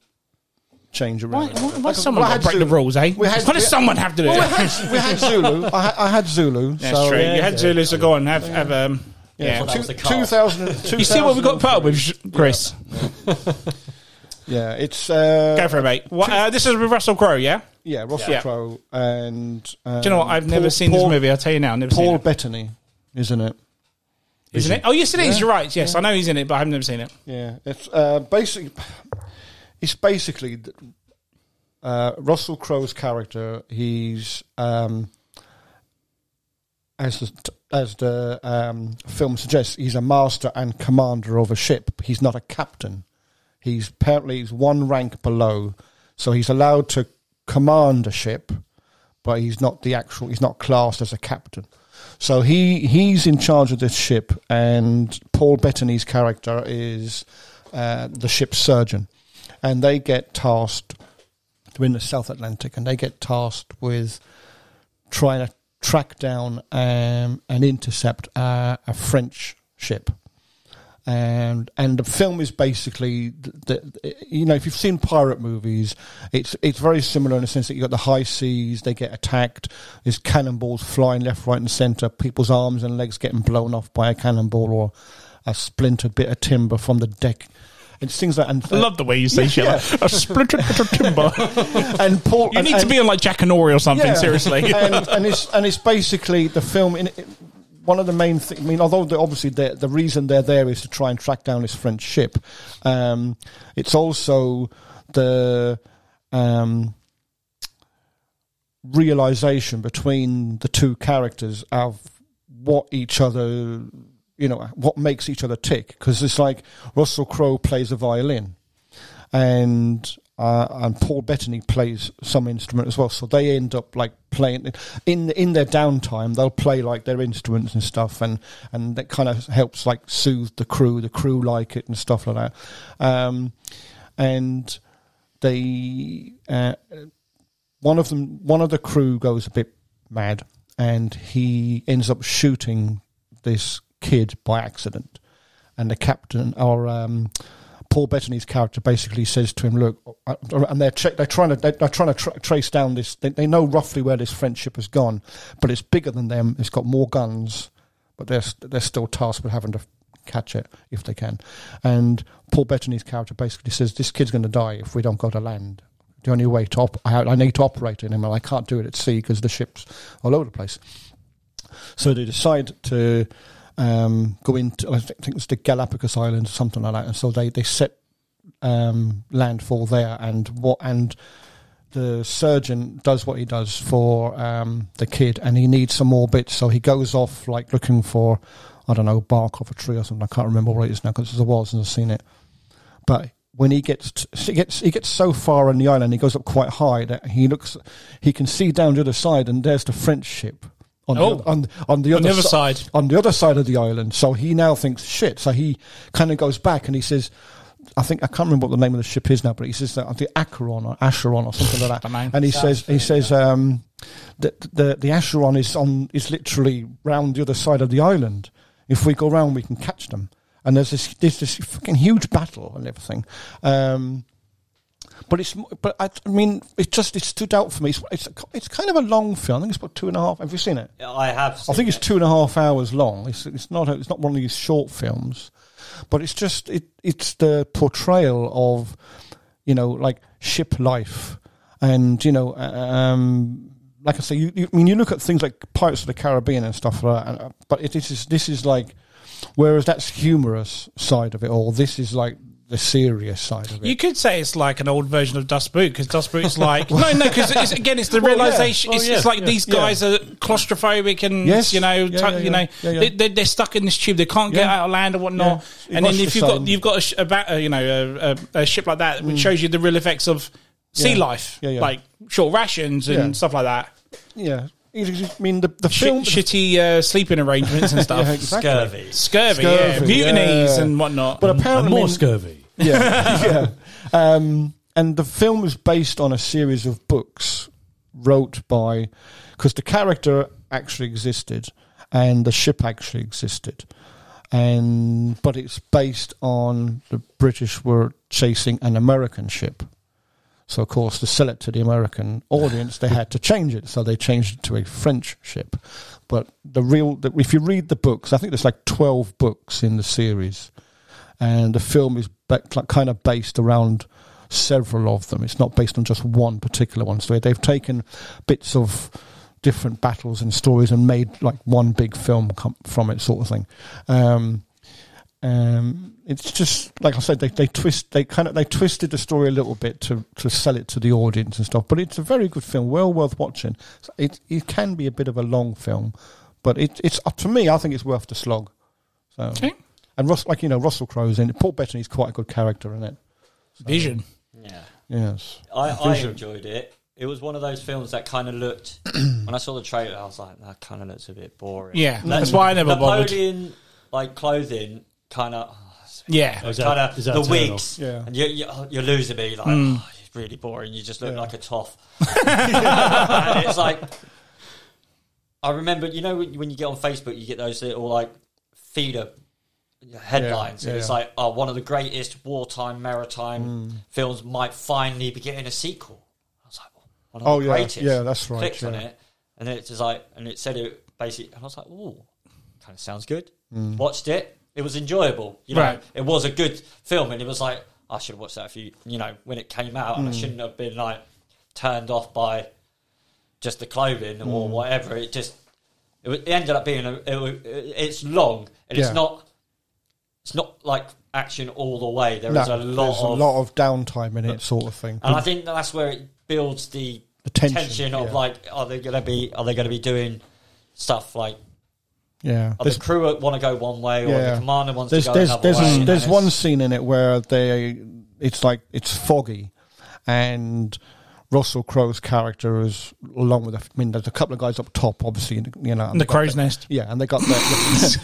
change
why,
around.
why, why someone
Well,
got
I had
to break
Zulu.
the rules, eh?
We had-
why does
we-
someone have to do
Well,
it?
we had, we had Zulu. I, had- I had Zulu.
That's
so,
true.
Yeah.
you had
yeah.
Zulu, so go on, have, have um, yeah.
Well, that was the car.
2000,
You see what we got put up with, Sh- Chris?
Yeah, it's uh,
Go for it, mate. What, uh, this is with Russell Crowe, yeah?
yeah, Russell
Yeah.
Crowe and um,
Do you know what? I've never
Paul-
seen
Paul-
this movie. I'll tell you now. I've never
Paul
seen it.
Bettany, isn't it?
Isn't it? Oh, yes, it is. You're right. Yes, I know he's in it, but I've never seen it.
Yeah, it's uh, basically it's basically th- uh, Russell Crowe's character. He's um, as the as the um, film suggests, he's a master and commander of a ship. He's not a captain. He's apparently he's one rank below, so he's allowed to command a ship, but he's not the actual. He's not classed as a captain. So he he's in charge of this ship, and Paul Bettany's character is uh, the ship's surgeon, and they get tasked. They're in the South Atlantic, and they get tasked with trying to track down um, and intercept uh, a French ship. And and the film is basically the, the, you know if you've seen pirate movies, it's it's very similar in the sense that you have got the high seas, they get attacked, there's cannonballs flying left, right, and centre, people's arms and legs getting blown off by a cannonball or a splintered bit of timber from the deck. It's things like and
I love the way you say shit. Like, a splintered bit of timber.
and Paul.
You
and-
need to
and-
be on like Jack and Ori or something,
Yeah.
seriously.
and, and it's and it's basically the film. In it, one of the main things. I mean, although the, obviously the the reason they're there is to try and track down this French ship. Um, it's also the um, realization between the two characters of what each other, you know, what makes each other tick. Because it's like Russell Crowe plays a violin, and uh, and Paul Bettany plays some instrument as well. So they end up like playing in in their downtime. They'll play like their instruments and stuff, and and that kind of helps like soothe the crew. The crew like it and stuff like that. Um, and they uh, one of them one of the crew goes a bit mad, and he ends up shooting this kid by accident. And the captain, or um, Paul Bettany's character basically says to him, "Look," and they're check, they're trying to they're, trying to tra- trace down this. They, they know roughly where this French ship has gone, but it's bigger than them. It's got more guns, but they're st- they're still tasked with having to catch it if they can. And Paul Bettany's character basically says, "This kid's going to die if we don't go to land." The only way to op- I, I need to operate in him, and I can't do it at sea because the ship's all over the place. So they decide to um, go into, I thi- think it's the Galapagos Islands, something like that. And so they, they set um, landfall there, and what and the surgeon does what he does for um, the kid, and he needs some more bits, so he goes off like looking for, I don't know, bark off a tree or something. I can't remember what it is now because it's a while since I've seen it. But when he gets, t- he gets he gets so far on the island, he goes up quite high that he looks, he can see down the other side, and there's the French ship. On,
Oh.
the, oth- on, on the
On
other,
the other
si-
side.
on the other side of the island. So he now thinks shit. So he kind of goes back and he says, I think I can't remember what the name of the ship is now, but he says that the Acheron or Acheron or something like that.
Dunno.
and he says he says um, that the the Acheron is on is literally round the other side of the island. If we go round, we can catch them. And there's this there's this fucking huge battle and everything. Um, but it's mo- but I, I mean it just it stood out for me. It's, it's it's kind of a long film. I think it's about two and a half. Have you seen it?
I have.
I
seen
think
it.
it's two and a half hours long. It's it's not a, it's not one of these short films, but it's just it it's the portrayal of you know like ship life and you know um like I say you, you I mean you look at things like Pirates of the Caribbean and stuff like that, and, uh, but it, it is this is like whereas that's humorous side of it all. This is like the serious side of it.
You could say it's like an old version of Dust Boot because Dust Boot's like no, no, because it's, again, it's the
Well, yeah.
realization.
Well,
it's,
yeah,
it's like
yeah,
these
yeah.
guys are claustrophobic and
Yes.
you know,
Yeah,
tu-
yeah,
you know,
yeah, yeah.
They, they, they're stuck in this tube. They can't get
Yeah.
out of land or whatnot.
Yeah.
And then
Much
if
the
you've
same.
got you've got a, sh- a, ba- uh, you know a, a, a ship like that, which shows you the real effects of sea
Mm. Yeah.
life,
Yeah, yeah.
like short rations and
Yeah.
stuff like that.
yeah, It is- I mean the the
Sh-
film.
shitty uh, sleeping arrangements and stuff.
Yeah,
scurvy.
exactly.
Scurvy, yeah.
Scurvy,
mutinies
yeah.
and whatnot.
But apparently,
and more
I mean-
scurvy.
yeah, yeah. Um, and the film was based on a series of books wrote by, because the character actually existed and the ship actually existed, and but it's based on the British were chasing an American ship. So of course, to sell it to the American audience, they had to change it. So they changed it to a French ship. But the real, the, if you read the books, I think there's like twelve books in the series and the film is ba- like kind of based around several of them. It's not based on just one particular one. So they've taken bits of different battles and stories and made like one big film come from it, sort of thing. Um, um, it's just like I said, they, they twist, they kind of they twisted the story a little bit to to sell it to the audience and stuff. But it's a very good film, well worth watching. So It it can be a bit of a long film, but it, it's up to me. I think it's worth the slog. So.
Okay.
And Russ, like you know, Russell Crowe's in it. Paul Bettany's quite a good character in it.
Vision.
Yeah.
Yes.
I, I enjoyed it. it was one of those films that kind of looked. when I saw the trailer, I was like, that kind of looks a bit boring.
Yeah,
Like,
that's why I never bothered.
Napoleon like clothing oh, kind of.
Yeah,
Oh, Is that-
kind of
is that
the
a Mm. turn
wigs,
Yeah.
and you, you, you're losing me. Like, oh, it's really boring. You just look
Yeah.
like a toff. and it's like, I remember, you know, when when you get on Facebook, you get those little like feeder headlines,
Yeah,
and it's
yeah.
like, oh, one of the greatest wartime maritime
Mm.
films might finally be getting a sequel. I was like, one of
Oh,
the
yeah.
greatest.
Yeah, that's right,
Clicked on
yeah.
it, and then it's just like, and it said it basically, and I was like, ooh, kind of sounds good.
Mm.
Watched it. It was enjoyable. You know,
Right.
it was a good film, and it was like I should have watched that a few, you know, when it came out,
Mm.
and I shouldn't have been like turned off by just the clothing
Mm.
or whatever. It just it, wa- it ended up being a, it, wa- it's long and
Yeah.
it's not it's not like action all the way. There is
No,
a lot
there's
of
a lot of downtime in it, sort of thing.
and I think that that's where it builds the,
The tension,
tension, of
yeah.
like, are they going to be are they going to be doing stuff like
yeah,
are
There's-
the crew want to go one way or
Yeah.
the commander wants
there's
to go
there's
another
there's,
way? and
there's
it's-
one scene in it where they it's like it's foggy, and Russell Crowe's character is along with a, I mean there's a couple of guys up top obviously you know and
the
they got
crow's
their-
nest.
yeah and they got the,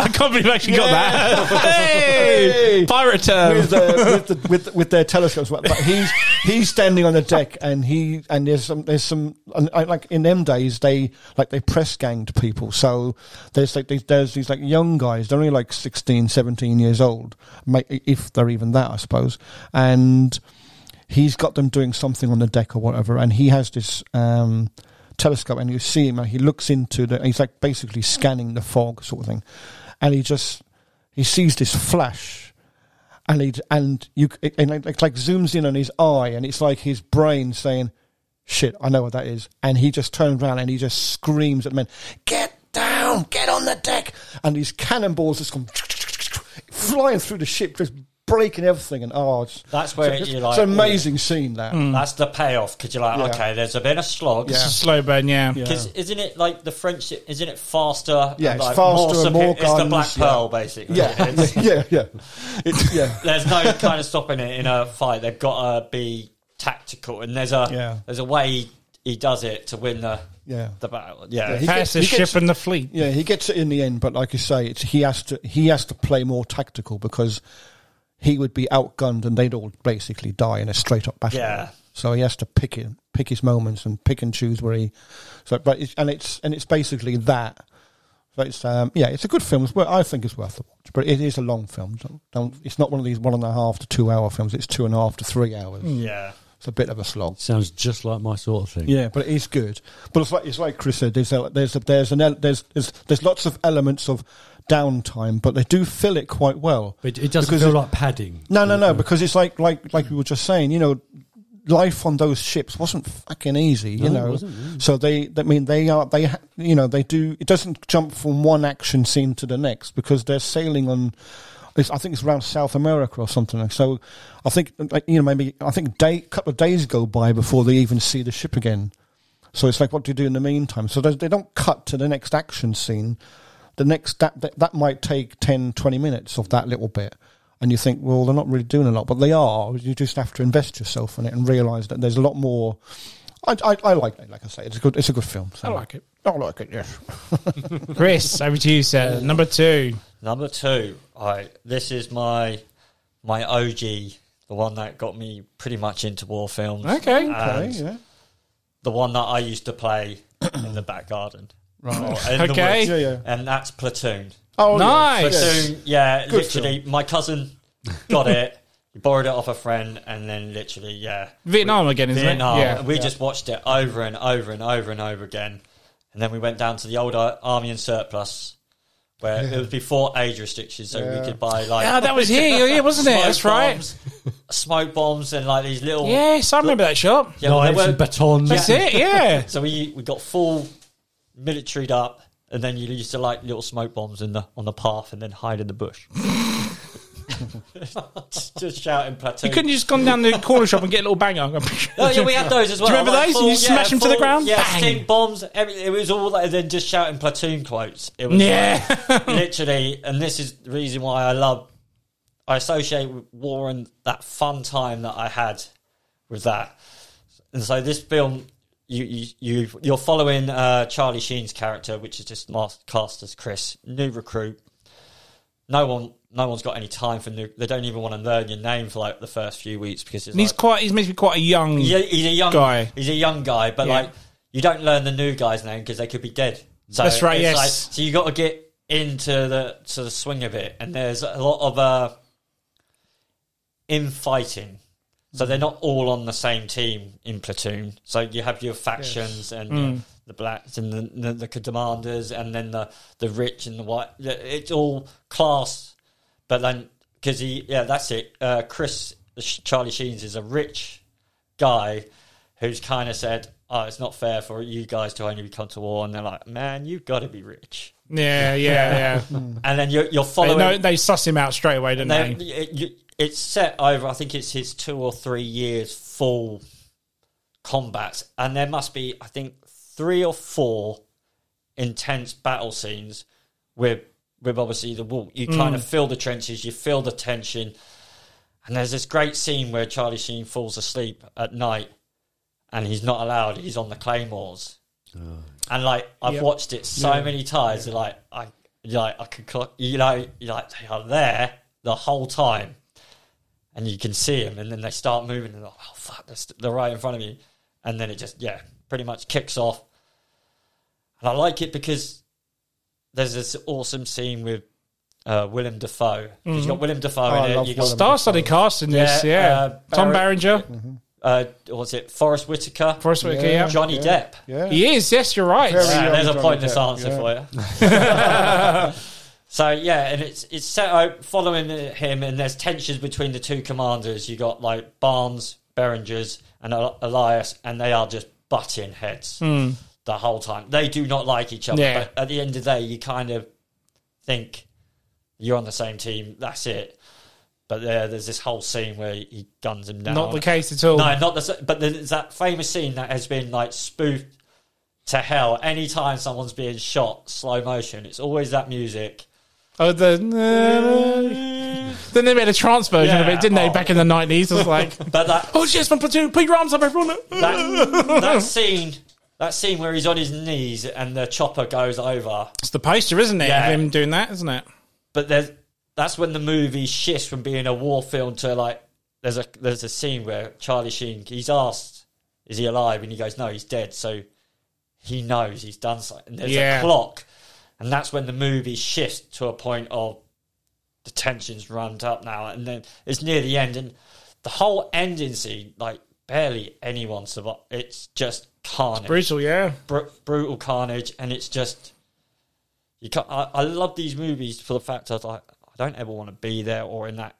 I can't believe I actually got that. hey,
Hey!
pirate
with,
term.
the, with, the, with with their telescopes but but he's he's standing on the deck and he and there's some there's some and I, like in them days they like they press ganged people so there's like these, there's these like young guys they're only like 16 17 years old ma- if they're even that I suppose and he's got them doing something on the deck or whatever, and he has this um, telescope, and you see him, and he looks into the, he's like basically scanning the fog sort of thing, and he just he sees this flash, and he and you and it, like, like zooms in on his eye, and it's like his brain saying, "Shit, I know what that is," and he just turns around and he just screams at men, "Get down! Get on the deck!" And these cannonballs just come flying through the ship, just breaking everything, and oh. It's,
That's where
it's,
you're like, Hmm.
it's an amazing scene that.
That's the payoff because you're like,
Yeah.
okay, there's a bit of slog.
Yeah.
Slow burn, yeah.
Because isn't it like the French? Isn't it faster?
Yeah,
and,
it's
like,
faster and
superi-
more
It's the Black
guns, yeah.
Pearl, basically.
Yeah,
It's-
yeah, yeah. It's, yeah.
there's no kind of stopping it in a fight. They've got to be tactical, and there's a
Yeah.
there's a way he does it to win the
Yeah.
the battle. Yeah,
Yeah, he-
Pass
gets-
the ship
gets-
and the fleet.
Yeah, he gets it in the end, but like you say, it's, he has to he has to play more tactical because he would be outgunned and they'd all basically die in a straight up battle.
Yeah.
So he has to pick it, pick his moments and pick and choose where he. So, but it's, and it's and it's basically that. So it's um yeah, it's a good film. It's worth, I think it's worth the watch, but it is a long film. Don't, don't, it's not one of these one and a half to two hour films. It's two and a half to three hours.
Hmm.
yeah.
It's a bit of a slog.
Sounds just like my sort of thing.
Yeah, but it is good. But it's like it's like Chris said. There's a, there's a, there's an el- there's, there's there's lots of elements of downtime, but they do fill it quite well.
But it doesn't
Because
feel
it-
like padding.
No, no, no, because it's like like like we were just saying. You know, life on those ships wasn't fucking easy. You
No, it
know,
wasn't, yeah.
so they I mean they are they ha- you know they do it doesn't jump from one action scene to the next because they're sailing on. It's, I think it's around South America or something. So I think like you know maybe I think day couple of days go by before they even see the ship again. So it's like, what do you do in the meantime? So they they don't cut to the next action scene. The next that, that that might take 10, 20 minutes of that little bit, and you think, well, they're not really doing a lot, but they are. You just have to invest yourself in it and realize that there's a lot more. I, I, I like it. Like I say, it's a good it's a good film. So.
I like it.
I like it. Yes.
Chris, over to you, sir. Number two.
Number two, all right, this is my my OG, the one that got me pretty much into war films.
Okay.
Okay,
And
yeah.
the one that I used to play in the back garden. Right.
Okay.
Yeah, yeah.
And that's Platoon.
Oh,
Nice.
Yes.
Platoon, yeah,
Good
literally, my cousin got it. He borrowed it off a friend, and then literally, yeah,
Vietnam again, isn't
Vietnam.
it? Yeah.
We just watched it over and over and over and over again. And then we went down to the old uh, Army and Surplus, where it was before age restrictions, so we could buy like
Ah, that was here, yeah, wasn't it?
smoke
That's right.
bombs, smoke bombs, and like these little
Yes, I remember that shop.
Yeah, well, they
Knives and
were-
batons.
That's it, yeah.
So we we got full militaried up, and then you used to like little smoke bombs in the on the path, and then hide in the bush. just shouting platoon.
You couldn't just gone down the corner shop and get a little banger.
Oh yeah, we had those as well.
Do you remember
Like
those? And you smash them to the ground?
Yeah,
Bang.
stink bombs. Everything. It was all like and then just shouting platoon quotes. It was
Yeah.
like, literally, and this is the reason why I love. I associate with war and that fun time that I had with that. And so this film, you you you've, you're following uh, Charlie Sheen's character, which is just mas- cast as Chris, new recruit. No one, no one's got any time for new. They don't even want to learn your name for like the first few weeks because it's
And he's
like-
quite. He's meant to be quite a young.
he's a, he's a young
guy.
He's a young guy, but
Yeah.
like you don't learn the new guy's name because they could be dead. So
That's right,
it's
yes.
like- so you got to get into the to the swing of it, and there's a lot of uh, infighting. So they're not all on the same team in platoon. So you have your factions and
Mm.
your- the blacks and the, the, the commanders, and then the the rich and the white. It's all class, but then because he yeah that's it. Uh, Chris Charlie Sheens is a rich guy who's kind of said, "Oh, it's not fair for you guys to only be come to war," and they're like, "Man, you've got to be rich."
Yeah, yeah, yeah.
And then you're, you're
they,
following.
know, they suss him out straight away, didn't
Now,
they?
it- you- it's set over, I think it's his two or three years full combats, and there must be, I think, three or four intense battle scenes with with obviously the wall. You kind of feel the trenches, you feel the tension, and there's this great scene where Charlie Sheen falls asleep at night, and he's not allowed. He's on the claymores, and like I've
Yep.
watched it so many times, like I, like I could, cl- you know, you're like they are there the whole time, and you can see them, and then they start moving, and like, oh fuck, they're, st- they're right in front of you, and then it just yeah, pretty much kicks off, and I like it because there's this awesome scene with uh, Willem Dafoe. 'Cause You've got Willem Dafoe
Mm-hmm. Oh, I
in it.
love
You got
Willem.
Star studded cast in this,
Yeah,
yeah.
uh,
Tom
Barrett-
Barringer,
uh, what was it Forrest Whitaker,
Forrest Whitaker, yeah.
Johnny Depp.
Yeah.
He is, yes, you're right.
Very-
Yeah, there's a
Johnny
pointless
Depp,
answer
yeah.
for you. so yeah, and it's it's set out following him, and there's tensions between the two commanders. You got like Barnes, Berengers, and Eli- Elias, and they are just butting heads the whole time. They do not like each other.
Yeah.
But at the end of the day, you kind of think you're on the same team. That's it. But there, there's this whole scene where he guns him down.
Not the case at all.
No, not the. But there's that famous scene that has been like spoofed to hell. Anytime someone's being shot, slow motion, it's always that music.
Oh, the. then they made a trance version of
Yeah,
it, didn't they,
oh.
back in the 90s? It was like,
But that
oh, yes, from Platoon, put your arms up, everyone.
that, that scene, that scene where he's on his knees and the chopper goes over.
It's the poster, isn't it?
Yeah.
Of him doing that, isn't it?
But there's that's when the movie shifts from being a war film to like there's a there's a scene where Charlie Sheen he's asked is he alive and he goes no he's dead so he knows he's done something. And there's
Yeah.
a clock, and that's when the movie shifts to a point of the tensions ramped up now, and then it's near the end, and the whole ending scene like barely anyone survives. It's just carnage
Brutal, yeah.
br- brutal carnage, and it's just you can't. I, I love these movies for the fact that I, I don't ever want to be there or in that.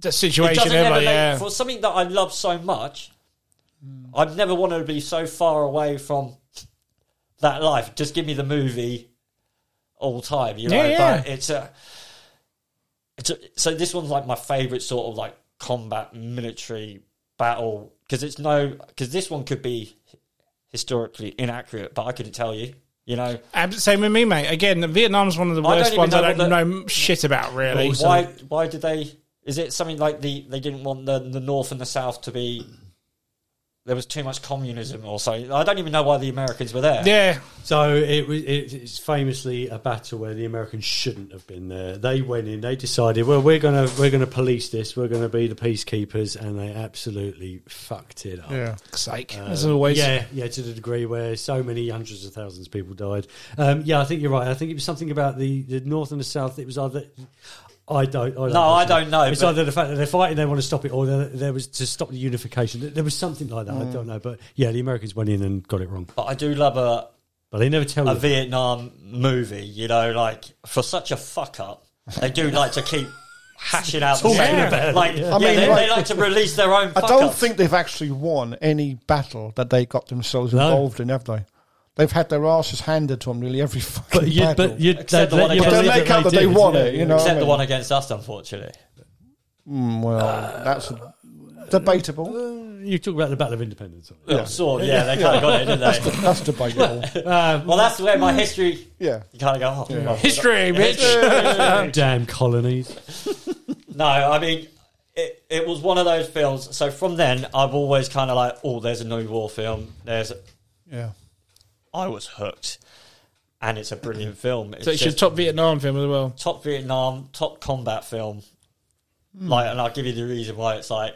The
It
situation
doesn't
ever,
ever
yeah.
make, for something that I love so much. I've never wanted to be so far away from that life. Just give me the movie all time, you know.
Yeah, yeah.
But it's a, it's a, so this one's like my favorite sort of like combat military battle because it's no because this one could be historically inaccurate, but I couldn't tell you. You know,
Ab- Same with me, mate. Again, Vietnam's one of the
I don't
worst
even
ones
know
I
what
don't
the-
know shit about, really.
why why did they? Is it something like the they didn't want the the north and the south to be? There was too much communism, or something. I don't even know why the Americans were there.
Yeah.
So it was. It, it's famously a battle where the Americans shouldn't have been there. They went in. They decided, well, we're gonna we're gonna police this. We're gonna be the peacekeepers, and they absolutely fucked it up.
Sake. As always.
Yeah, yeah, to the degree where so many hundreds of thousands of people died. Um, yeah, I think you're right. I think it was something about the, the north and the south. It was either I don't. I don't
No, I don't know,
It's
but-
either the fact that they're fighting, they want to stop it, or there, there was to stop the unification. There- There was something like that. I don't know, but yeah, the Americans went in and got it wrong.
But I do love a
But they never tell
a
Hmm.
you.
Vietnam movie. You know, like for such a fuck up, they do like to keep hashing out the
Talking
same-
about it,
Like, yeah,
I mean,
they,
like-
they like to release their own.
I
fuck
don't
ups.
think they've actually won any battle that they got themselves
No.
involved in, have they? They've had their asses handed to them nearly every fucking
But you,
battle.
but you,
Except the one
you
against-
believe
They make out that they
did,
want
yeah,
it, you
yeah.
know.
except the
mean-
one against us, unfortunately.
Mm, well, that's debatable.
You talk about the Battle of Independence.
Yeah. Sword, yeah, they kind of got it, didn't
That's debatable.
they? well, that's where my history.
yeah.
You kind of go, oh, well,
History, bitch.
Damn colonies.
No, I mean, it, it was one of those films. So from then, I've always kind of like, oh, there's a new war film. There's,
Yeah.
I was hooked, and it's a brilliant film. It's
So it's your
just
top Vietnam film as well.
top Vietnam, top combat film. Like, and I'll give you the reason why it's like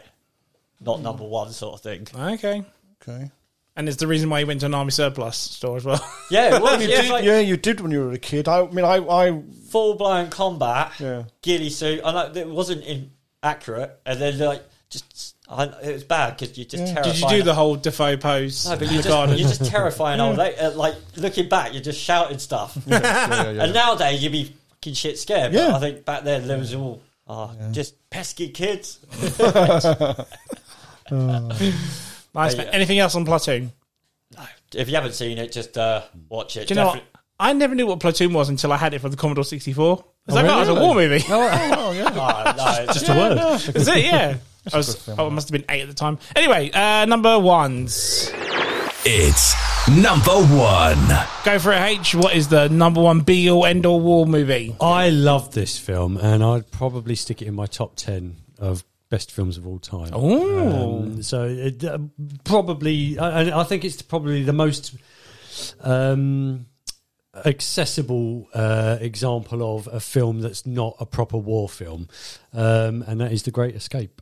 not number one sort of thing.
Okay.
Okay.
And it's the reason why he went to an army surplus store as well.
Yeah, it was,
You
yeah, it's
did,
like
yeah, you did when you were a kid. I mean, I, I
full blown combat,
Yeah.
ghillie suit. I know it wasn't in, accurate, and then like just I, it was bad because you're just terrified.
Did you do the whole Defoe pose
No, but
in the
you're just,
garden?
you're just terrifying old. Like, uh, like looking back, you're just shouting stuff.
yeah, yeah.
And nowadays, you'd be fucking shit scared. But
Yeah.
I think back then there was all oh, just pesky kids.
Uh,
nice.
Yeah.
Anything else on Platoon?
If you haven't seen it, just uh, watch it.
Do you know what?
Defi-
I never knew what Platoon was until I had it for the Commodore 64. 'Cause I thought it was
really?
a war movie.
oh, yeah.
Oh, no, it's
Just a word.
Is it? Yeah. I
a
was,
good film,
oh, it must have been eight at the time. Anyway, uh, number ones.
It's number one.
Go for it, H. What is the number one be all end all war movie?
I love this film, and I'd probably stick it in my top ten of best films of all time.
Oh.
Ooh.
Um, so it, uh, probably, I, I- I think it's probably the most um, accessible uh, example of a film that's not a proper war film, um, and that is The Great Escape.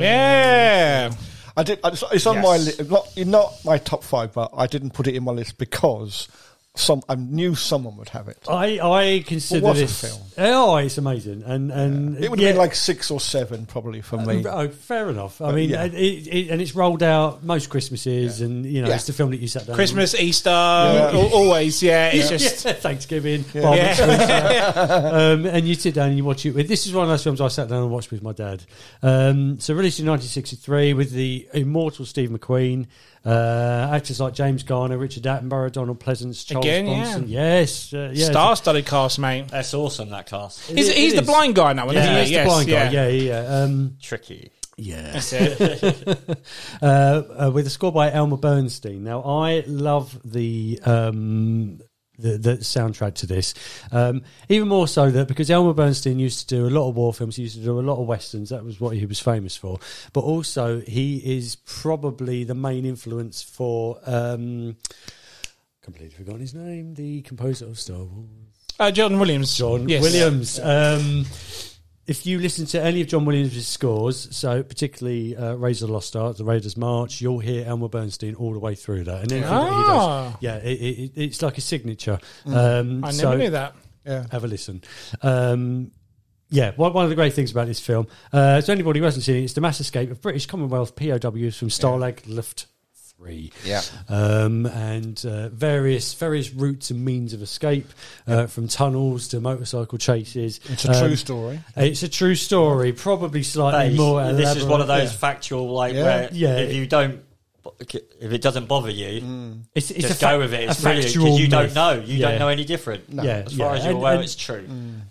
Yeah.
I did. It's it's on my
Yes.
list. Not, not my top five, but I didn't put it in my list because some I knew someone would have it.
I, I consider
What a
this
film.
Oh, it's amazing, and and
It would have
yeah.
been like six or seven, probably for me.
Oh, fair enough. I mean,
yeah.
it, it, and it's rolled out most Christmases, and you know,
Yeah.
it's the film that you sat down.
Christmas, Easter, al- always. Yeah. It's
Yeah,
just.
Thanksgiving,
Yeah.
barbecue, um, and you sit down and you watch it. with- This is one of those films I sat down and watched with my dad. Um, so released in 1963 with the immortal Steve McQueen, uh, actors like James Garner, Richard Attenborough, Donald Pleasance, Charles
Again, yeah.
Bronson. Yes, uh, yeah,
Star-studded cast, mate.
that's awesome. That cast
He's,
It
he's the
is.
blind guy now, isn't
Yeah,
he?
he's
Yes,
the blind
yeah.
guy. Yeah, yeah, yeah. Um,
tricky.
yeah.
That's it.
uh, uh, with a score by Elmer Bernstein. Now, I love the. Um, the, the soundtrack to this, um, even more so that because Elmer Bernstein used to do a lot of war films, he used to do a lot of westerns. That was what he was famous for. But also, he is probably the main influence for. Um, completely forgotten his name. The composer of Star Wars.
Uh, Jordan Williams.
John
Yes.
Williams. Um, if you listen to any of John Williams' scores, so particularly uh, Razor Lost Art, The Raiders March, you'll hear Elmer Bernstein all the way through that. And anything
Ah. Mm.
that he does, yeah, it, it, it- it's like a signature. Um,
I never
so
knew that.
Yeah.
Have a listen. Um, yeah, one one of the great things about this film, uh, so anybody who hasn't seen it, it's the mass escape of British Commonwealth POWs from Stalag Luft 3
Yeah.
um, and uh, various various routes and means of escape, uh, from tunnels to motorcycle chases.
It's a true
Um,
story.
It's a true story, probably slightly
Based.
more.
this is
elaborate.
one of those
Yeah.
factual, like
Yeah.
where
Yeah.
if you don't, if it doesn't bother you,
It's, it's
just
a fa-
go with it.
a
It's brilliant
factual
because you don't
myth.
know. You
Yeah.
don't know any different.
Yeah,
As far
yeah.
as you're
And-
aware,
and-
it's true.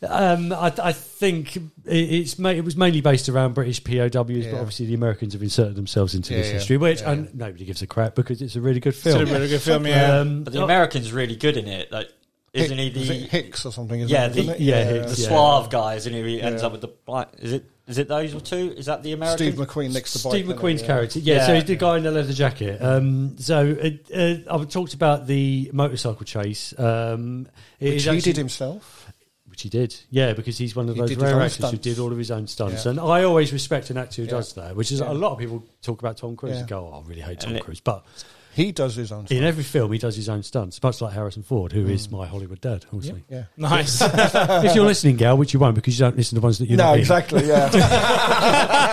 Um, I, I think it, it's ma- it was mainly based around British POWs, but
Yeah.
obviously the Americans have inserted themselves into
Yeah,
this
yeah.
history, which
Yeah,
and nobody gives a crap because it's a really good
It's a
film.
really good film, yeah.
Um,
But the American's really good in it. Like, isn't he
Is it
the
Hicks or something? Isn't
yeah
it?
the
Isn't it?
yeah,
the
Hicks, yeah.
suave guy? Isn't he? He ends
Yeah.
up with the black. Is it? Is it those or two? Is that the American?
Steve McQueen next to bike.
Steve
isn't it?
McQueen's
Yeah.
character, yeah. So
Yeah.
he's the guy in the leather jacket. Um, so it, uh, I've talked about the motorcycle chase. Um, it
Which
is
he
actually-
did himself.
which he did, yeah, because he's one of
He
those
did his
rare
own
actors who
stunts.
did all of his own stunts.
Yeah.
And I always respect an actor who
Yeah.
does that, which is
Yeah.
a lot of people talk about Tom Cruise
Yeah.
and go, "Oh, I really hate Tom
And it-
Cruise," but
He does his own.
in
Stuff.
every film he does his own stunts, much like Harrison Ford, who is my Hollywood dad. Also,
Mm. Yeah.
Nice.
if you're listening, Gal, which you won't because you don't listen to ones that you
No,
know
exactly. Yeah.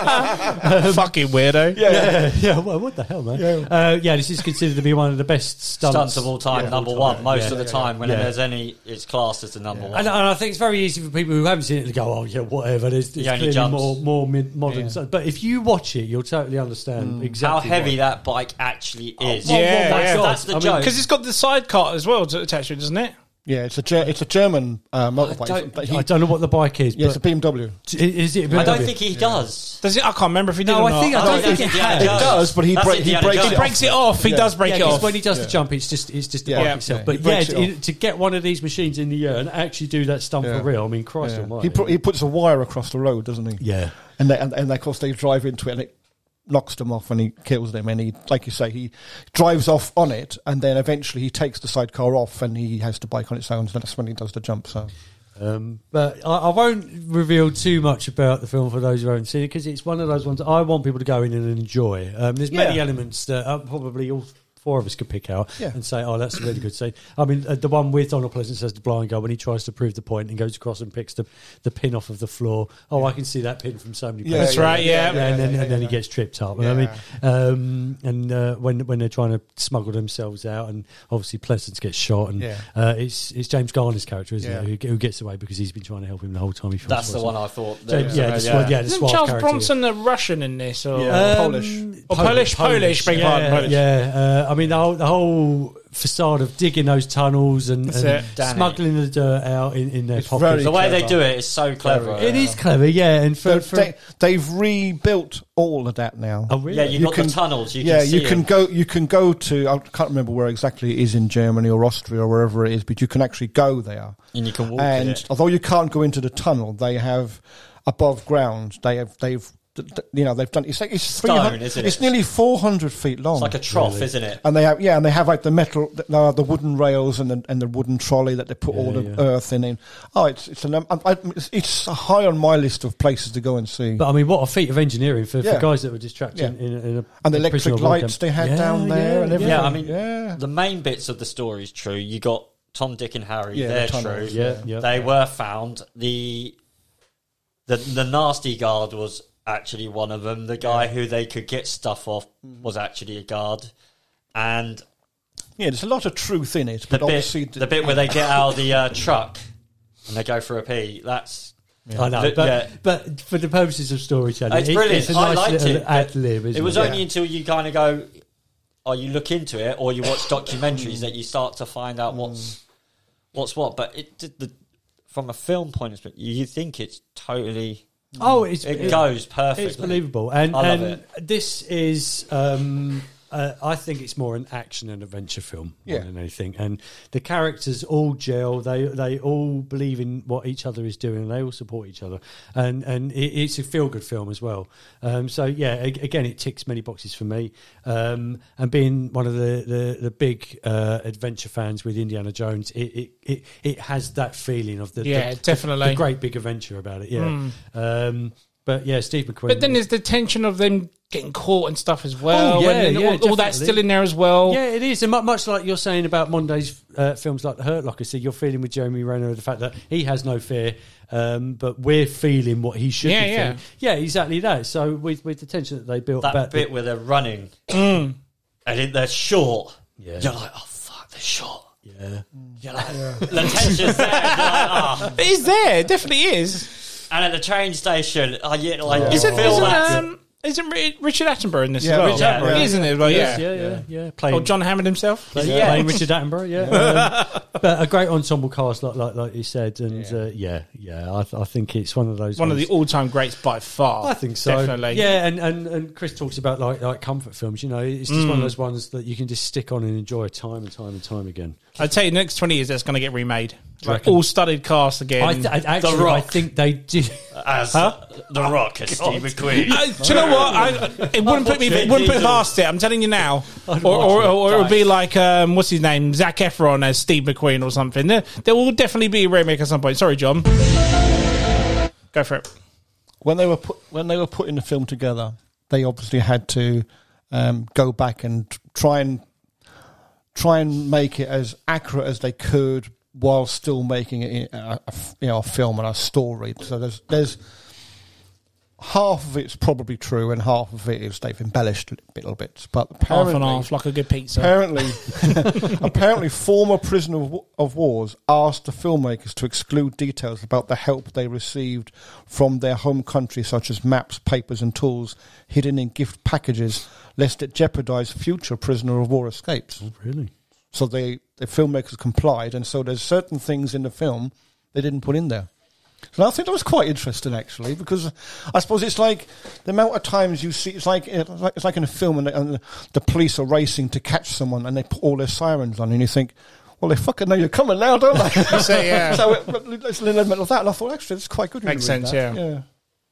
Fucking weirdo.
yeah.
Yeah, yeah. Well, what the hell, man? Yeah. Uh, yeah, this is considered to be one of the best stunts,
Stunts of all time,
Yeah.
number
All
one.
time.
Most
Yeah.
of the time, when
Yeah.
there's any, it's classed as the number one.
And, and I think it's very easy for people who haven't seen it to go, oh, yeah, whatever. There's, there's
Yeah, and he
clearly
jumps.
more, more mid- modern
Yeah.
stuff. But if you watch it, you'll totally understand
Mm. How
exactly.
heavy
why.
that bike actually is.
well, Yeah, well, my
that's,
God.
that's the
I mean,
joke.
Because it's got the sidecar as well to attach to it, doesn't it?
Yeah, it's a ger- it's a German uh, motorbike,
don't-
but he,
I don't know what the bike is.
yeah, it's a
but
BMW.
is it?
I don't think he does.
Does it? I can't remember if he did.
No,
or
I
not.
think- I
I
don't
don't think
think
Indiana
it
Jones.
does, but he
That's
break- he
Indiana
breaks it
he
Jones.
off.
breaks it off. He
Yeah.
does break
Yeah,
it off.
because when he does
Yeah.
the jump, it's just it's just the
Yeah.
bike
Yeah.
itself.
Yeah.
But
He
yeah,
breaks it
to,
off.
to get one of these machines in the air and actually do that stunt
Yeah.
for real, I mean, Christ Almighty!
He, pu- he puts a wire across the road, doesn't he?
yeah,
and they, and, and of course they drive into it and it knocks them off and he kills them and he like you say he drives off on it and then eventually he takes the sidecar off and he has to bike on its own and that's when he does the jump so
Um, but I, I won't reveal too much about the film for those who haven't seen it because it's one of those ones I want people to go in and enjoy. Um, there's many
Yeah.
elements that uh, probably all four of us could pick out
Yeah.
and say, "Oh, that's a really good scene." I mean, uh, the one with Donald Pleasant says the blind guy when he tries to prove the point and goes across and picks the, the pin off of the floor. Oh, I can see that pin from so many.
Yeah,
places.
That's right, yeah.
Yeah, and then,
yeah,
and then
yeah.
he gets tripped up. And I mean, um, and uh, when when they're trying to smuggle themselves out, and obviously Pleasance gets shot, and
Yeah.
uh, it's it's James Garner's character, isn't
Yeah.
it, who, who gets away because he's been trying to help him the whole time. He
That's the one I thought.
Yeah,
that-
yeah, the Swan- yeah, the
Isn't
Swan
Charles
character. Um,
Bronson a Russian in this? Or
Yeah. Uh, Polish.
Or Polish, Polish, beg
yeah,
pardon, Polish.
Yeah, uh, I mean the whole, the whole facade of digging those tunnels and,
That's
and
it,
Danny.
smuggling the dirt out in, in their
It's
pockets.
very
The way they
clever.
do it is so clever.
it is clever, yeah. And for,
but
for
they, they've rebuilt all of that now
oh, really?
Yeah, you've
You
got
can-
the tunnels. You
yeah
can see
you can
it.
go you can go to i can't remember where exactly it is in germany or austria or wherever it is but you can actually go there
and you can walk. in
and
it.
although you can't go into the tunnel, they have above ground. They have they've th- th- you know they've done it's like it's
Stone,
300
isn't it?
It's nearly four hundred feet long.
it's like a trough, isn't it?
and they have yeah, and they have like the metal, th- no, the wooden rails and the and the wooden trolley that they put all the
yeah.
earth in. And, oh, it's it's an um, I, it's- it's high on my list of places to go and see.
But I mean, what a feat of engineering for,
Yeah.
for guys that were distracted
Yeah.
in, in, a, in a
and the
a
electric
prisoner of war camp.
lights they had
Yeah,
down there
yeah,
and
yeah.
everything.
Yeah, I mean,
yeah,
the main bits of the story is true. You got Tom, Dick, and Harry.
Yeah, the
they're true.
tunnels,
Yeah, yeah.
They were found. The the the nasty guard was actually one of them. The guy who they could get stuff off
Mm.
was actually a guard, and
yeah. There's a lot of truth in it,
the
but
bit
obviously
the bit where they get out of the uh, truck and they go for a pee. That's
I know,
Th-
but,
yeah.
but for the purposes of storytelling,
It's brilliant.
It's a
I
nice
liked
little
it.
ad lib. Isn't
it was
it?
only until you kind of go, or you look into it, or you watch documentaries that you start to find
Mm.
out what's what's what. But it did the from a film point of view, you think it's totally
Oh, it's
it goes perfectly.
It's believable, and
I love
and this is. Um, uh, I think it's more an action and adventure film more
Yeah.
than anything, and the characters all gel. They they all believe in what each other is doing, and they all support each other, and and it, it's a feel good film as well. Um, so yeah, a- again, it ticks many boxes for me. Um, and being one of the the, the big uh, adventure fans with Indiana Jones, it it, it it has that feeling of the
Yeah,
the- the-
definitely.
the great big adventure about it. Yeah. Um, but yeah, Steve McQueen.
Hmm. But then there's the tension of them getting caught and stuff as well.
Oh, yeah,
and then
yeah,
all, all that's
definitely.
still in there as well.
yeah, it is, and mu- much like you're saying about Monday's uh, films like The Hurt Locker, so you're feeling with Jeremy Renner the fact that he has no fear, um, but we're feeling what he should
Yeah,
be
yeah.
feeling. Yeah, exactly that. So with with the tension that they built
that
about the-
bit where they're running and it, they're short.
Mm. Yeah.
You're like, oh fuck, they're short.
yeah.
You're like, the tension's there. You're like, "Ah."
It is there. It definitely is.
And at the train station, I you like you
Isn't,
feel
isn't,
that.
um, isn't Ri- Richard Attenborough in this
Yeah,
as well?
Richard
Attenborough.
Isn't it? Well,
Yes,
yeah.
yeah, yeah, yeah. Playing,
Or Oh, John Hammond himself.
playing,
Yeah.
playing Richard Attenborough, yeah. Um, but a great ensemble cast, like like, like you said, and yeah, uh, yeah, yeah I, th- I think it's one of those
One of
ones-
the all-time greats by far.
I think so.
Definitely.
Yeah, and, and, and Chris talks about like like comfort films. You know, it's just
Mm.
one of those ones that you can just stick on and enjoy time and time and time again.
I tell you, the next twenty years that's going to get remade.
you
Like
reckon?
all studded cast again.
I th- I, actually, I
Rock.
think they did.
As The Rock as Steve McQueen.
Uh, do you know what? I, it wouldn't put me it wouldn't put past it. I'm telling you now, or
I'd
or,
watch it.
or it'll be like um, what's his name, Zach Efron as Steve McQueen or something. There, there will definitely be a remake at some point. Sorry, John. Go for it.
when they were put, when they were putting the film together, they obviously had to um, go back and t- try and try and make it as accurate as they could while still making it a, a f- you know a film and a story. So there's there's half of it's probably true and half of it is they've embellished little bits. But
Half
apparently,
and half, like a good pizza.
Apparently, apparently, former prisoner of, wa- of wars asked the filmmakers to exclude details about the help they received from their home country, such as maps, papers, and tools hidden in gift packages, lest it jeopardize future prisoner of war escapes.
really?
So they the filmmakers complied, and so there's certain things in the film they didn't put in there. So I think that was quite interesting, actually, because I suppose it's like the amount of times you see it's like it's like, it's like in a film, and, and the police are racing to catch someone, and they put all their sirens on, and you think, "Well, they fucking know you're coming now, don't they?"
So, yeah.
so it, it's an element of that, and I thought actually it's quite good. when you
Makes
read
sense,
that.
yeah.
yeah.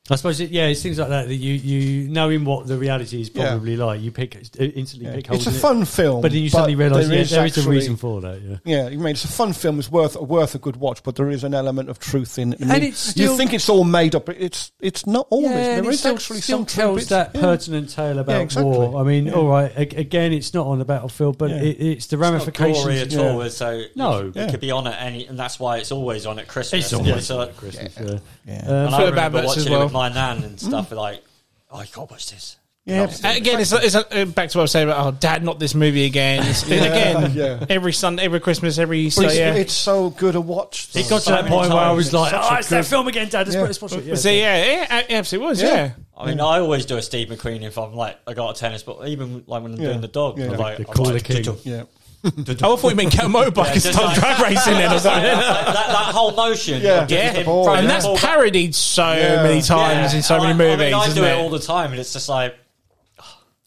I suppose, it, yeah, it's things like that that you, you knowing what the reality is
Yeah.
probably like, you pick uh, instantly pick hold
It's a
in it.
fun film,
but then you suddenly realise
there
yeah,
is
there is a
actually-
reason for that. Yeah,
Yeah, I mean, it's a fun film. It's worth worth a good watch, but there is an element of truth in. I mean,
And it's still-
you think it's all made up, but it's it's not always. there is actually some true
tells
bits.
that
Yeah.
pertinent tale about
exactly.
war. I mean, all right, a- again, it's not on the battlefield, but
Yeah.
it, it's the
It's not
ramifications.
Oh, glory at
yeah.
all, so
No.
it,
Yeah.
could be on at any, and that's why it's always on at Christmas.
It's always
So,
on at Christmas. Yeah.
Yeah.
Um,
and I
Fleabag
remember
Bats as
watching it with
well.
my nan and stuff,
Mm.
like, oh, you can't watch this.
Yeah.
And Again, it's, it's uh, back to what I was saying about oh, Dad, not this movie again. It's been again
yeah.
every Sunday, every Christmas, every
But
so
it's,
yeah.
it's so good a watch.
it got to
so
that
many
point where I
times.
was
It's
like,
such
"Oh,
a
it's that
good-
film again, Dad. Let's
Yeah.
put let's watch it." Yeah,
so yeah, yeah, it absolutely was. Yeah,
Yeah.
I mean, I always do a Steve McQueen if I'm like I got a tennis, but even like when I'm
Yeah.
doing the dog,
Yeah.
I'm like,
The
I'm
Cooler
like,
King.
"Doo-doo,
yeah.
Oh, I thought you meant get a motorbike and
just
start
like-
drag racing then or
like,
something.
that, that, that whole motion,
Yeah.
of
Yeah.
him
The ball,
throwing
and
the
that's
ball back.
parodied so
Yeah.
many times in so
I-
many
I,
movies.
mean, I
isn't
do it
it?
all the time, and it's just like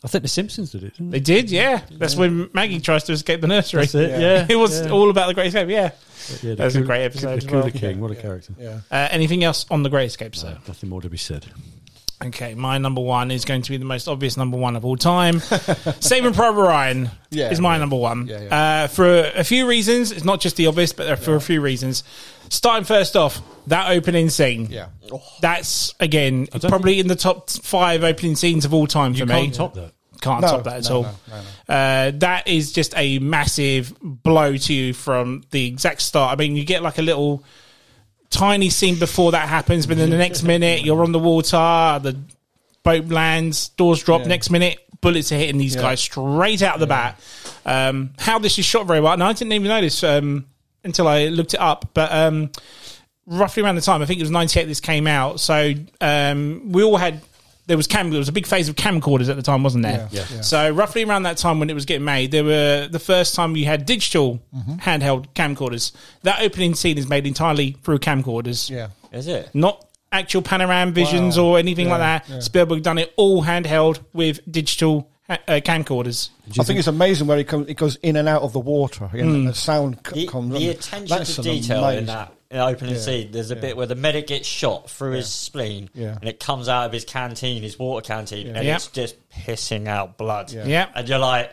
I think The Simpsons did it. Didn't
They did, yeah. That's when Maggie tries to escape the nursery.
That's it, yeah.
it was
Yeah.
all about the Great Escape. Yeah.
Yeah, the
That was a
Cooler-
great episode
The
as
Cooler
well.
King, what a character.
Yeah.
Uh, anything else on the Great Escape, sir?
Nothing more to be said.
Okay, my number one is going to be the most obvious number one of all time. Saving Private Ryan
Yeah,
is my
yeah.
number one.
Yeah, yeah.
Uh, for a few reasons, it's not just the obvious, but for a few reasons. Starting first off, that opening scene.
Yeah.
That's, again, probably in the top five opening scenes of all time for
You
me.
can't top that.
Can't
No,
top that at
no,
all.
no, no,
Uh, that is just a massive blow to you from the exact start. I mean, you get like a little tiny scene before that happens, but then the next minute you're on the water, the boat lands, doors drop.
Yeah.
Next minute, bullets are hitting these
Yeah.
guys straight out of the bat. Um, how this is shot very well, and I didn't even notice um, until I looked it up, but. Um, roughly around the time, I think it was 98 this came out. So um, we all had, there was cam, there was a big phase of camcorders at the time, wasn't there?
Yeah. Yeah. Yeah.
So roughly around that time when it was getting made, there were the first time you had digital
Mm-hmm.
handheld camcorders. That opening scene is made entirely through camcorders.
Yeah.
Is it?
Not actual panorama visions
Wow.
or anything like
Yeah,
that.
yeah.
Spielberg done it all handheld with digital ha- uh, camcorders.
I think it's amazing where it comes. It goes in and out of the water, you know,
Hmm.
and the sound c-
The,
comes.
the
on.
attention
That's
to
an
detail
amazing-
in that in the opening
Yeah.
scene. There's a
Yeah.
bit where the medic gets shot through his spleen,
Yeah.
and it comes out of his canteen, his water canteen, and
Yeah.
it's just pissing out blood.
Yeah.
Yeah.
and you're like,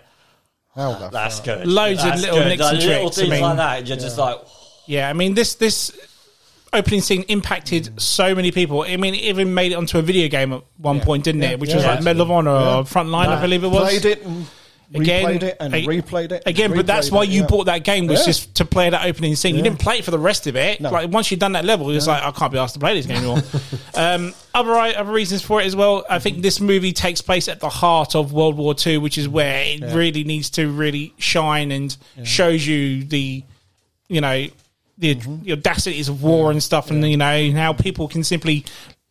How the
that's
fuck?
good.
Loads of
That's
little
good.
nicks
Like,
and
little
tricks, I
things
mean.
like that. And you're just like,
Yeah, I mean this this opening scene impacted so many people. I mean, it even made it onto a video game at one
Yeah.
point, didn't
Yeah.
it? Which
Yeah.
was like Medal of Honor
Yeah.
or Frontline, I believe it was.
Played it and
Again,
replayed it and
I-
replayed it and
Again, but that's
replayed
why
it,
you
yeah.
bought that game was
Yeah.
just to play that opening scene. You
Yeah.
didn't play it for the rest of it.
No.
Like once you'd done that level, it's like I can't be asked to play this game anymore. um, other other reasons for it as well. I think this movie takes place at the heart of World War II, which is where it really needs to really shine and shows you the you know the, the audacities of war and stuff, and you know how people can simply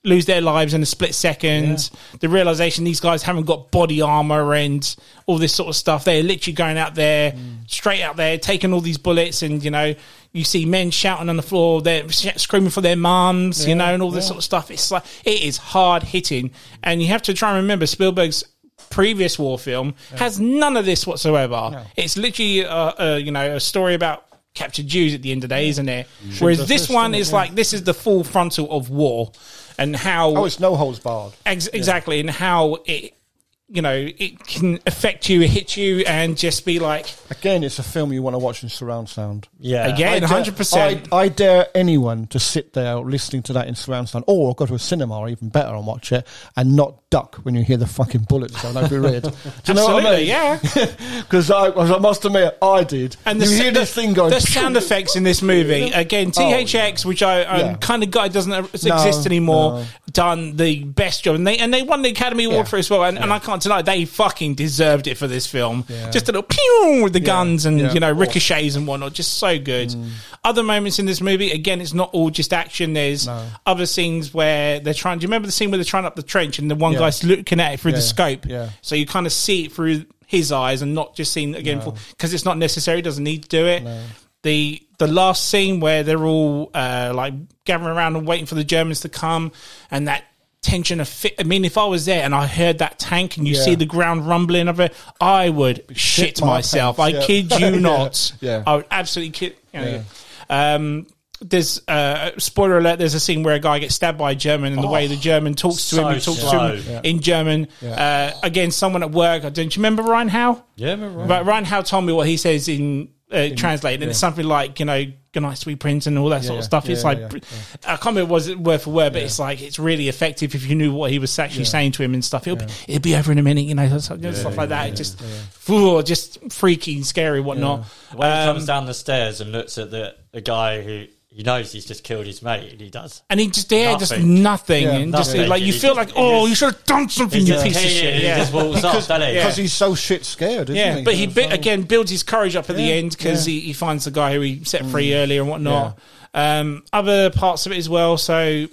lose their lives in a split second. The realization these guys haven't got body armor and all this sort of stuff. They're literally going out there, straight out there, taking all these bullets, and you know you see men shouting on the floor, they're sh- screaming for their mums, you know, and all this sort of stuff. It's like it is hard hitting, and you have to try and remember Spielberg's previous war film has none of this whatsoever. It's literally a, a you know a story about captured Jews at the end of the day, isn't it?
Mm-hmm.
Whereas this one is like this is the full frontal of war and how
Oh, it's no holds barred.
ex- exactly and how it you know it can affect you, hit you, and just be like
Again, it's a film you want to watch in surround sound.
yeah,
again,
I dare-
hundred percent.
I, I dare anyone to sit there listening to that in surround sound, or go to a cinema, or even better, and watch it, and not duck when you hear the fucking bullets going over your head. Do you know
Absolutely,
what I mean?
yeah.
Because I, 'cause I must admit, I did. And you
sa-
hear this thing going. Oh.
The sound effects in this movie again, THX, which I I'm
Yeah.
kind of got doesn't exist anymore,
no.
done the best job, and they and they won the Academy Award
Yeah.
for it as well. And, and I can't deny they fucking deserved it for this film.
Yeah.
Just a little pew with the guns and
Yeah. Mm.
you know ricochets and whatnot, just so good. Other moments in this movie, again, it's not all just action. There's other scenes where they're trying. Do you remember the scene where they're trying up the trench and the one
Yeah.
guy's looking at it through the
Yeah.
scope?
Yeah.
So you kind of see it through his eyes and not just seen again because it's not necessary. Doesn't need to do it. The the last scene where they're all uh, like gathering around and waiting for the Germans to come, and that tension of fit. I mean, if I was there and I heard that tank and you
Yeah.
see the ground rumbling of it, I would shit,
my
myself.
pants,
I
yeah.
kid you
Yeah,
not.
yeah.
I would absolutely kid. You know, Um, there's uh, spoiler alert. There's a scene where a guy gets stabbed by a German, and the way the German talks to him,
so
he talks
slow.
to him in German. Uh, again, someone at work. I don't you remember Ryan Howe?
Yeah, right.
But Ryan Howe told me what he says in, uh, translated, and it's something like, you know, good night, sweet prince, and all that sort of
yeah.
stuff. it's
Yeah,
like,
yeah,
I can't remember was it word for word, but it's like, it's really effective if you knew what he was actually saying to him and stuff. It'll, be, it'll be over in a minute, you know, so- you know, stuff like that. It just, phew, just freaky and scary, and whatnot.
When he
Um,
comes down the stairs and looks at the, the guy who he knows he's just killed his mate, and he does.
and he just, yeah, just
Nothing.
nothing.
Yeah,
and just
nothing.
like, you
He
feel
just-
like,
he
oh,
just-
you should have done something, you
just
piece of
king and
shit.
He
Yeah.
just walks off, doesn't he?
because he's so shit scared, isn't
Yeah,
he?
but he
So-
bit, again builds his courage up at the
Yeah,
end because
yeah. Mm.
he, he finds the guy who he set free earlier and whatnot. Um, other parts of it as well. So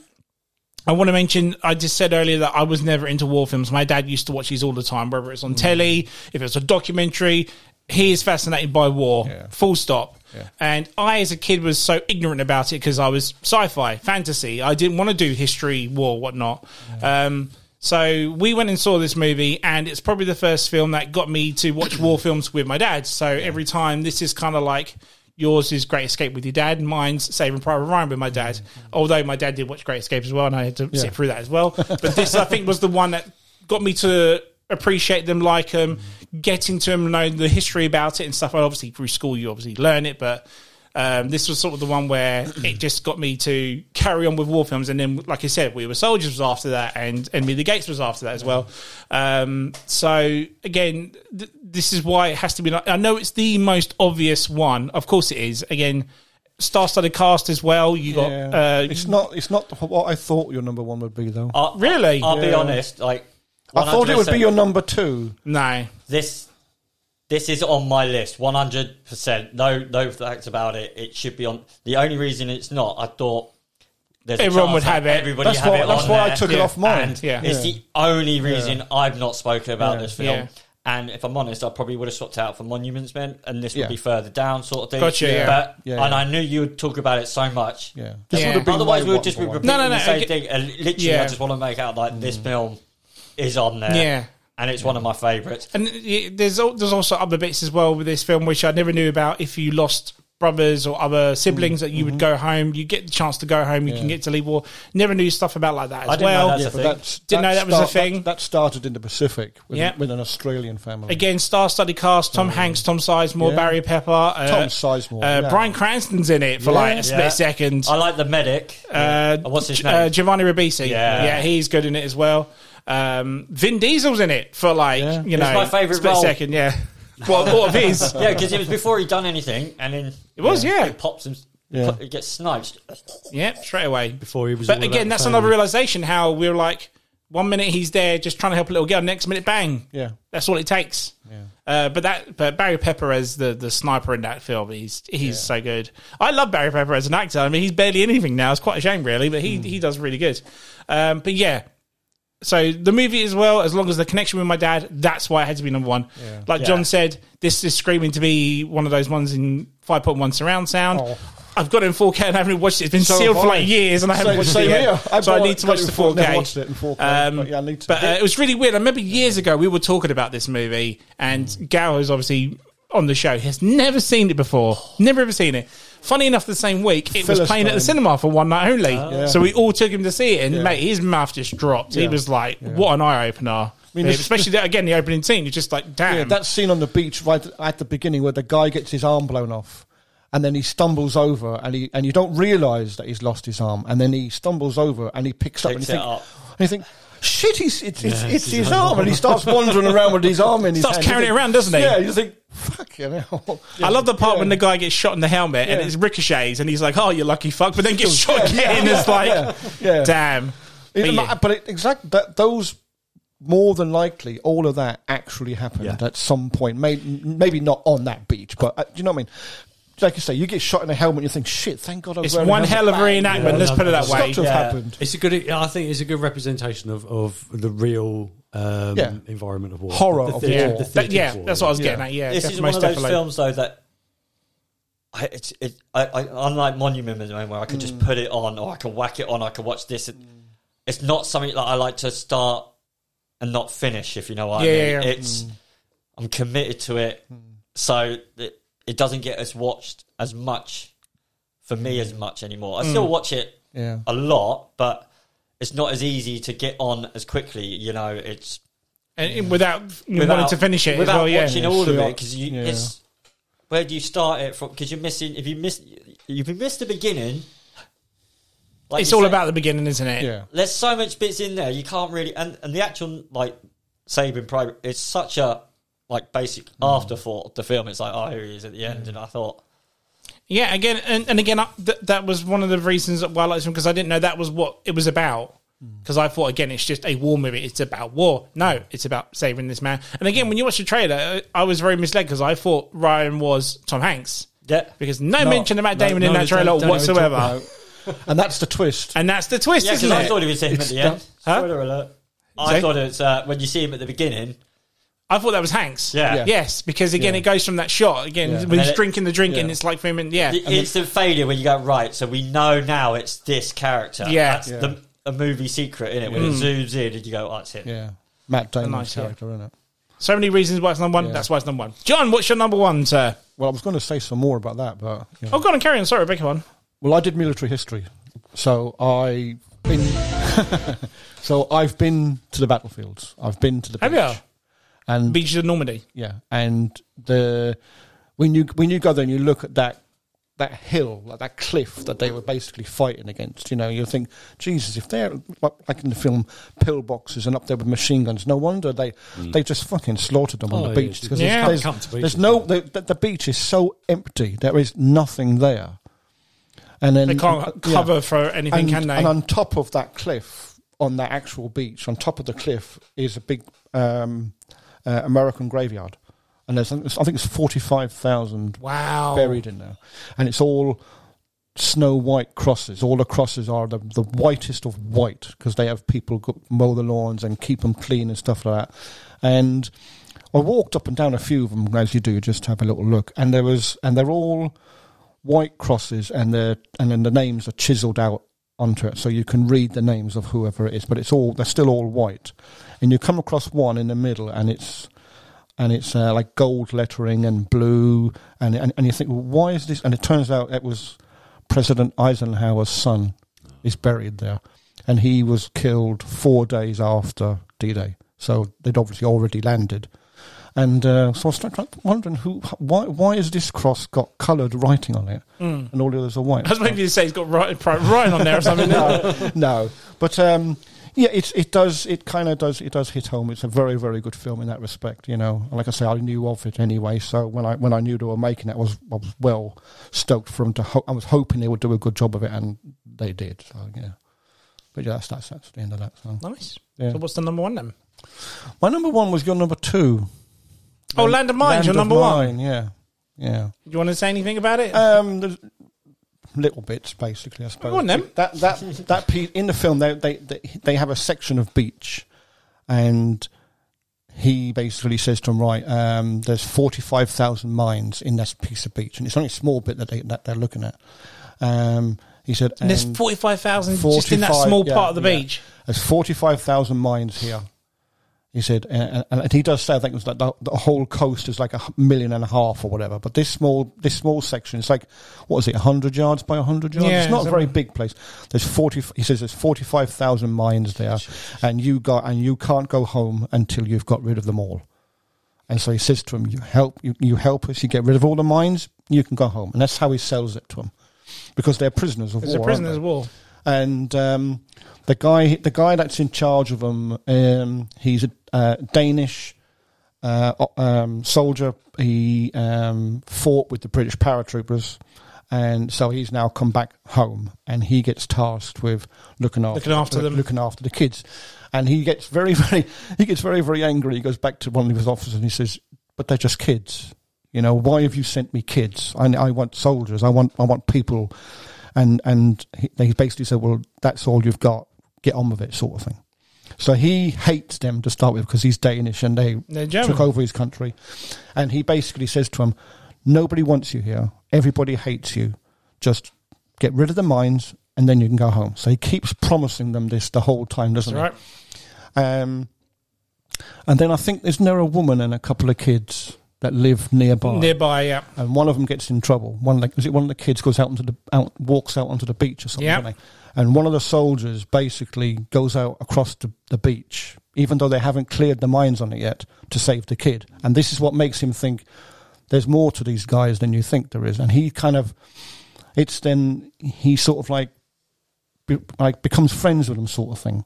I want to mention I just said earlier that I was never into war films. My dad used to watch these all the time, whether
Mm.
it's on telly, if it's a documentary. He is fascinated by war.
Yeah.
Full stop. And I, as a kid, was so ignorant about it because I was sci-fi, fantasy. I didn't want to do history, war, whatnot. Um, so we went and saw this movie, and it's probably the first film that got me to watch war films with my dad. So every time, this is kind of like yours is Great Escape with your dad, and mine's Saving Private Ryan with my dad. Although my dad did watch Great Escape as well, and I had to sit through that as well. But this, I think, was the one that got me to appreciate them, like um, getting to them, knowing the history about it and stuff. Well, obviously through school, you obviously learn it, but um, this was sort of the one where it just got me to carry on with war films. And then, like I said, We Were Soldiers was after that, and Enemy of the Gates was after that as well. Um, so, again, th- this is why it has to be. Like, I know it's the most obvious one. Of course, it is. Again, Star Studded Cast as well. You got.
Yeah.
Uh,
it's not. It's not what I thought your number one would be, though.
I'll,
Really?
I'll be
Yeah.
honest. Like,
I thought it would be
100%.
your number two.
no.
this this is on my list 100% no no facts about it it should be on the only reason it's not i thought there's a
Everyone
chance
would
that
have it.
everybody
That's
have
why.
it
That's
on
why I
there.
took it
Yeah.
off mine.
And- yeah.
it's the only reason i've not spoken about this film
Yeah.
and if i'm honest i probably would have swapped out for monuments men and this
Yeah.
would be further down sort of thing
Gotcha, yeah.
but
Yeah,
and
yeah.
i knew you would talk about it so much
Yeah. This
Yeah.
would have been
otherwise
my
we would
one
just be
for one.
repeating
No, no, no,
the same
okay.
thing and literally
Yeah.
i just want to make out like
Mm.
this film is on there
Yeah.
and it's one of my favorites
And y- there's al- there's also other bits as well with this film which I never knew about. If you lost brothers or other siblings, that you would
Mm-hmm.
go home. You get the chance to go home. You can get to leave war. Never knew stuff about like that as
I didn't know
well.
that's
Yeah,
a
but
thing.
that's,
Didn't know that was a thing.
That, that started in the Pacific with,
Yeah.
with an Australian family.
Again, star studded cast:
Mm.
Tom Hanks, Tom Sizemore,
Yeah.
Barry Pepper, uh,
Tom Sizemore,
uh,
yeah.
Brian Cranston's in it for like a
Yeah.
split
Yeah.
second.
I like the medic.
Uh,
What's his
G-
name?
Uh, Giovanni Ribisi.
Yeah.
yeah, he's good in it as well. Um, Vin Diesel's in it for like
Yeah.
you
It's
know
my favourite
split
role.
second. Yeah, well, what of his?
yeah, because it was before he'd done anything, and then
It was, yeah.
he pops and
Yeah.
he gets sniped.
Yeah, straight away.
Before he was all
But
about
again,
the
that's
family.
another realization how we are like, one minute he's there just trying to help a little girl, next minute, bang.
Yeah.
That's all it takes. Uh, but that, but Barry Pepper as the, the sniper in that film, he's he's so good. I love Barry Pepper as an actor. I mean, he's barely in anything now. It's quite a shame, really, but he
Hmm.
he does really good. Um, but yeah, so the movie as well, as long as the connection with my dad, that's why it had to be number one. Like
Yeah.
John said, this is screaming to be one of those ones in 5.1 surround sound. I've got it in 4K and I haven't watched it. It's been
Oh. So
sealed
have
for
I.
like years and I haven't
So-
watched
so
it yet.
yeah, I
so I
bought-
need to
got
watch
it
the
in four-
4K.
never watched it in 4K, but yeah, I need to.
but, uh, it was really weird. I remember years ago we were talking about this movie and Gao is obviously on the show. He has never seen it before. Never ever seen it. Funny enough, the same week it was playing at the
Philistine. Ah.
cinema for one night only.
Yeah.
So we all took him to see it, and
Yeah.
mate, his mouth just dropped. He
Yeah.
was like, "What an eye opener!"
mean, this-
especially that, again the opening scene. You're just like, "Damn,
Yeah, that scene on the beach right at the beginning where the guy gets his arm blown off and then he stumbles over and he and you don't realise that he's lost his arm and then he stumbles over and he picks up
Picks
and
it
you think
up.
and you think shit he's, it's, it's, it's his, arm and he starts wandering around with his arm in his
Starts
hand. You
carrying it
think-
around, doesn't he?
Yeah, you think fucking hell.
I love the part when the
Yeah.
guy gets shot in the helmet and
Yeah.
it ricochets, and he's like, "Oh, you lucky fuck!" But then gets shot again. It's like,
yeah, yeah.
"Damn."
It-
But
but
yeah.
it, exactly that those more than likely all of that actually happened at some point. Maybe, maybe not on that beach, but uh, do you know what I mean? like you say, you get shot in a helmet, you think, shit, thank God I was
It's
wearing a
one hell of a reenactment.
Yeah,
Let's
no,
put it that
it's
way.
got to have happened.
It's a good. I think it's a good representation of, of the real um,
Yeah.
environment of war,
Horror
the
of
theatre-
war.
the
That-
theatre
yeah,
of war,
that's what I was getting
Yeah.
at. Yeah,
this
def-
is one
most
of those
definitely.
films though that I, it's it, I, I unlike Monument Man where I can just put it on or I can whack it on. I can watch this. It's not something that I like to start and not finish. If you know what
Yeah,
I mean,
yeah, yeah.
it's I'm committed to it, so it, it doesn't get as watched as much for me as much anymore. I
Mm.
still watch it
Yeah.
a lot, but it's not as easy to get on as quickly. You know, it's
And- and without, wanting to finish it as
without
well. Yeah,
watching all of
Sure.
it because you
Yeah.
it's where do you start it from? Because you're missing if you miss if you miss the beginning, like
it's
you
all
said,
about the beginning, isn't it?
Yeah.
There's so much bits in there you can't really and and the actual like Saving Private it's such a like basic
Hmm.
afterthought of the film. It's like oh here he is at the end, and I thought
Yeah, again, and, and again, I, th- that was one of the reasons that why I liked him because I didn't know that was what it was about.
Mm.
Because I thought, again, it's just a war movie. It's about war. No, it's about saving this man. And again, when you watch the trailer, I, I was very misled because I thought Ryan was Tom Hanks
yeah,
because no,
No,
mention of Matt
no,
Damon in
no,
that
don't-
trailer
don't even talk
whatsoever.
about- And that's the twist.
And that's the twist,
yeah,
isn't
because I
it?
thought it was him at the end.
Huh?
Spoiler alert. I
Say?
thought it's uh, when you see him at the beginning.
I thought that was Hanks.
Yeah.
Yeah.
Yes, because again, it goes from that shot again when
And
he's
then it-
drinking the drink, and
yeah.
it's like for him, and yeah,
the instant failure when you go right. So we know now it's this character.
Yeah. Mm.
that's The, a movie secret in it when it zooms in and you go, "Oh, it's him."
Yeah. Matt Damon's
nice, yeah.
character, isn't it?
so many reasons why it's number one.
Yeah.
That's why it's number one. John, what's your number one, sir?
Well, I was going to say some more about that, but. you
Oh,
know.
go on, carry on. Sorry, Rebecca, one.
Well, I did military history, so I been so I've been to the battlefields. I've been to the
Have
beach,
you?
and
Beaches of Normandy.
yeah, and the when you when you go there and you look at that that hill, like that cliff that they were basically fighting against, you know, you think, Jesus, if they're like like in the film pillboxes and up there with machine guns, no wonder they they just fucking slaughtered them on
Mm. Oh,
the
yeah,
beach
it's-
because
Yeah.
there's,
Come to
there's,
beaches,
there's no the, the- the beach is so empty, there is nothing there. And then
They can't
yeah.
cover for anything,
and,
can they?
and on top of that cliff, on that actual beach, on top of the cliff is a big um, uh, American graveyard, and there's I think it's forty five thousand
wow.
buried in there, and it's all snow white crosses. All the crosses are the, the whitest of white because they have people go, mow the lawns and keep them clean and stuff like that. And I walked up and down a few of them as you do, just to have a little look, and there was and they're all white crosses, and they're and then the names are chiselled out onto it so you can read the names of whoever it is but it's all they're still all white and you come across one in the middle and it's and it's uh, like gold lettering and blue, and, and and you think, well, why is this? And it turns out it was President Eisenhower's son is buried there, and he was killed four days after D-Day, so they'd obviously already landed. And uh, so I was trying- trying- wondering who, why, why is this cross got coloured writing on it, and all the others are white?
I was waiting for you to say he's got Ryan, Ryan on there or something.
no, no. But um, yeah, it it does it kind of does it does hit home. It's a very very good film in that respect. You know, like I say, I knew of it anyway. So when I when I knew they were making it, I was I was well stoked for them to. Ho- I was hoping they would do a good job of it, and they did. So yeah. But yeah, that's, that's that's the end of that song.
Nice.
Yeah.
So what's the number one then?
My number one was your number two.
Oh, Land of Mines,
Um, Land
your
of
number one.
Mine, Yeah, yeah.
You want to say anything about it?
Um, there's little bits, basically. I suppose.
Go on then.
That that that piece in the film, they they they- they have a section of beach, and he basically says to him, "Right, um, there's forty five thousand mines in this piece of beach, and it's only a small bit that they that they're looking at." Um, he said,
and there's
"And
45,000 just in that
45,
small
yeah,
part of the
yeah.
beach.
there's forty five thousand mines here." He said, and, and, and he does say, I think it was like the, the whole coast is like a h- million and a half or whatever. But this small, this small section is like, what is it, hundred yards by hundred yards?
Yeah,
it's not a
so-
very big place. There's forty. He says there's forty five thousand mines there, and you got and you can't go home until you've got rid of them all. And so he says to him, "You help, you, you help us. You get rid of all the mines, you can go home." And that's how he sells it to him, because they're prisoners of
There's
war.
a
aren't
prisoner's
they?
wall.
and um, the guy the guy that's in charge of them um, he's a uh, Danish uh, o- um, soldier he um, fought with the British paratroopers and so he's now come back home and he gets tasked with looking after
Looking after them.
looking after the kids and he gets very very he gets very very angry he goes back to one of his officers and he says but they're just kids You know, why have you sent me kids? I, I want soldiers. I want I want people. And and he, they basically said, well, that's all you've got. Get on with it, sort of thing. So he hates them to start with because he's Danish and they
They're German.
took over his country. And he basically says to him, nobody wants you here. Everybody hates you. Just get rid of the mines and then you can go home. So he keeps promising them this the whole time, doesn't he?
right?
Um, and then I think there's there a woman and a couple of kids that live nearby,
Nearby, yeah.
and one of them gets in trouble. One of the, is it one of the kids goes out onto the out walks out onto the beach or something,
Yeah.
doesn't he? and one of the soldiers basically goes out across the, the beach, even though they haven't cleared the mines on it yet, to save the kid. And this is what makes him think there's more to these guys than you think there is, and he kind of it's then he sort of like be, like becomes friends with them, sort of thing.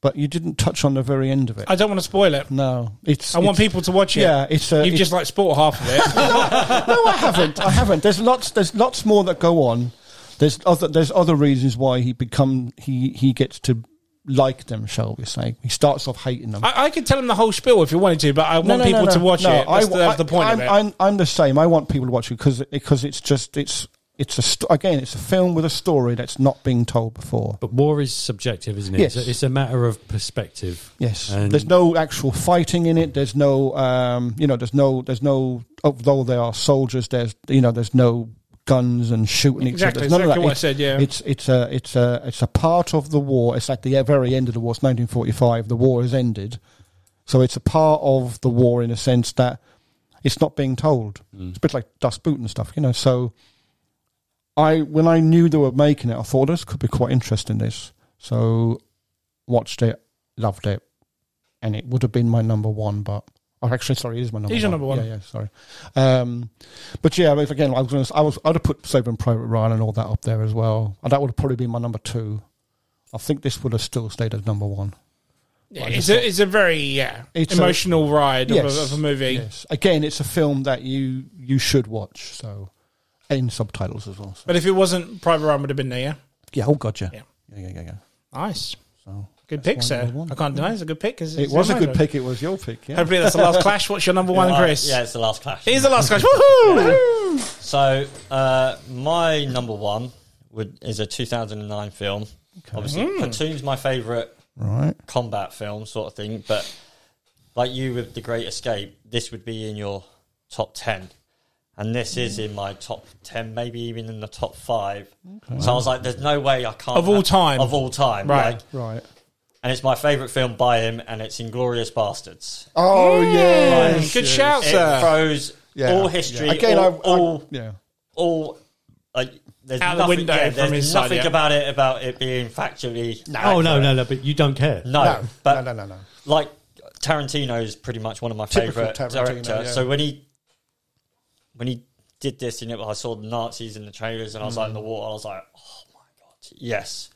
But you didn't touch on the very end of it.
I don't want to spoil it.
no, it's.
I want
it's-
people to watch it.
Yeah, it's. Uh,
You've
it's-
just like sport half of it.
No, I haven't. I haven't. There's lots. There's lots more that go on. There's other. There's other reasons why he become. He he gets to like them, shall we say? He starts off hating them.
I, I could tell him the whole spiel if you wanted to, but I want people to watch it. That's, the, that's the point
I'm,
of it.
I'm, I'm the same. I want people to watch it because because it's just it's it's a st- again it's a film with a story that's not being told before.
But war is subjective, isn't it?
Yes.
It's, a, it's a matter of perspective.
Yes,
And-
there's no actual fighting in it. There's no, um, you know, there's no, there's no. Although there are soldiers, there's, you know, there's no guns and shooting each
Exactly,
other. There's none of
exactly
that.
what I
It's-
said, yeah.
it's it's a it's a it's a part of the war. It's like the very end of the war. It's 1945. The war has ended, so it's a part of the war in a sense that it's not being told. It's a bit like Dust Boot and stuff, you know. So I, when I knew they were making it, I thought "Oh, this could be quite interesting. This, so watched it, loved it, and it would have been my number one, but. Oh, actually, sorry, it is my number.
It is your
one.
number one.
Yeah, yeah, sorry. Um, but yeah, if- again, I was, gonna, I was, I'd have put Saving Private Ryan and all that up there as well. And that would have probably been my number two. I think this would have still stayed as number one.
it's, a, it's a very yeah,
It's a-
emotional ride of, a, of a movie.
Yes. Again, it's a film that you you should watch. So, in subtitles as well. So.
But if it wasn't, Private Ryan would have been there. yeah?
Yeah. Oh, gotcha.
Yeah.
Yeah. Yeah. Yeah. yeah.
Nice.
So
Good
that's
pick,
my
sir.
number one.
I can't deny it's a good pick. 'cause
It
it's
was a
your
good
number.
pick. It was your pick. Yeah.
Hopefully that's the last clash. What's your number one,
Uh,
Chris?
yeah, it's the last clash.
It is the last clash. Woohoo!
So uh, my number one would, is a 2009 film. Obviously,
Mm.
Platoon's my favourite
Right.
combat film sort of thing, but like you with The Great Escape, this would be in your top 10. And this is in my top 10, maybe even in the top five. So I was like, there's no way I can't.
Of all
have-
time.
Of all time.
Right.
like-
Right.
and it's my favourite film by him, and it's Inglorious Bastards.
Oh yeah.
Good shout,
It
sir.
throws
Yeah.
all history,
Yeah. Again,
all,
I- I-
all
yeah.
all like there's
Out the
nothing,
window
yeah,
from
there's
his side,
nothing
yeah.
about it about it being factually.
Oh no,
accurate.
no, no! But you don't care.
no,
No,
but
no, no, no, no.
Like Tarantino is pretty much one of my
Typical
favorite
Tarantino,
directors.
yeah.
So when he when he did this, and it, I saw the Nazis in the trailers, and I was like in
Mm.
the water. I was like, oh my god, yes.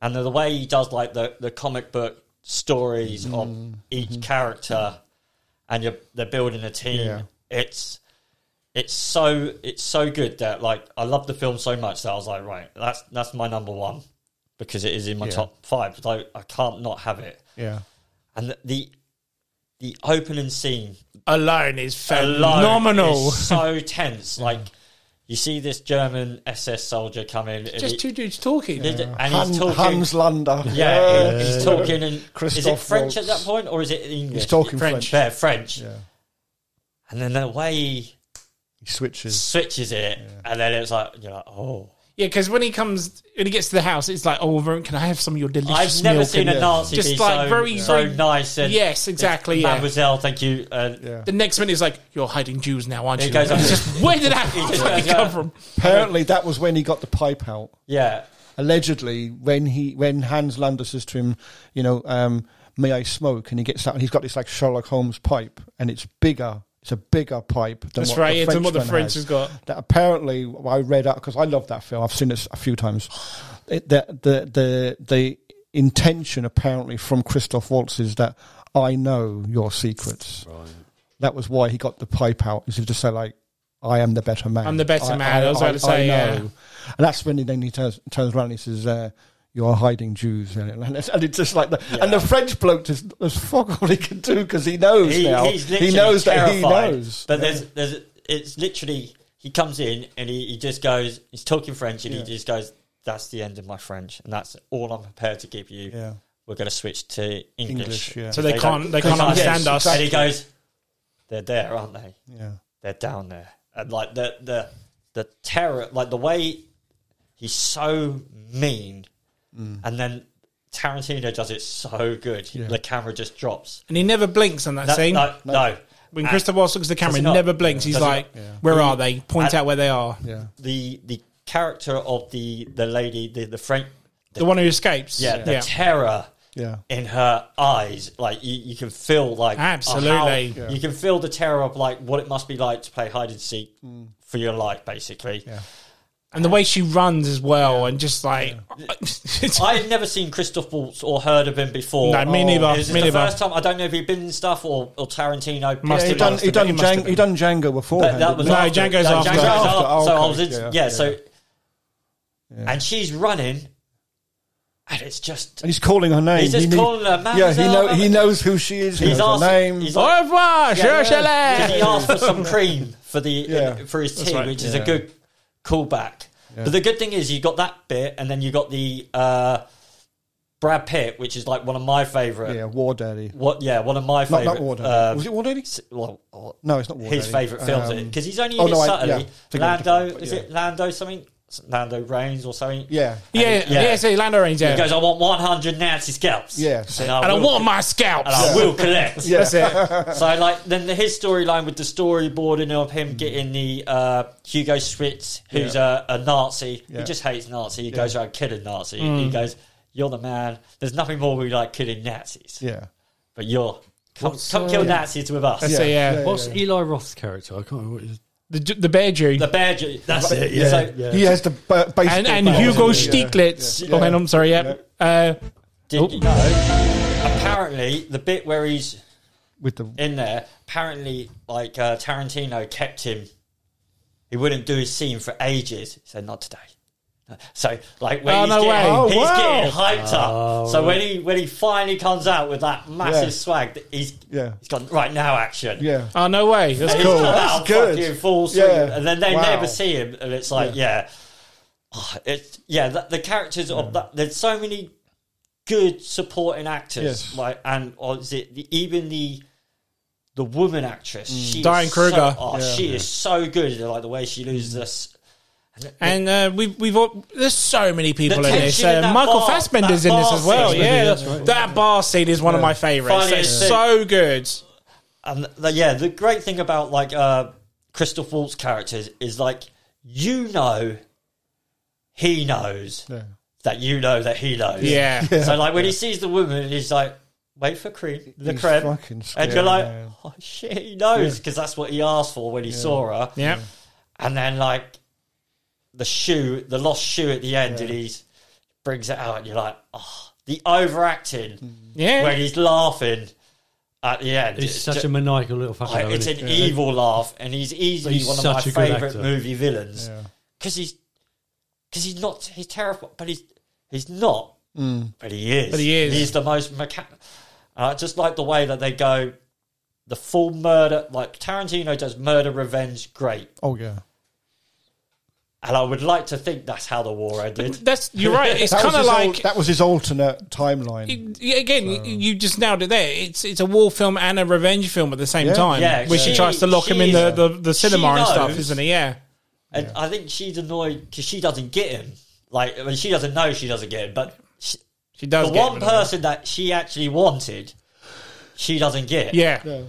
And the, the way he does like the, the comic book stories
Mm-hmm.
of each character, and you're, they're building a team.
Yeah.
It's it's so it's so good that like I love the film so much that I was like, right, that's that's my number one because it is in my
Yeah.
top five. Like I can't not have it.
Yeah.
And the the, the opening scene
Alone is
alone
phenomenal.
is so tense. Like you see this German SS soldier come in, and,
Just
he-
two dudes talking.
and
Han-
he's talking.
Hans Lander.
yeah, he- he's talking in. Is it
Christoph
French at
Waltz.
that point, or is it English?
He's talking French.
Yeah, French.
Yeah.
And then the way he
He switches.
switches it, and then it's like you're like, oh.
Yeah, because when he comes, when he gets to the house, it's like, oh, Varun, can I have some of your delicious
I've never
milk?
seen
And
a Nazi
Just
be
like
so,
very-
so
very-
nice and
Yes, exactly, yeah.
Mademoiselle, thank you. uh, And
Yeah.
The next minute is like, you're hiding Jews now, aren't
It
you?
goes on.
It's just, where did that
just
where
goes
did it come
on.
from?
Apparently, that was when he got the pipe out.
yeah,
allegedly when he when Hans Lander says to him, you know, um, may I smoke? And he gets out and he's got this like Sherlock Holmes pipe and it's bigger. It's a bigger pipe than
That's
what
right,
the
yeah, than what the
Frenchman
French
has.
has got.
That apparently I read out because I love that film. I've seen this a few times. It, the the the the intention apparently from Christoph Waltz is that I know your secrets. That was why he got the pipe out, is to say like, I am the better man.
I'm the better man. I was about to say, yeah.
And that's when he then he turns, turns around and he says, uh, you are hiding Jews, and, it, and, it's, and it's just like the and the French bloke just there's fuck all he can do because he knows
He,
now.
he's literally
he knows that he
terrified,
knows.
But there's there's it's literally he comes in and he, he just goes he's talking French and he just goes that's the end of my French and that's all I'm prepared to give you.
Yeah.
We're going to switch to English.
English, yeah.
So they
don't-
can't- they can't
Yes,
understand us.
And he goes, they're there, aren't they?
yeah,
They're down there. And like the the the terror, like the way he's so mean, and then Tarantino does it so good.
Mm. Yeah.
The camera just drops.
And he never blinks on that,
That-
scene.
no, no.
When
And-
Christopher Waltz looks at the camera,
Does
he
he not?
never blinks. He's
Does he
like,
not?
"Where are they? Point
I-
out where they are."
yeah.
the the character of the the lady, the the French,
The one who escapes.
yeah, the terror
Yeah.
in her eyes. Like you, you can feel like oh, how-
Absolutely. Yeah.
you can feel the terror of like what it must be like to play hide and seek for your life, basically.
and the way she runs as well, and just like, it's-
I had never seen Christoph Waltz or heard of him before.
No, me neither,
This is
me
the
neither.
first time. I don't know if he'd been in stuff or, or Tarantino.
Must
he
have
done
must
he done,
he must have
Django, he done Django before.
But that was
No,
after.
Django's
No,
after.
Django's
After,
So I was
okay,
in, yeah,
yeah,
So and she's running, and it's just
and he's calling her name.
He's just
knew-
calling her, "Ma'am,
Yeah,
is
he
that
know
ma'am?"
he knows who she is. He
He's
knows her
asked-
name. Oh,
he's
au revoir, je chalais.
Because he asked for some cream for the
Yeah.
for his tea,
right.
which is
Yeah.
a good callback. But the good thing is you got that bit, and then you got the uh, Brad Pitt, which is like one of my favorite.
yeah, War Daddy.
What? Yeah, one of my
Not
favorite.
not War Daddy.
uh,
was it War Daddy?
s- well, or-
No, it's not War
his
Daddy.
favorite films
Um,
because he's only in
oh,
it
no, I-
subtly.
yeah, forget what you're
Lando,
talking about,
is
yeah.
it Lando something? Lando Reigns or something?
Yeah,
yeah,
Yeah.
yeah, yeah. So Lando Reigns, yeah,
He goes, I want 100 Nancy scalps.
Yeah.
And
and I
will-
want my scalps.
And I will collect.
yeah.
That's it.
So like then the, his storyline with the storyboarding of him getting the uh, Hugo Schwitz, who's a, a Nazi,
Yeah.
he just hates Nazi. He goes around killing Nazi. He goes, "You're the man. There's nothing more we like killing Nazis,
Yeah,
but you're come,
What's,
come kill
uh,
Nazis with us."
That's it. Yeah.
yeah.
What's Eli Roth's character? I can't remember what his
The the bear Jew.
The bear. Jew- That's it.
yeah,
So
yeah.
he has the ba- baseball
and and
bat.
Hugo
Yeah.
Stieglitz.
Yeah.
Oh, hang on, sorry, yeah. Uh,
did you know? Apparently, the bit where he's
with the
in there, apparently, like uh, Tarantino kept him. He wouldn't do his scene for ages. He said, "Not today." So, like when
Oh,
he's,
no
getting,
way. Oh,
he's
wow.
getting hyped up. So when he when he finally comes out with that massive
Oh. Yeah.
swag, that he's
Yeah.
he's gone right now action.
yeah.
oh no way, that's
he's
cool.
come
That's
out
good.
fucking full swing,
Yeah.
and then they
Wow.
never see him, and it's like yeah, Ah, it's yeah. The, the characters of that. There's so many good supporting actors,
Yes.
like and or is it the, even the the woman actress, she is
Diane Kruger.
So, oh,
Mm. Yeah. Mm.
she is so good. Like the way she loses us.
And uh, we've we've all, there's so many people
The
in this.
tension in
Uh,
that
Michael
bar-
Fassbender's
that
in this
bar
as well.
scene.
yeah,
Yeah,
that bar scene is one of my favorites.
Funniest
It's
scene.
so good.
and the, yeah, the great thing about like uh Christoph Waltz characters is like you know he knows that you know that he knows.
Yeah. Yeah.
So like when he sees the woman, he's like, "Wait for cream, the
He's
cream,"
fucking
and
scared,
you're like,
man.
"Oh shit, he knows," because that's what he asked for when he saw her.
Yeah,
And then like the shoe, the lost shoe at the end, and he brings it out, and you're like, "Oh, the overacting
yeah.
when he's laughing." At the end,
He's
It's
such
ju-
a maniacal little fucker.
I,
though,
it's an
isn't he? Yeah.
evil laugh, and he's easily
He's
one of my
such a good
favorite
actor.
movie villains
Yeah.
because he's because he's not he's terrified, but he's he's not, but he is.
But he is.
He's the most mechanic. I just like the way that they go the full murder. Like Tarantino does murder revenge great,
Oh yeah.
and I would like to think that's how the war ended.
That's you're right. It's
That
kind
was
of
his
like
al- that was his alternate timeline.
Yeah, again, you just nailed it there. It's it's a war film and a revenge film at the same
Yeah.
time,
Yeah,
where she,
she-
tries to lock him in the,
she's-
the, the
she
cinema and
knows.
stuff, isn't it? Yeah,
And I think she's annoyed because she doesn't get him. Like I mean, she doesn't know she doesn't get him, but she,
she does.
the
get
one
him in there.
person that she actually wanted, she doesn't get.
yeah,
And
because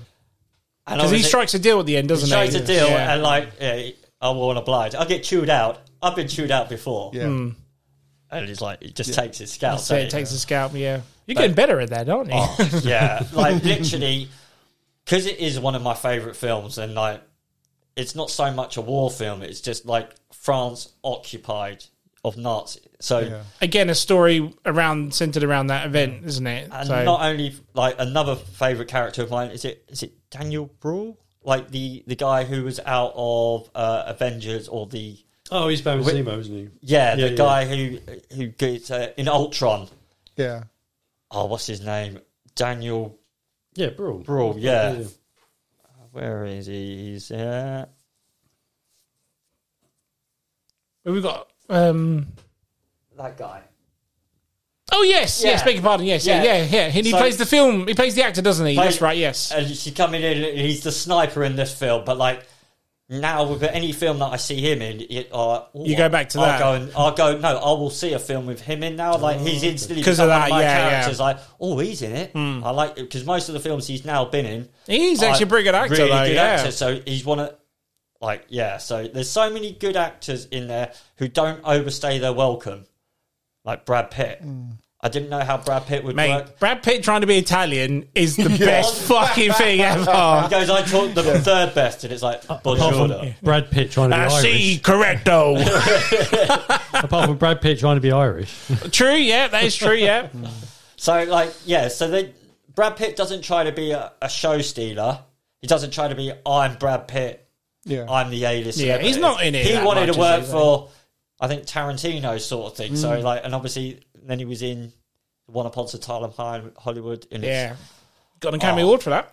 he
obviously-
strikes a deal at the end, doesn't he?
straight to deal
Yeah.
and like yeah, I won't oblige. I'll get chewed out. I've been chewed out before.
Yeah.
And it's like it just takes his scalp.
so it
doesn't
takes a scalp. Yeah, you're getting better at that, aren't you?
it? yeah. Like literally because it is one of my favourite films and like it's not so much a war film, it's just like France occupied of Nazi so
Yeah.
again, a story around centered around that event, isn't it?
Mm. and
so
not only like another favourite character of mine, is it is it Daniel Bruhl? Like the, the guy who was out of uh, Avengers or the
Oh, he's Baron Zemo, isn't he?
Yeah,
Yeah,
the
yeah.
guy who who gets uh, in Ultron.
Yeah.
Oh, what's his name? Daniel
Yeah, Brawl.
Brawl. Yeah. Where is he? He's uh,
We've got. Um,
that guy.
oh yes, yes.
Yeah.
Beg your pardon. Yes, yeah, yeah,
Yeah.
yeah. And he
So-
plays the film. He plays the actor, doesn't he? That's
Plays-
right. Yes.
And she's coming in. and He's the sniper in this film. But like now, with any film that I see him in, it, uh, ooh,
You go back to
I'll
that.
Go and, I'll go. No, I will see a film with him in now. Like he's instantly
Oh. 'Cause of
become
that,
one my
yeah, Hmm. yeah.
characters. Like oh, he's in it. I like because most of the films he's now been in,
He's actually a pretty good actor,
Really
though,
good
yeah.
actor. So he's one of like yeah. So there's so many good actors in there who don't overstay their welcome, like Brad Pitt. I didn't know how Brad Pitt would
Mate,
work.
Brad Pitt trying to be Italian is the best fucking thing
He
ever.
goes, I talk the third best, and it's like
Uh,
Bonjour.
Brad Pitt trying to be
I
Irish.
Ah, see, correcto.
Apart from Brad Pitt trying to be Irish.
true, yeah, that is true, yeah.
So like yeah, so they, Brad Pitt doesn't try to be a, a show stealer. He doesn't try to be I'm Brad Pitt.
Yeah.
I'm the A-list.
Yeah, he's
celebrity."
not in it
He
that
wanted
much,
to work
is he, Mm.
for, I think Tarantino sort of thing. So like, and obviously then he was in One Upon a Time in Hi- Hollywood. And it's-
Yeah. Got an Academy
Oh.
Award for that.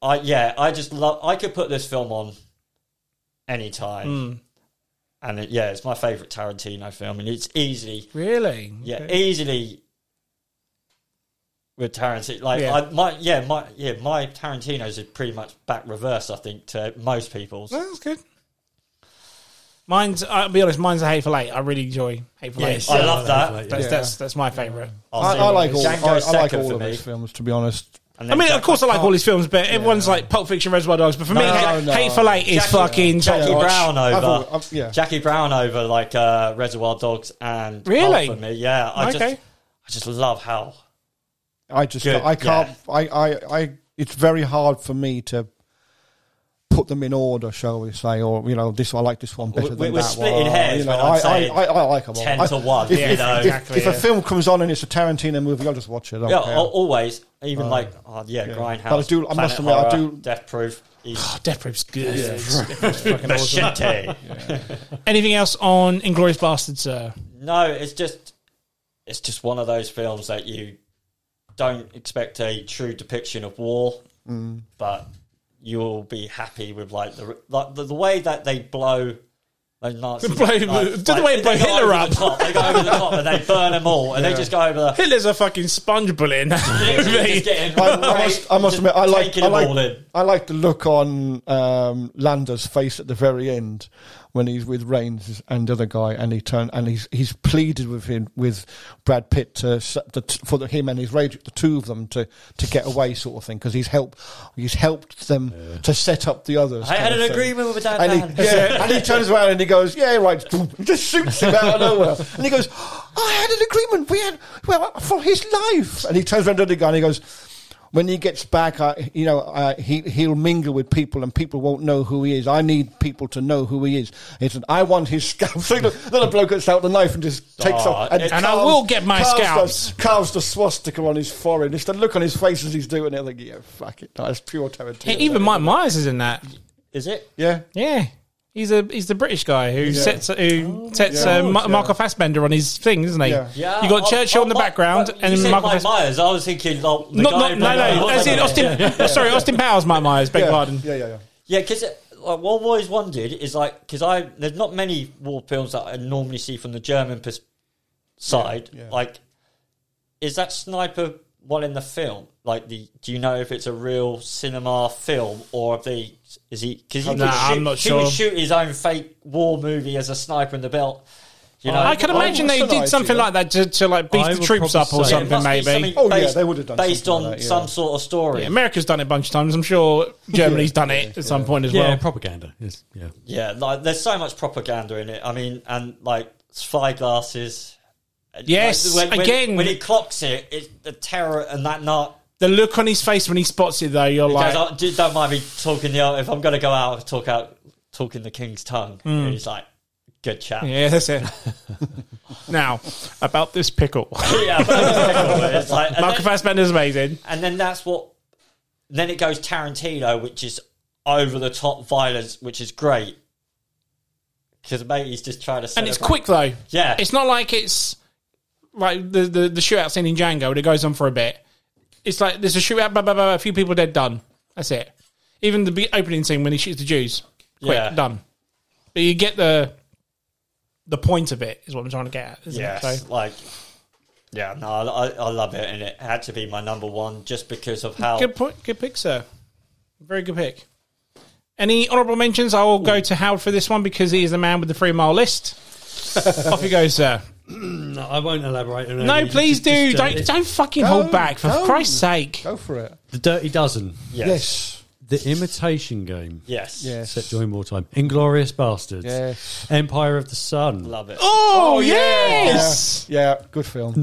I yeah, I just love. I could put this film on anytime.
Mm.
And it, yeah, it's my favorite Tarantino film, and it's easily
Really?
yeah, easily with Tarantino. Like
Yeah.
I, my yeah, my yeah, my Tarantino's is pretty much back reverse. I think to most people's.
Well, that's good. Mine's, I'll be honest, mine's a Hateful Eight. I really enjoy Hateful
Yes,
Eight.
I love that.
That's,
Yeah.
that's, that's my favourite.
I, I like all. I,
Django
I like
second
all
for
of
me.
his films, to be honest.
And
I
then
mean,
Jack-
of course, I like all his films, but everyone's like Pulp Fiction, Reservoir Dogs. But for me,
No,
Hate-
no.
Hateful Eight is
Jackie-
fucking top
Jackie
notch.
Brown
I've
over.
al- I've- um, yeah.
Jackie Brown over like uh, Reservoir Dogs and Pulp
Really?
for me. Yeah, I
Okay.
just I just love how
I just
Good,
I can't. I, I I it's very hard for me to put them in order, shall we say? Or you know, this I like this one
We-
better than
we-
that
we're splitting
one.
hairs
you know,
when I'm
I, I,
saying
I, I like them all.
ten
I-
to one.
If,
you
if,
know?
if-
Exactly,
if
yeah.
a film comes on and it's a Tarantino movie, I'll just watch it. I don't
yeah,
care.
al- always even like oh, yeah, Grindhouse.
But I do- I must
Planet
admit, I
Horror,
do-
Death Proof. He's
Oh, Death Proof's good.
machete.
Anything else on Inglorious Bastards, sir?
No, it's just it's just one of those films that you don't expect a true depiction of war,
Mm.
but you'll be happy with like the like the, the way that they blow. Those Nazis,
Blow- do the way they blow
go
Hitler
over
up.
The top, they go over the top and they burn them all, and they just go over the.
Hitler's a fucking sponge bully in that movie.
Just getting,
I, I must, I must
just
admit, I like,
taking
I
them all
like,
in.
I like the look on um, Lander's face at the very end when he's with Reigns and the other guy, and he turned and he's he's pleaded with him with Brad Pitt to s- the, t- for the, him and his rage, the two of them to to get away, sort of thing, because he's helped he's helped them to set up the others.
I had
kind of
an
thing.
agreement with that
And
man.
he, yeah, and he turns around and he goes, "Yeah, right." Just shoots him out of nowhere, and he goes, "I had an agreement. We had well for his life." And he turns around to the guy and he goes, "When he gets back, I, you know, uh, he he'll mingle with people, and people won't know who he is. I need people to know who he is. It's an, I want his scalp." So the little bloke gets out the knife and just takes
Aw,
off,
it-
And I will get my
carves
scalps.
The, carves the swastika on his forehead. It's the look on his face as he's doing it. I think, yeah, fuck it, that's pure Tarantino.
Even Mike Myers is in that.
Is it?
yeah.
Yeah. He's a he's the British guy who sets who sets uh, Ma- Michael Fassbender on his thing, isn't he?
Yeah.
Yeah,
You got
I-
Churchill
I-
in the
I-
background,
you
and
said
then Michael
Mike
Fassbender.
Myers. I was thinking, like, the
Not,
guy
not,
who
no,
played-
no. As in Austin. Sorry, Austin Powers, Mike Myers. Beg
Yeah,
pardon.
yeah, yeah, yeah.
Yeah, because like, what I've always wondered is like because I there's not many war films that I normally see from the German pers- side.
yeah.
Like, is that sniper one in the film? Like, the do you know if it's a real cinema film or if they is he because he,
Nah,
could shoot-
I'm not
he could
sure.
shoot his own fake war movie as a sniper in the belt. You know,
Oh, I can imagine
what's
they
an
did something
idea?
like that to, to like beef
I
the
would
troops
probably
up or
Yeah,
say-
it
something,
must be
maybe.
something
Oh, yeah,
based-
they would have done
based
something
on
like that, yeah.
some sort of story. Yeah,
America's done it a bunch of times. I'm sure Germany's done it at some point as
Yeah,
well.
propaganda. Yes, yeah.
like there's so much propaganda in it. I mean, and like spyglasses.
Yes,
Like, when,
again.
when, when he clocks it, it's the terror and that nut.
The look on his face when he spots it, though, you're
Guys,
like,
I- dude, "Oh, don't mind me talking the if I'm going to go out I'll talk out talking the king's tongue. And he's like, good chap.
Hmm. yeah,
Yeah.
that's it. now about this pickle.
but it's like, and,
Michael
then,
Fassbender's amazing.
and then that's what. Then it goes Tarantino, which is over the top violence, which is great. because mate, he's just trying to.
and it's quick
celebrate.
though.
Yeah.
it's not like it's like the the, the shootout scene in Django. It goes on for a bit. It's like there's a shootout, blah, blah, blah, a few people dead, done. That's it. Even the be- opening scene when he shoots the Jews, quick,
Yeah.
done. But you get the the point of it is what I'm trying to get at. Isn't
Yes,
it? So,
like yeah, no, I, I I love it, and it had to be my number one just because of how
good point, good pick, sir. Very good pick. Any honourable mentions? I will go to Howard for this one because he is the man with the three mile list. Off you go, sir.
No, I won't elaborate. on
No,
any-
please
just-
do.
just, uh,
Don't don't fucking
Go,
hold back for
go.
Christ's sake.
Go for it.
The Dirty Dozen,
yes,
Yes.
The Imitation Game,
yes,
Yes.
set during wartime, Inglorious Bastards,
Yes.
Empire of the Sun,
love it.
Oh,
yeah.
yes.
Yeah. Good film.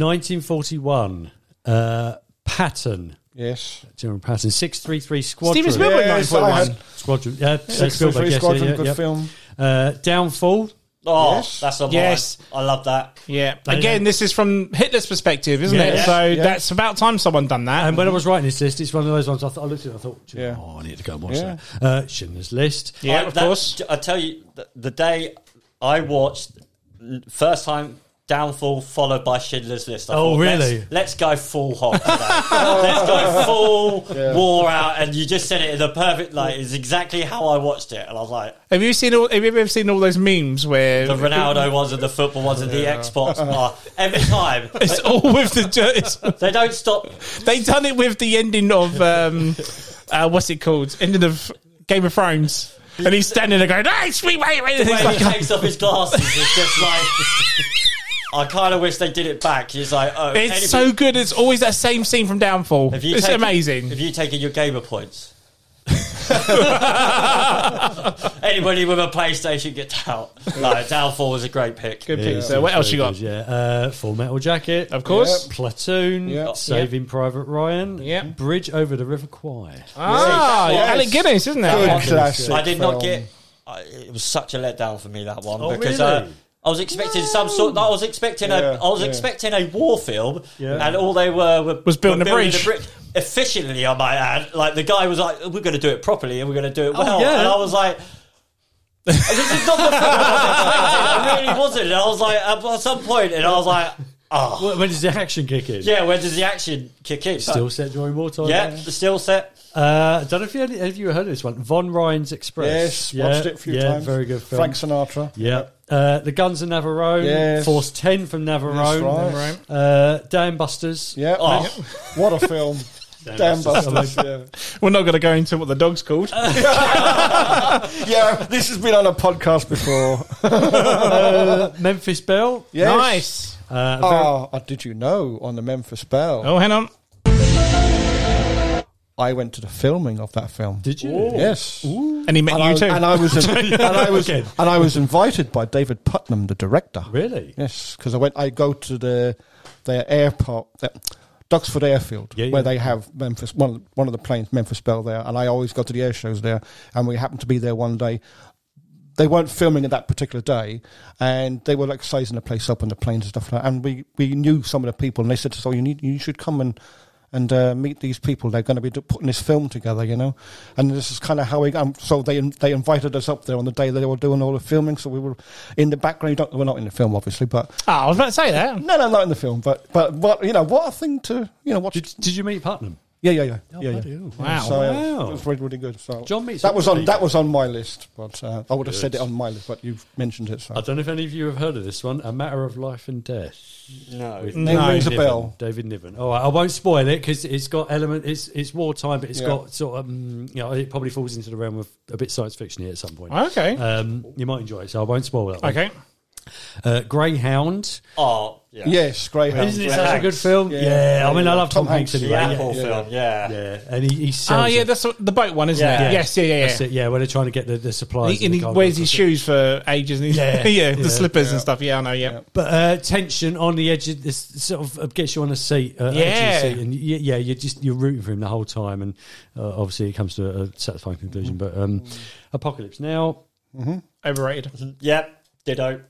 1941, uh, Patton,
Yes.
General Patton, 633 Squadron.
Steven Spielberg. Remember
Yes, I
941?
had
Squadron, yeah, uh,
Six Foot
Spielberg,
Three
yes,
Squadron.
yeah, yeah,
good
yeah.
film.
Uh, Downfall,
Oh,
Yes.
that's a
Yes.
yes. I love that.
Yeah.
They
Again,
don't-
this is from Hitler's perspective, isn't
Yeah. Um,
it?
Yeah.
So
Yeah.
that's about time someone done that.
And when I was writing this list, it's one of those ones I, th- I looked at it and I thought, "Do you know
Yeah.
what? oh, I need to go and watch
Yeah.
that. Uh, Schindler's List.
yeah,
I-
of
that-
course.
I tell you, the, the day I watched first time Downfall followed by Schindler's List. I
Oh,
thought,
really?
Let's, let's go full hog. today. let's go full war out, and you just said it in the perfect like it's exactly how I watched it, and I was like,
Have you seen all? Have you ever seen all those memes where
the Ronaldo ones and the football ones and the Xbox are every time.
It's all with the. ju- It's,
They don't stop.
they done it with the ending of um, uh, what's it called? Ending of Game of Thrones. And he's standing there going, "Hey, sweet, wait, wait." It's
When
like,
he takes off his glasses, it's just like. I kind of wish they did it back. He's like, oh,
it's so good. It's always that same scene from Downfall.
Have you
It's
taken-
amazing.
Have you taken your gamer points? Anybody with a PlayStation gets out. No, Downfall was a great pick.
good piece. So what else you Oh, got?
Yeah, uh, Full Metal Jacket,
Of course. Oh,
Platoon,
Yep.
Saving Private Ryan,
Yep.
Bridge over the River Kwai.
Ah,
Yes.
Alec Guinness, isn't it?
Good
Yeah.
classic.
I did
film.
not get. I, it was such a letdown for me that one
Oh,
because
really?
uh, I was expecting some sort. I was expecting a.
Yeah,
I was
yeah.
expecting a war film,
Yeah.
and all they were, were
Was building
were
a bridge.
efficiently. I might add. Like the guy was like, "We're going to do it properly, and we're going to do it well,"
yeah.
and I was like. this is not the film I was expecting. I really wasn't. And I was like, at at some point, and I was like, oh,
Well, when does the action kick in?
yeah, where does the action kick in? But-
Still set during wartime.
yeah, the still set.
Uh, I don't know if you had, have you heard of this one, Von Ryan's Express.
Yes. Watched it a few
yeah,
times.
Very good film.
Frank Sinatra.
yeah, uh, the Guns of Navarone,
Yes.
Force Ten from Navarone,
That's right.
uh, Dan Busters.
Yeah.
Oh,
What a film. Damn Busters. Yeah.
We're not going to go into what the dog's called.
yeah. This has been on a podcast before.
uh, Memphis Belle.
Yes.
Nice.
Uh, very-
Oh, uh, did you know on the Memphis Belle,
Oh, hang on.
I went to the filming of that film.
Did you?
Yes.
And he met
And
you
I,
too.
and I was and I was
Okay.
and I was invited by David Putnam, the director.
Really?
Yes, because I went. I go to the their airport, the Duxford Airfield,
Yeah,
where
yeah.
they have Memphis. One one of the planes, Memphis Bell, there, and I always go to the air shows there. And we happened to be there one day. They weren't filming at that particular day, and they were like sizing the place up and the planes and stuff like that. And we, we knew some of the people, and they said to us, "Oh, you need you should come and." And uh, meet these people. They're going to be do- putting this film together, you know. And this is kind of how we. Um, so they they invited us up there on the day that they were doing all the filming. So we were in the background. Don't, we're not in the film, obviously, but
Oh, I was about to say that.
no, no, not in the film, but but what you know, what a thing to you know watch.
Did, did you meet Putnam?
yeah, yeah, yeah,
Oh,
yeah,
bloody
yeah.
hell.
Wow.
So uh,
Wow.
it was really, really good. So
John meets
that was
everybody.
on that was on my list, but uh, I would have said
Good.
it on my list, but you've mentioned it. So
I don't know if any of you have heard of this one, A Matter of Life and Death.
No,
name
No,
rings a
Niven,
bell.
David Niven. All right, I won't spoil it because it's got element. It's it's wartime, but it's
Yeah.
got sort of um, you know it probably falls into the realm of a bit science fiction here at some point.
Okay.
Um, you might enjoy it, so I won't spoil that. one.
okay.
Uh, Greyhound.
oh, yeah,
Yes, Greyhound.
Isn't it
Greyhound.
such a
Hanks.
good film? Yeah,
Yeah.
I mean, I love Tom,
Tom
Hanks,
Hanks,
the
anyway.
Apple
yeah.
film,
Yeah, yeah. and he, he sells.
Oh, yeah,
it.
that's the the boat one, isn't
Yeah.
it?
Yeah.
Yes, yeah, yeah,
That's
yeah.
it, yeah. Where they're trying to get the, the supplies.
And he, and
the
he
cargo
wears his
stuff.
shoes for ages. And he's,
Yeah.
yeah, the
Yeah.
slippers
Yeah.
and stuff. Yeah, I know. Yeah,
But uh, tension on the edge of this sort of gets you on a seat, uh, edge of the
Yeah.
seat, and you, yeah, you're just you're rooting for him the whole time, and uh, obviously it comes to a, a satisfying conclusion. But um, apocalypse now,
overrated.
Yep, ditto.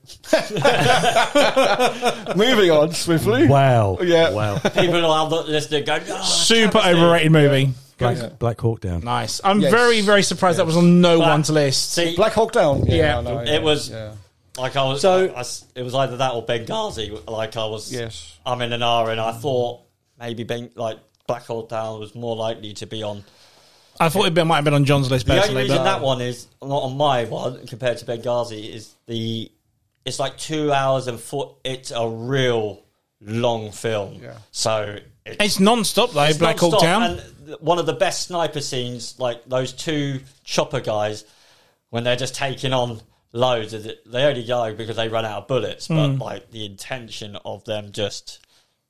Moving on swiftly.
wow,
Yeah.
wow,
People are not listening. Go "Oh,
Super
Travis,
overrated movie.
Black, Black Hawk Down.
Nice. I'm
Yes.
very, very surprised that was on no
But-
one's list.
See,
Black Hawk Down.
Yeah.
no,
It was-
Yeah.
Like I was,
So-
I- I s- it was either that or Benghazi. Like I was,
Yes.
I'm in an R, and I thought maybe Beng like Black Hole Down was more likely to be on.
I thought it be- might have been on John's list
The only
personally.
reason
but-
that one is not on my one compared to Benghazi is the it's like two hours and four. It's a real long film.
Yeah.
So it's
It's non-stop though.
It's
Black Hawk
non-stop,
Down.
And th- one of the best sniper scenes, like those two chopper guys, when they're just taking on loads. Of the, they only go because they run out of bullets,
Hmm.
but like the intention of them just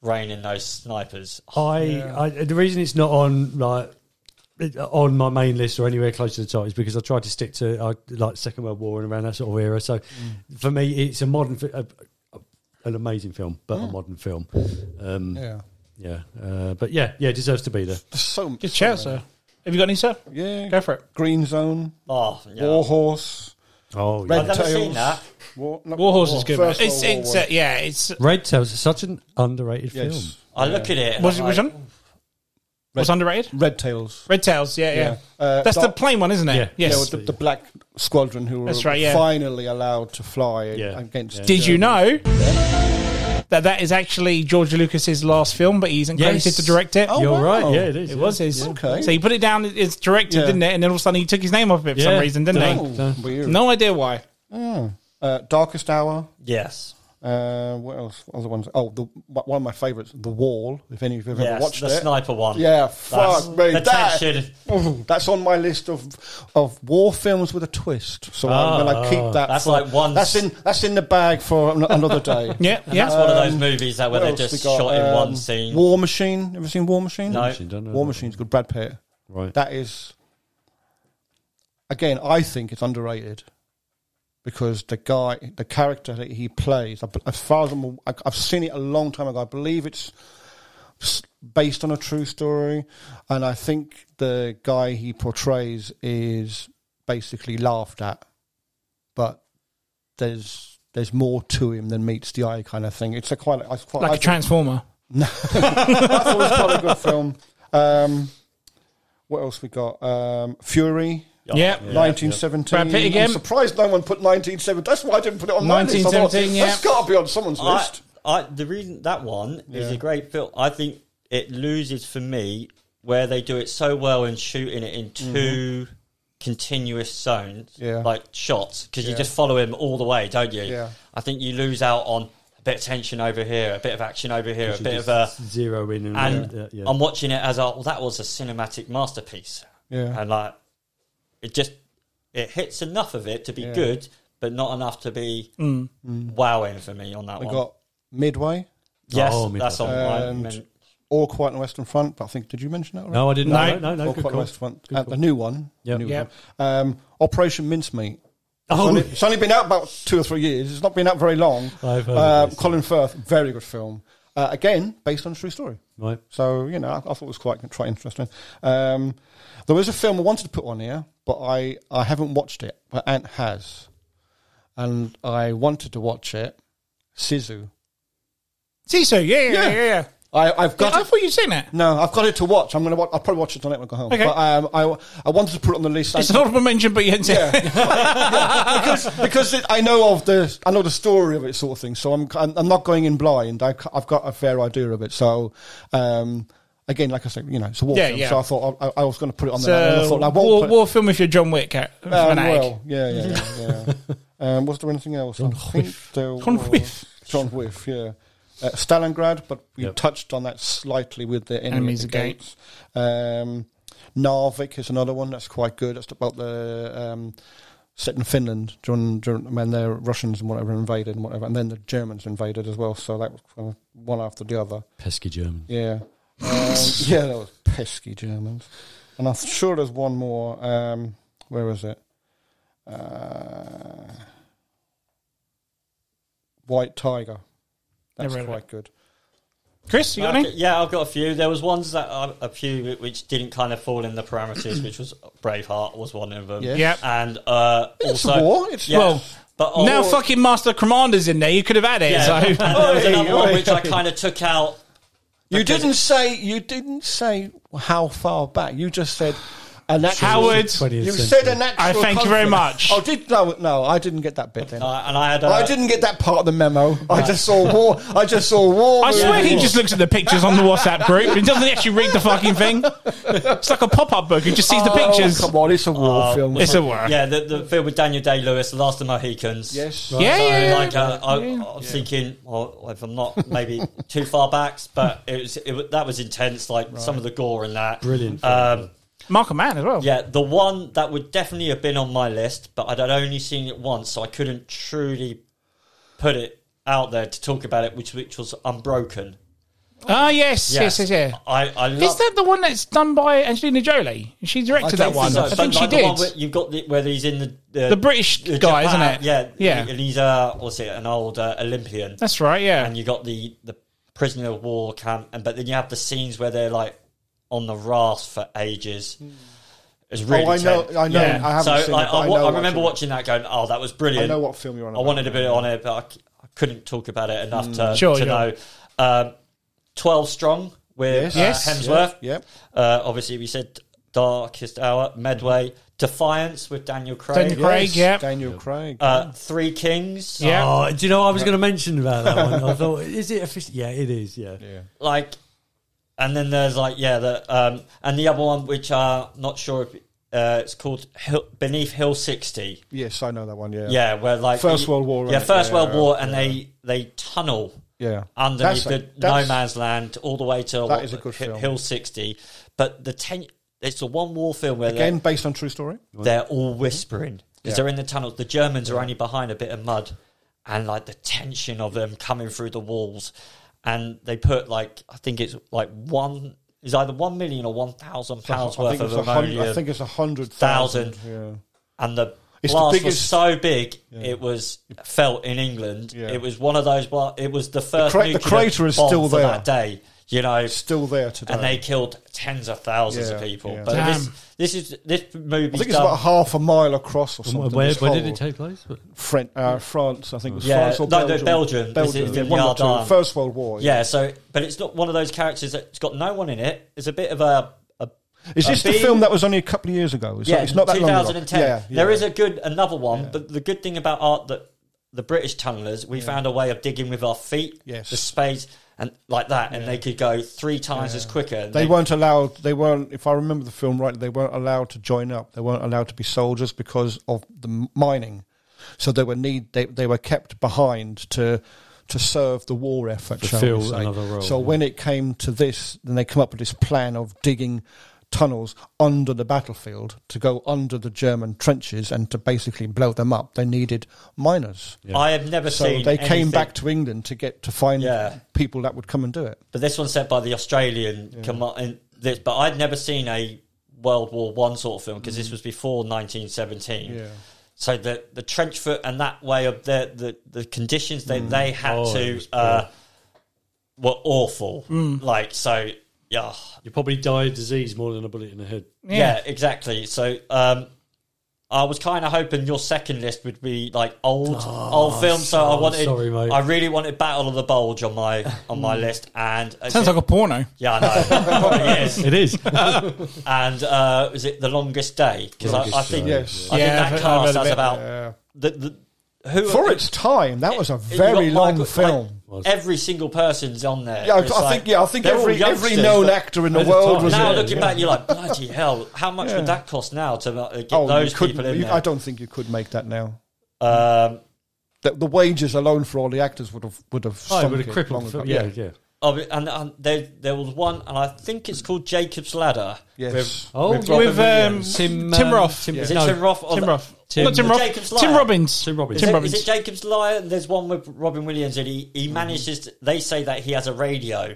raining those snipers.
Oh,
I, I the reason it's not on like it- on my main list or anywhere close to the top is because I tried to stick to uh, like Second World War and around that sort of era. So for me, it's a modern, fi- a, a- an amazing film, but a modern film. Um,
Yeah.
yeah, uh, but yeah, yeah, it deserves to be there.
So
Good shout, sir. Have you got any, sir?
yeah,
Go for it.
Green Zone,
Oh, yeah.
War Horse,
Oh, yeah.
Red
I've never
Tails.
seen that.
War, no,
Warhorse is good. Man.
First
It's,
World War
it's
War.
uh, yeah. It's
Red Tails is such an underrated film.
yes.
I look at it. and
was it
I'm
which
like,
one? What's underrated?
Red Tails.
Red Tails. Yeah, yeah.
Yeah. Uh,
That's the
Dark-
plain one, isn't it?
Yeah.
Yeah,
Yes.
with the, the black squadron who were
That's right, yeah.
finally allowed to fly
Yeah.
against.
Yeah.
Did you know that that is actually George Lucas's last film, but he isn't
Yes.
credited to direct it?
Oh,
You're
wow.
right. Yeah, it is.
It
yeah.
was his.
Okay.
So he put it down as directed,
Yeah.
didn't it? And then all of a sudden he took his name off of it for
Yeah.
some reason, didn't
Dunno.
he?
Oh, weird.
No idea why.
Uh, Darkest Hour.
Yes.
Uh, what else? Other ones. Oh, the, one of my favourites, The Wall. If any of you have ever
Yes,
watched
the
it.
sniper one.
Yeah, fuck me.
The
That-
tension.
Oh, that's on my list of of war films with a twist. So I'm going to
Ah,
keep that.
That's
for-
like one-
That's in that's in the bag for an- another day.
Yeah,
And
yeah.
that's one of those movies that where
Um, What
they're
else we
just
got?
shot in
Um,
one scene.
War Machine. Ever seen War Machine?
No.
Actually, don't know
War
that.
Machine's good. Brad Pitt.
Right.
That is, again, I think it's underrated because the guy, the character that he plays, I- as far as I'm, I- I've seen it a long time ago. I believe it's s- based on a true story, and I think the guy he portrays is basically laughed at, but there's there's more to him than meets the eye kind of thing. It's a quite, it's quite
like
I
a transformer.
thought it was quite a good film. Um, what else we got? Um, Fury.
yeah.
1917.
Brad Pitt again.
I'm surprised no one put 1917. That's why I didn't put it on
1917,
1917.
yeah.
That's got to be on someone's
I,
list.
I, the reason that one is
Yeah.
a great film. I think it loses for me where they do it so well in shooting it in 2 continuous zones,
Mm-hmm. Yeah.
like shots, because you
Yeah.
just follow him all the way, don't you?
Yeah.
I think you lose out on a bit of tension over here, a bit of action over here, a
You
bit of
just
a.
zero in and,
And
yeah, yeah.
I'm watching it as a, well, that was a cinematic masterpiece.
Yeah.
And like, it just, it hits enough of it to be
Yeah.
good, but not enough to be
Mm.
wowing for me on that
We
one.
got Midway,
Yes,
Oh, me
that's
too.
on my
And-
men-
All Quiet on the Western Front. But I think did you mention that? Already?
no, I didn't.
No.
No, no, no.
All
good
Quiet on the
call.
Western Front. Uh, a new one.
Yep.
New
Yep.
one. Um, Operation Mincemeat. It's
Oh,
only, it's only been out about two or three years. It's not been out very long.
I've heard of
Uh,
this.
Colin Firth, very good film. Uh, again, based on a true story.
right.
So you know, I, I thought it was quite quite interesting. Um, there was a film I wanted to put on here, but I I haven't watched it, but Ant has, and I wanted to watch it. Sisu.
Sisu, yeah, yeah, yeah,
Yeah.
yeah. yeah.
I I've got
I
it.
thought you'd seen it.
No, I've got it to watch. I'm gonna. Watch, I'll probably watch it tonight when I go home.
Okay.
But um, I I wanted to put it on the list.
It's an honorable mention, but you hadn't seen
yeah.
it.
Yeah, because because it, I know of the I know the story of it sort of thing. So I'm I'm, I'm not going in blind. I, have got a fair idea of it. So um, again, like I said, you know, it's a war
Yeah,
film.
yeah.
So I thought I, I was going to put it on the. and I
So,
thought I won't
war,
put
war film if you're John Wick. Uh,
it on,
fanatic.
well, yeah, yeah, yeah. um, was there anything else? John Whiff.
John Whiff.
John Whiff. Yeah. Uh, Stalingrad, but we
Yep.
touched on that slightly with the enemy
Enemies
at the
Again.
gates. Um, Narvik is another one that's quite good. That's about the um, set in Finland during, during when the Russians and whatever invaded and whatever, and then the Germans invaded as well. So that was kind of one after the other.
Pesky German.
Yeah, um, yeah, that was pesky Germans. And I'm sure there's one more. Um, where is it? Uh, White Tiger. That's
Never heard of
quite good.
Chris, you got
Okay,
any?
yeah, I've got a few. There was ones that uh, a few which didn't kind of fall in the parameters, which was Braveheart was one of them.
Yeah.
Yeah.
and uh,
It's
also
war. It's
Yeah,
Well,
but oh,
now fucking Master Commander's in there. You could have had it.
yeah,
so.
and there was
Oi,
another one
oi,
which I
oi.
kind of took out.
You
Because-
didn't say you didn't say how far back. You just said An actual-
Howard,
20th
You
century.
said an actual.
I thank you very much.
conflict. Oh, did no, no, I didn't get that bit then.
Uh, and I had. Uh,
I didn't get that part of the memo. I just saw war. I just saw war.
I swear he
war.
just looks at the pictures on the WhatsApp group. He doesn't actually read the fucking thing. It's like a pop up book. He just sees the
Oh,
pictures.
Come on, it's a war
uh,
film.
It's a war.
Yeah, the, the film with Daniel Day Lewis, The Last of the Mohicans.
yes.
Yeah, yeah, yeah.
like uh, I, I was thinking, well, if I'm not maybe too far back, but it was it, wa- that was intense. Like some of the gore in that,
Brilliant.
Um,
Mark a man as well.
yeah, the one that would definitely have been on my list, but I'd, I'd only seen it once, so I couldn't truly put it out there to talk about it, which which was Unbroken.
Ah, yes, yes, yes, yeah.
I, I love
Is that the one that's done by Angelina Jolie? She directed that
think
one.
so,
I think she
the one
did.
where you've got the, where he's in the
The British guy, isn't it?
Yeah,
Yeah.
And he's uh, what's it? An old uh, Olympian.
That's right, yeah.
and you got the the prisoner of war camp, and but then you have the scenes where they're like on the raft for ages.
Hmm.
It's really.
oh, I know.
tense.
I know.
Yeah.
I haven't
so
seen
like,
it. but
I,
I,
wa-
know
I
what
remember
you-
watching that, going, "Oh, that was brilliant."
I know what film you're on.
I wanted to be on it, but I c- I, couldn't talk about it enough to,
Mm. Sure, yeah.
to know. Um, Twelve strong with uh,
Yes.
Hemsworth.
Yep.
Uh, obviously, we said Darkest Hour, Medway, Defiance with Daniel Craig.
Daniel Craig.
Yes,
yep.
Daniel Craig.
Uh, Three Kings.
Yeah.
Oh, do you know what I was going to mention about that one? I thought, is it official? Yeah, it is. Yeah.
like and then there's like yeah the um and the other one which uh not sure if uh it's called Hill, beneath hill 60
yes, I know that one. Yeah.
yeah where like
First World War,
yeah
right?
first
Yeah,
world war and
yeah.
they they tunnel
Yeah.
underneath
That's a-
the no
that's-
man's land all the way to
That is a good
Hi-
film.
hill 60 but the ten it's the one war film where
Again, based on true story.
they're, they're all whispering because
Yeah.
they're in the tunnel the germans are only behind a bit of mud and like the tension of them coming through the walls and they put like i think it's like one is either one million or one thousand pounds
I
worth
think
of
it's a hundred. I
ammonia
think it's a hundred
Thousand.
thousand. Yeah.
and the
It's the
blast was
biggest-
so big it was felt in england
Yeah.
it was one of those bla- it was the first
cra- the
nuclear
crater is
bomb
still
for
there.
that day you know
Still there today.
and they killed tens of thousands of
Yeah,
people
yeah.
but this
Damn.
this is this movie
I think it's about half a mile across or something.
Where,
this
where did
whole-
it take place?
Fran- uh, France, I think it was
Yeah,
France or
no, no,
Belgium.
Belgium. This
Belgium.
is the
Yeah, one or two.
Yardan.
First World War.
Yeah, so but it's not one of those characters that's got no one in it. It's a bit of a, a
Is
a
this the
big-
film that was only a couple of years ago? It's
yeah,
not, it's not that long ago.
2010.
Yeah, yeah.
There is a good another one, but the good thing about art that the British tunnelers, we found a way of digging with our feet,
Yes.
the spades and like that, and they could go three times as quicker. and
They weren't allowed. They weren't. If I remember the film rightly, they weren't allowed to join up. They weren't allowed to be soldiers because of the m- mining. So they were need. They they were kept behind to to serve the war effort. shall we
Fulfill
say.
another role,
So
yeah.
when it came to this, then they come up with this plan of digging tunnels under the battlefield to go under the German trenches and to basically blow them up. They needed miners.
I have never
So
seen.
they came
anything-
back to England to get to find
Yeah.
people that would come and do it.
but this one's set by the Australian command. and This, but I'd never seen a World War One sort of film because this was before 1917. So the the trench foot and that way of the the, the conditions that they had
Oh, it
to
was
uh, were awful. Like so, yeah,
You probably die of disease more than a bullet in the head.
yeah, exactly. So um, I was kind of hoping your second list would be like old old films. So I
so
wanted,
sorry, mate.
I really wanted Battle of the Bulge on my on my list, and
Sounds like a porno.
yeah, I know, probably is.
It is.
And uh, is it the longest day? Because I, I
Longest
think
Day,
Yes.
I
Yeah, I've
think that
heard- I've heard
cast
a
has
bit,
about
yeah.
the, the who
For its time, that was a
It-
very
you got
long
Michael-
film.
like, every single person's on there.
Yeah, I,
It's
I
like-
think yeah, I think
they're all
every every
youngsters,
known
but
actor in the
There's a
world
time.
was
Now
in it,
looking
yeah.
back, you're like, bloody hell! How much would that cost now to uh, get
Oh,
those
you couldn't-
people in
you-
there?
I don't think you could make that now.
Um,
The, the wages alone for all the actors would have would have.
I
sunk
would have
it
crippled.
long
for-
ago.
yeah, yeah.
oh, and, and there, there was one, and I think it's called Jacob's Ladder.
Yes.
With,
Oh,
With
yeah.
Robin
With um,
Williams.
Tim,
um,
Roth.
Tim,
Tim,
is it
no,
Tim Roth? or the-
Roth.
Tim-
Not Tim
the
Roth.
Jacob's
Tim
Ladder.
Robbins.
Tim Robbins.
Is
Tim
it-
Robbins. Mm-hmm.
Is it Jacob's Liar? There's one with Robin Williams, and he, he manages. To, they say that he has a radio,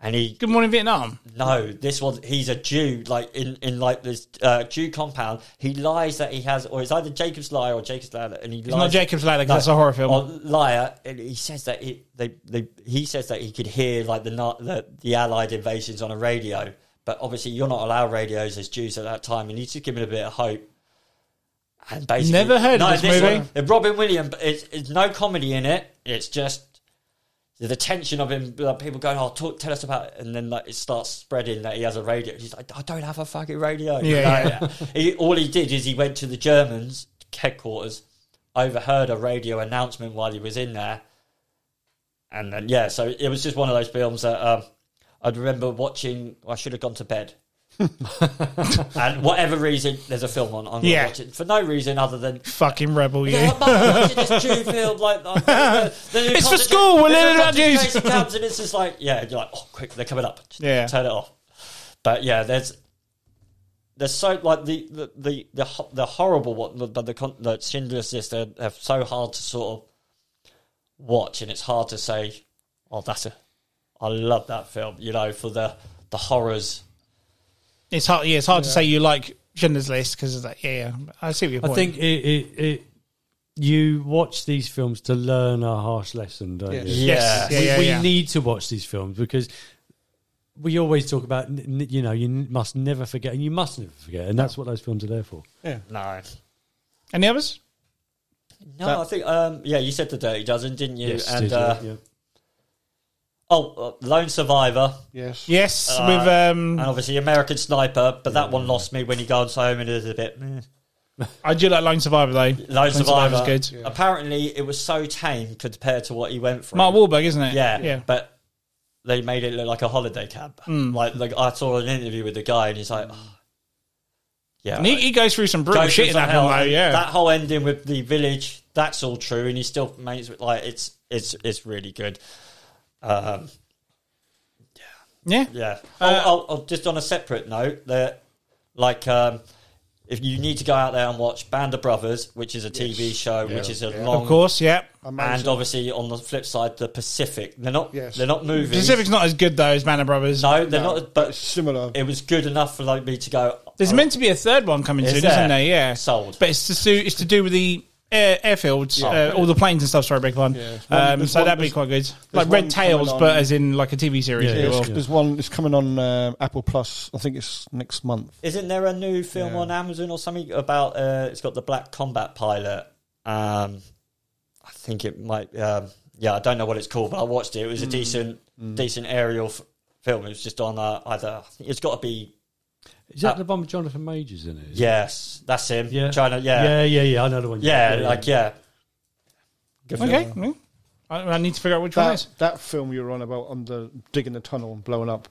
and he
Good morning, Vietnam.
no. This one, he's a Jew, like in in like this uh, Jew compound. He lies that he has, or it's either Jacob's Liar or Jacob's Ladder, and he
It's
lies.
not Jacob's Ladder 'cause that's a horror film.
Or liar, and he says that he they, they he says that he could hear like the, Na- the the Allied invasions on a radio, but obviously you're not allowed radios as Jews at that time, and he's just giving a bit of hope. And basically,
Never heard of this movie.
One, Robin Williams, it's, it's no comedy in it. It's just the tension of him, like, people going, "Oh, talk, tell us about," it. and then like it starts spreading that he has a radio. He's like, "I don't have a fucking radio."
Yeah,
Like, he, all he did is he went to the Germans headquarters, overheard a radio announcement while he was in there, and then yeah, so it was just one of those films that um, I remember watching. I should have gone to bed. and whatever reason, there's a film on. I'm gonna
Yeah.
watch it for no reason other than
Fucking rebel, you.
yeah, I'm watching this Jew film. Like, like, the- the-
It's for
the-
school, we're
the-
learning
the
about Jews.
concentration camps, And it's just like, yeah, you're like, oh, quick, they're coming up. Just
Yeah.
turn it off. But yeah, there's there's so like the the the the, ho- the horrible what the, the, con- the Schindler's List are, are so hard to sort of watch, and it's hard to say, oh, that's a, I love that film, you know, for the the horrors.
It's hard. Yeah, it's hard to say you like Schindler's List because of that. Yeah, yeah, I see what your
I
point.
think it, it, it, you watch these films to learn a harsh lesson, don't
Yes.
you?
Yeah.
yes, yeah,
we,
yeah,
we
yeah.
need to watch these films because we always talk about n- n- you know you n- must never forget and you must never forget and that's what those films are there for
No,
Any others?
no,
That-
I think um, yeah, you said the Dirty Dozen, didn't you? and
did you?
uh,
Yeah.
oh, uh, Lone Survivor.
Yes.
Yes,
Uh,
with
And
um,
obviously, American Sniper, but that one lost me when he goes home and it was a bit. meh.
I do like Lone Survivor though.
Lone Survivor.
good.
Apparently, it was so tame compared to what he went through.
Mark Wahlberg, isn't it?
yeah,
yeah. Mm.
But they made it look like a holiday camp. Like, like I saw an interview with the guy, and he's like, "Oh, "Yeah."
And he,
like,
he goes through some brutal
goes
shit
through
in
some
that
hell,
film, though.
and
Yeah,
that whole ending with the village. That's all true, and he still makes it like it's it's it's really good. Um,
yeah.
Yeah.
Uh,
oh, oh, oh, just on a separate note, that like um, if you need to go out there and watch Band of Brothers, which is a TV show, which is a long,
Of course, yeah.
Amazing.
and obviously on the flip side, the Pacific. They're not.
Yes.
They're not movies.
Pacific's not as good though as Banner Brothers.
No, they're
No,
not.
it's
But
similar.
it was good enough for like me to go.
There's
oh,
meant to be a third one coming
Is
soon,
there?
isn't there? Yeah,
Sold.
But it's to do it's to do with the air, airfields, uh, all the planes and stuff. Sorry, big one.
Yeah, it's one-
um,
there's
so
one-
that'd be
there's-
quite good, like
one
Red Tails,
coming
but
on-
as in like a TV series.
Yeah,
if you
Yes,
will.
yeah.
There's one. It's coming on um, Apple Plus. I think it's next month.
Isn't there a new film on Amazon or something about? Uh, it's got the Black Combat Pilot. Um, I think it might. Um, yeah, I don't know what it's called, but I watched it. It
Mm.
was a decent, decent aerial f- film. It was just on uh, either. It's got to be.
is that
uh,
the one with Jonathan Majors in it is it?
Yes, that's him.
Yeah.
China. Yeah,
yeah yeah yeah I know the one
yeah, like yeah. Good
Okay,
film.
mm. I, I need to figure out which one it
That,
is.
that film you were on about on the digging the tunnel and blowing up.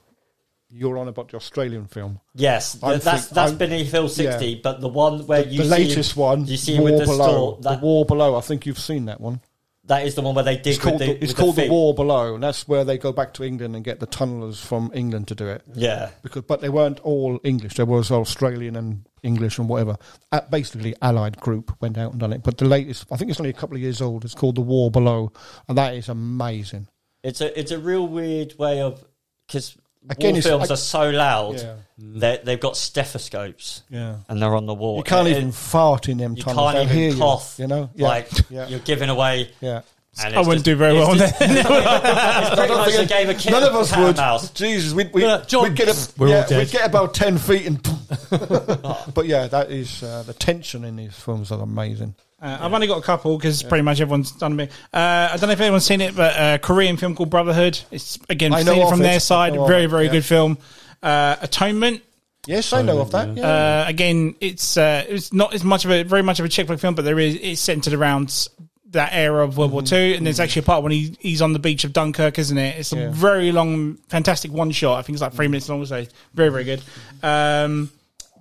You're on about the Australian film.
Yes,
I'm
th- that's
think-
that's
I'm-
Beneath Hill sixty,
yeah.
but the one where you
the
see him-
latest one,
you see him
War
with the
Below.
store. That,
the War Below. I think you've seen that one.
that is the one where they dig.
It's called
with
the,
the,
it's
with
called the,
feet.
War Below, and that's where they go back to England and get the tunnellers from England to do it.
Yeah,
Because, but they weren't all English. There was Australian and English and whatever. Uh, basically, Allied group went out and done it. But the latest, I think it's only a couple of years old. It's called the War Below, and that is amazing.
It's a it's a real weird way of because
Again,
war
it's-
films
I-
are so loud.
Yeah.
that They've got stethoscopes
Yeah,
and they're on the wall.
you can't
It-
even fart in them
you
tunnels.
can't
They'll hear
even cough.
You, you know, Yeah.
like
Yeah.
you're giving away.
yeah.
And
I
it's
wouldn't
just-
do very well on
It's,
that.
it's pretty much a game of cat,
None of us
cat
would.
and mouse.
Jesus, we'd, we
Yeah, John-
we'd get a,
We're all
yeah,
dead.
we'd get about ten feet and. but yeah, that is uh, the tension in these films are amazing.
Uh, I've only got a couple because pretty much everyone's done me. Uh, I don't know if anyone's seen it, but a Korean film called Brotherhood. It's again
I know
seen it
of
from
it. I
their side.
know of
Very
it,
very
yeah.
good film. Uh, Atonement.
Yes, I know of that. Yeah.
Uh, again, it's uh, it's not as much of a very much of a chick flick film, but there is it's centered around that era of
Mm-hmm.
World War Two, and there's actually a part when he he's on the beach of Dunkirk, isn't it? It's a
Yeah. Mm.
very long, fantastic one shot. I think it's like three minutes long, so very very good. Um,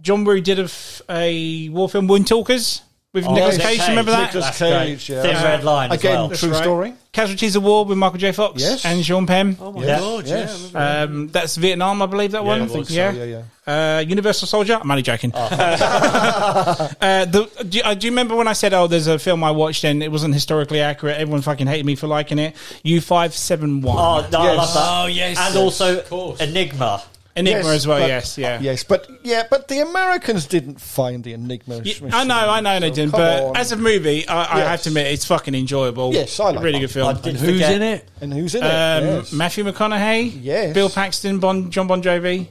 John Woo did a, f- a war film, Wound Talkers, with Nicholas
Oh, yes.
Cage. Remember that?
Nicolas
That's
Cage,
great.
yeah.
Thin
Uh,
red line.
Again,
Again,
true
right.
story.
Casualties of War with Michael J. Fox
Yes.
and Sean Penn.
oh my
Yeah.
god
Yes.
yeah
Um, that's Vietnam, I believe that one.
I
I think,
think so,
yeah.
yeah,
Uh, Universal Soldier. I'm only joking.
Oh.
uh, the, do, you, uh, do you remember when I said, "Oh, there's a film I watched and it wasn't historically accurate"? Everyone fucking hated me for liking it. U five seven one
Oh, no, I love
Yes.
that.
Oh, yes,
and
yes,
also
of course.
Enigma.
Enigma as well.
but-
yes, yeah.
yes, but yeah, but the Americans didn't find the Enigma.
Y- I know, I know, they
So
didn't.
come
But
on.
as a movie, I, I
Yes.
have to admit, it's fucking enjoyable.
Yes, I like
really
that.
good film.
I did
and who's
forget-
in it
and who's in it?
Um,
yes.
Matthew McConaughey,
Yes.
Bill Paxton, bon, John Bon Jovi,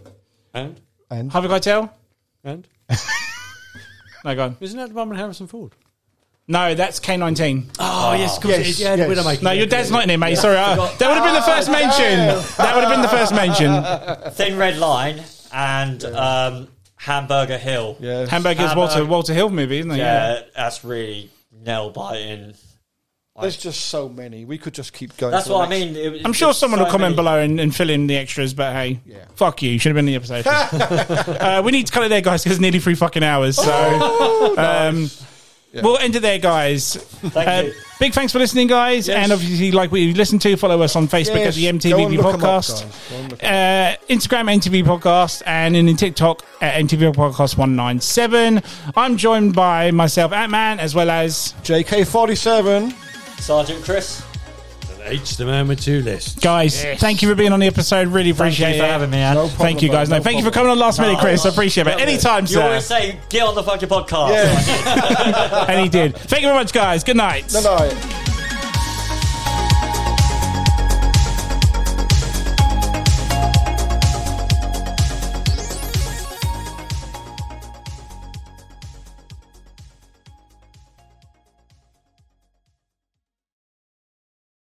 and
and
Harvey Keitel.
and
No, go on.
isn't that the one with Harrison Ford
No, that's K nineteen.
Oh, yes, of course
yes,
it is. Yeah,
yes.
Widowmaker.
No, your dad's not in here, mate. Sorry, I, that would have been the
Oh,
first mention. That would have been the first mention.
Thin Red Line and um, Hamburger Hill.
Yeah.
Hamburger's Walter Walter Hill movie, isn't it?
Yeah, that's really nail biting.
There's just so many. We could just keep going.
That's
to the
what I
next-
mean. It-
I'm sure
it's
someone
so
will comment
many.
below and, and fill in the extras, but hey,
Yeah.
fuck you. You should have been in the episode. uh, we need to cut it there, guys, because it's nearly three fucking hours. So
Oh,
um, we'll end it there, guys. Uh,
Thank you.
Big thanks for listening, guys. And obviously, like we listen to, follow us on Facebook
Yes,
at the
go and
MTVB
look 'em up,
Podcast,
guys. Go and look
uh, Instagram MTV Podcast, and in TikTok at MTV Podcast 197. I'm joined by myself, Atman, as well as
JK47.
Sergeant Chris.
H, the man with two lists.
guys. Thank you for being on the episode. Really appreciate
you for
it.
having me, Ad.
No problem,
thank you, guys. No,
bro, no
thank you for coming
problem.
on last minute, Chris. I
Oh,
appreciate it. Anytime,
You
sir.
always say, get on the fucking podcast.
Yeah.
and he did. Thank you very much, guys. Good night.
Good night.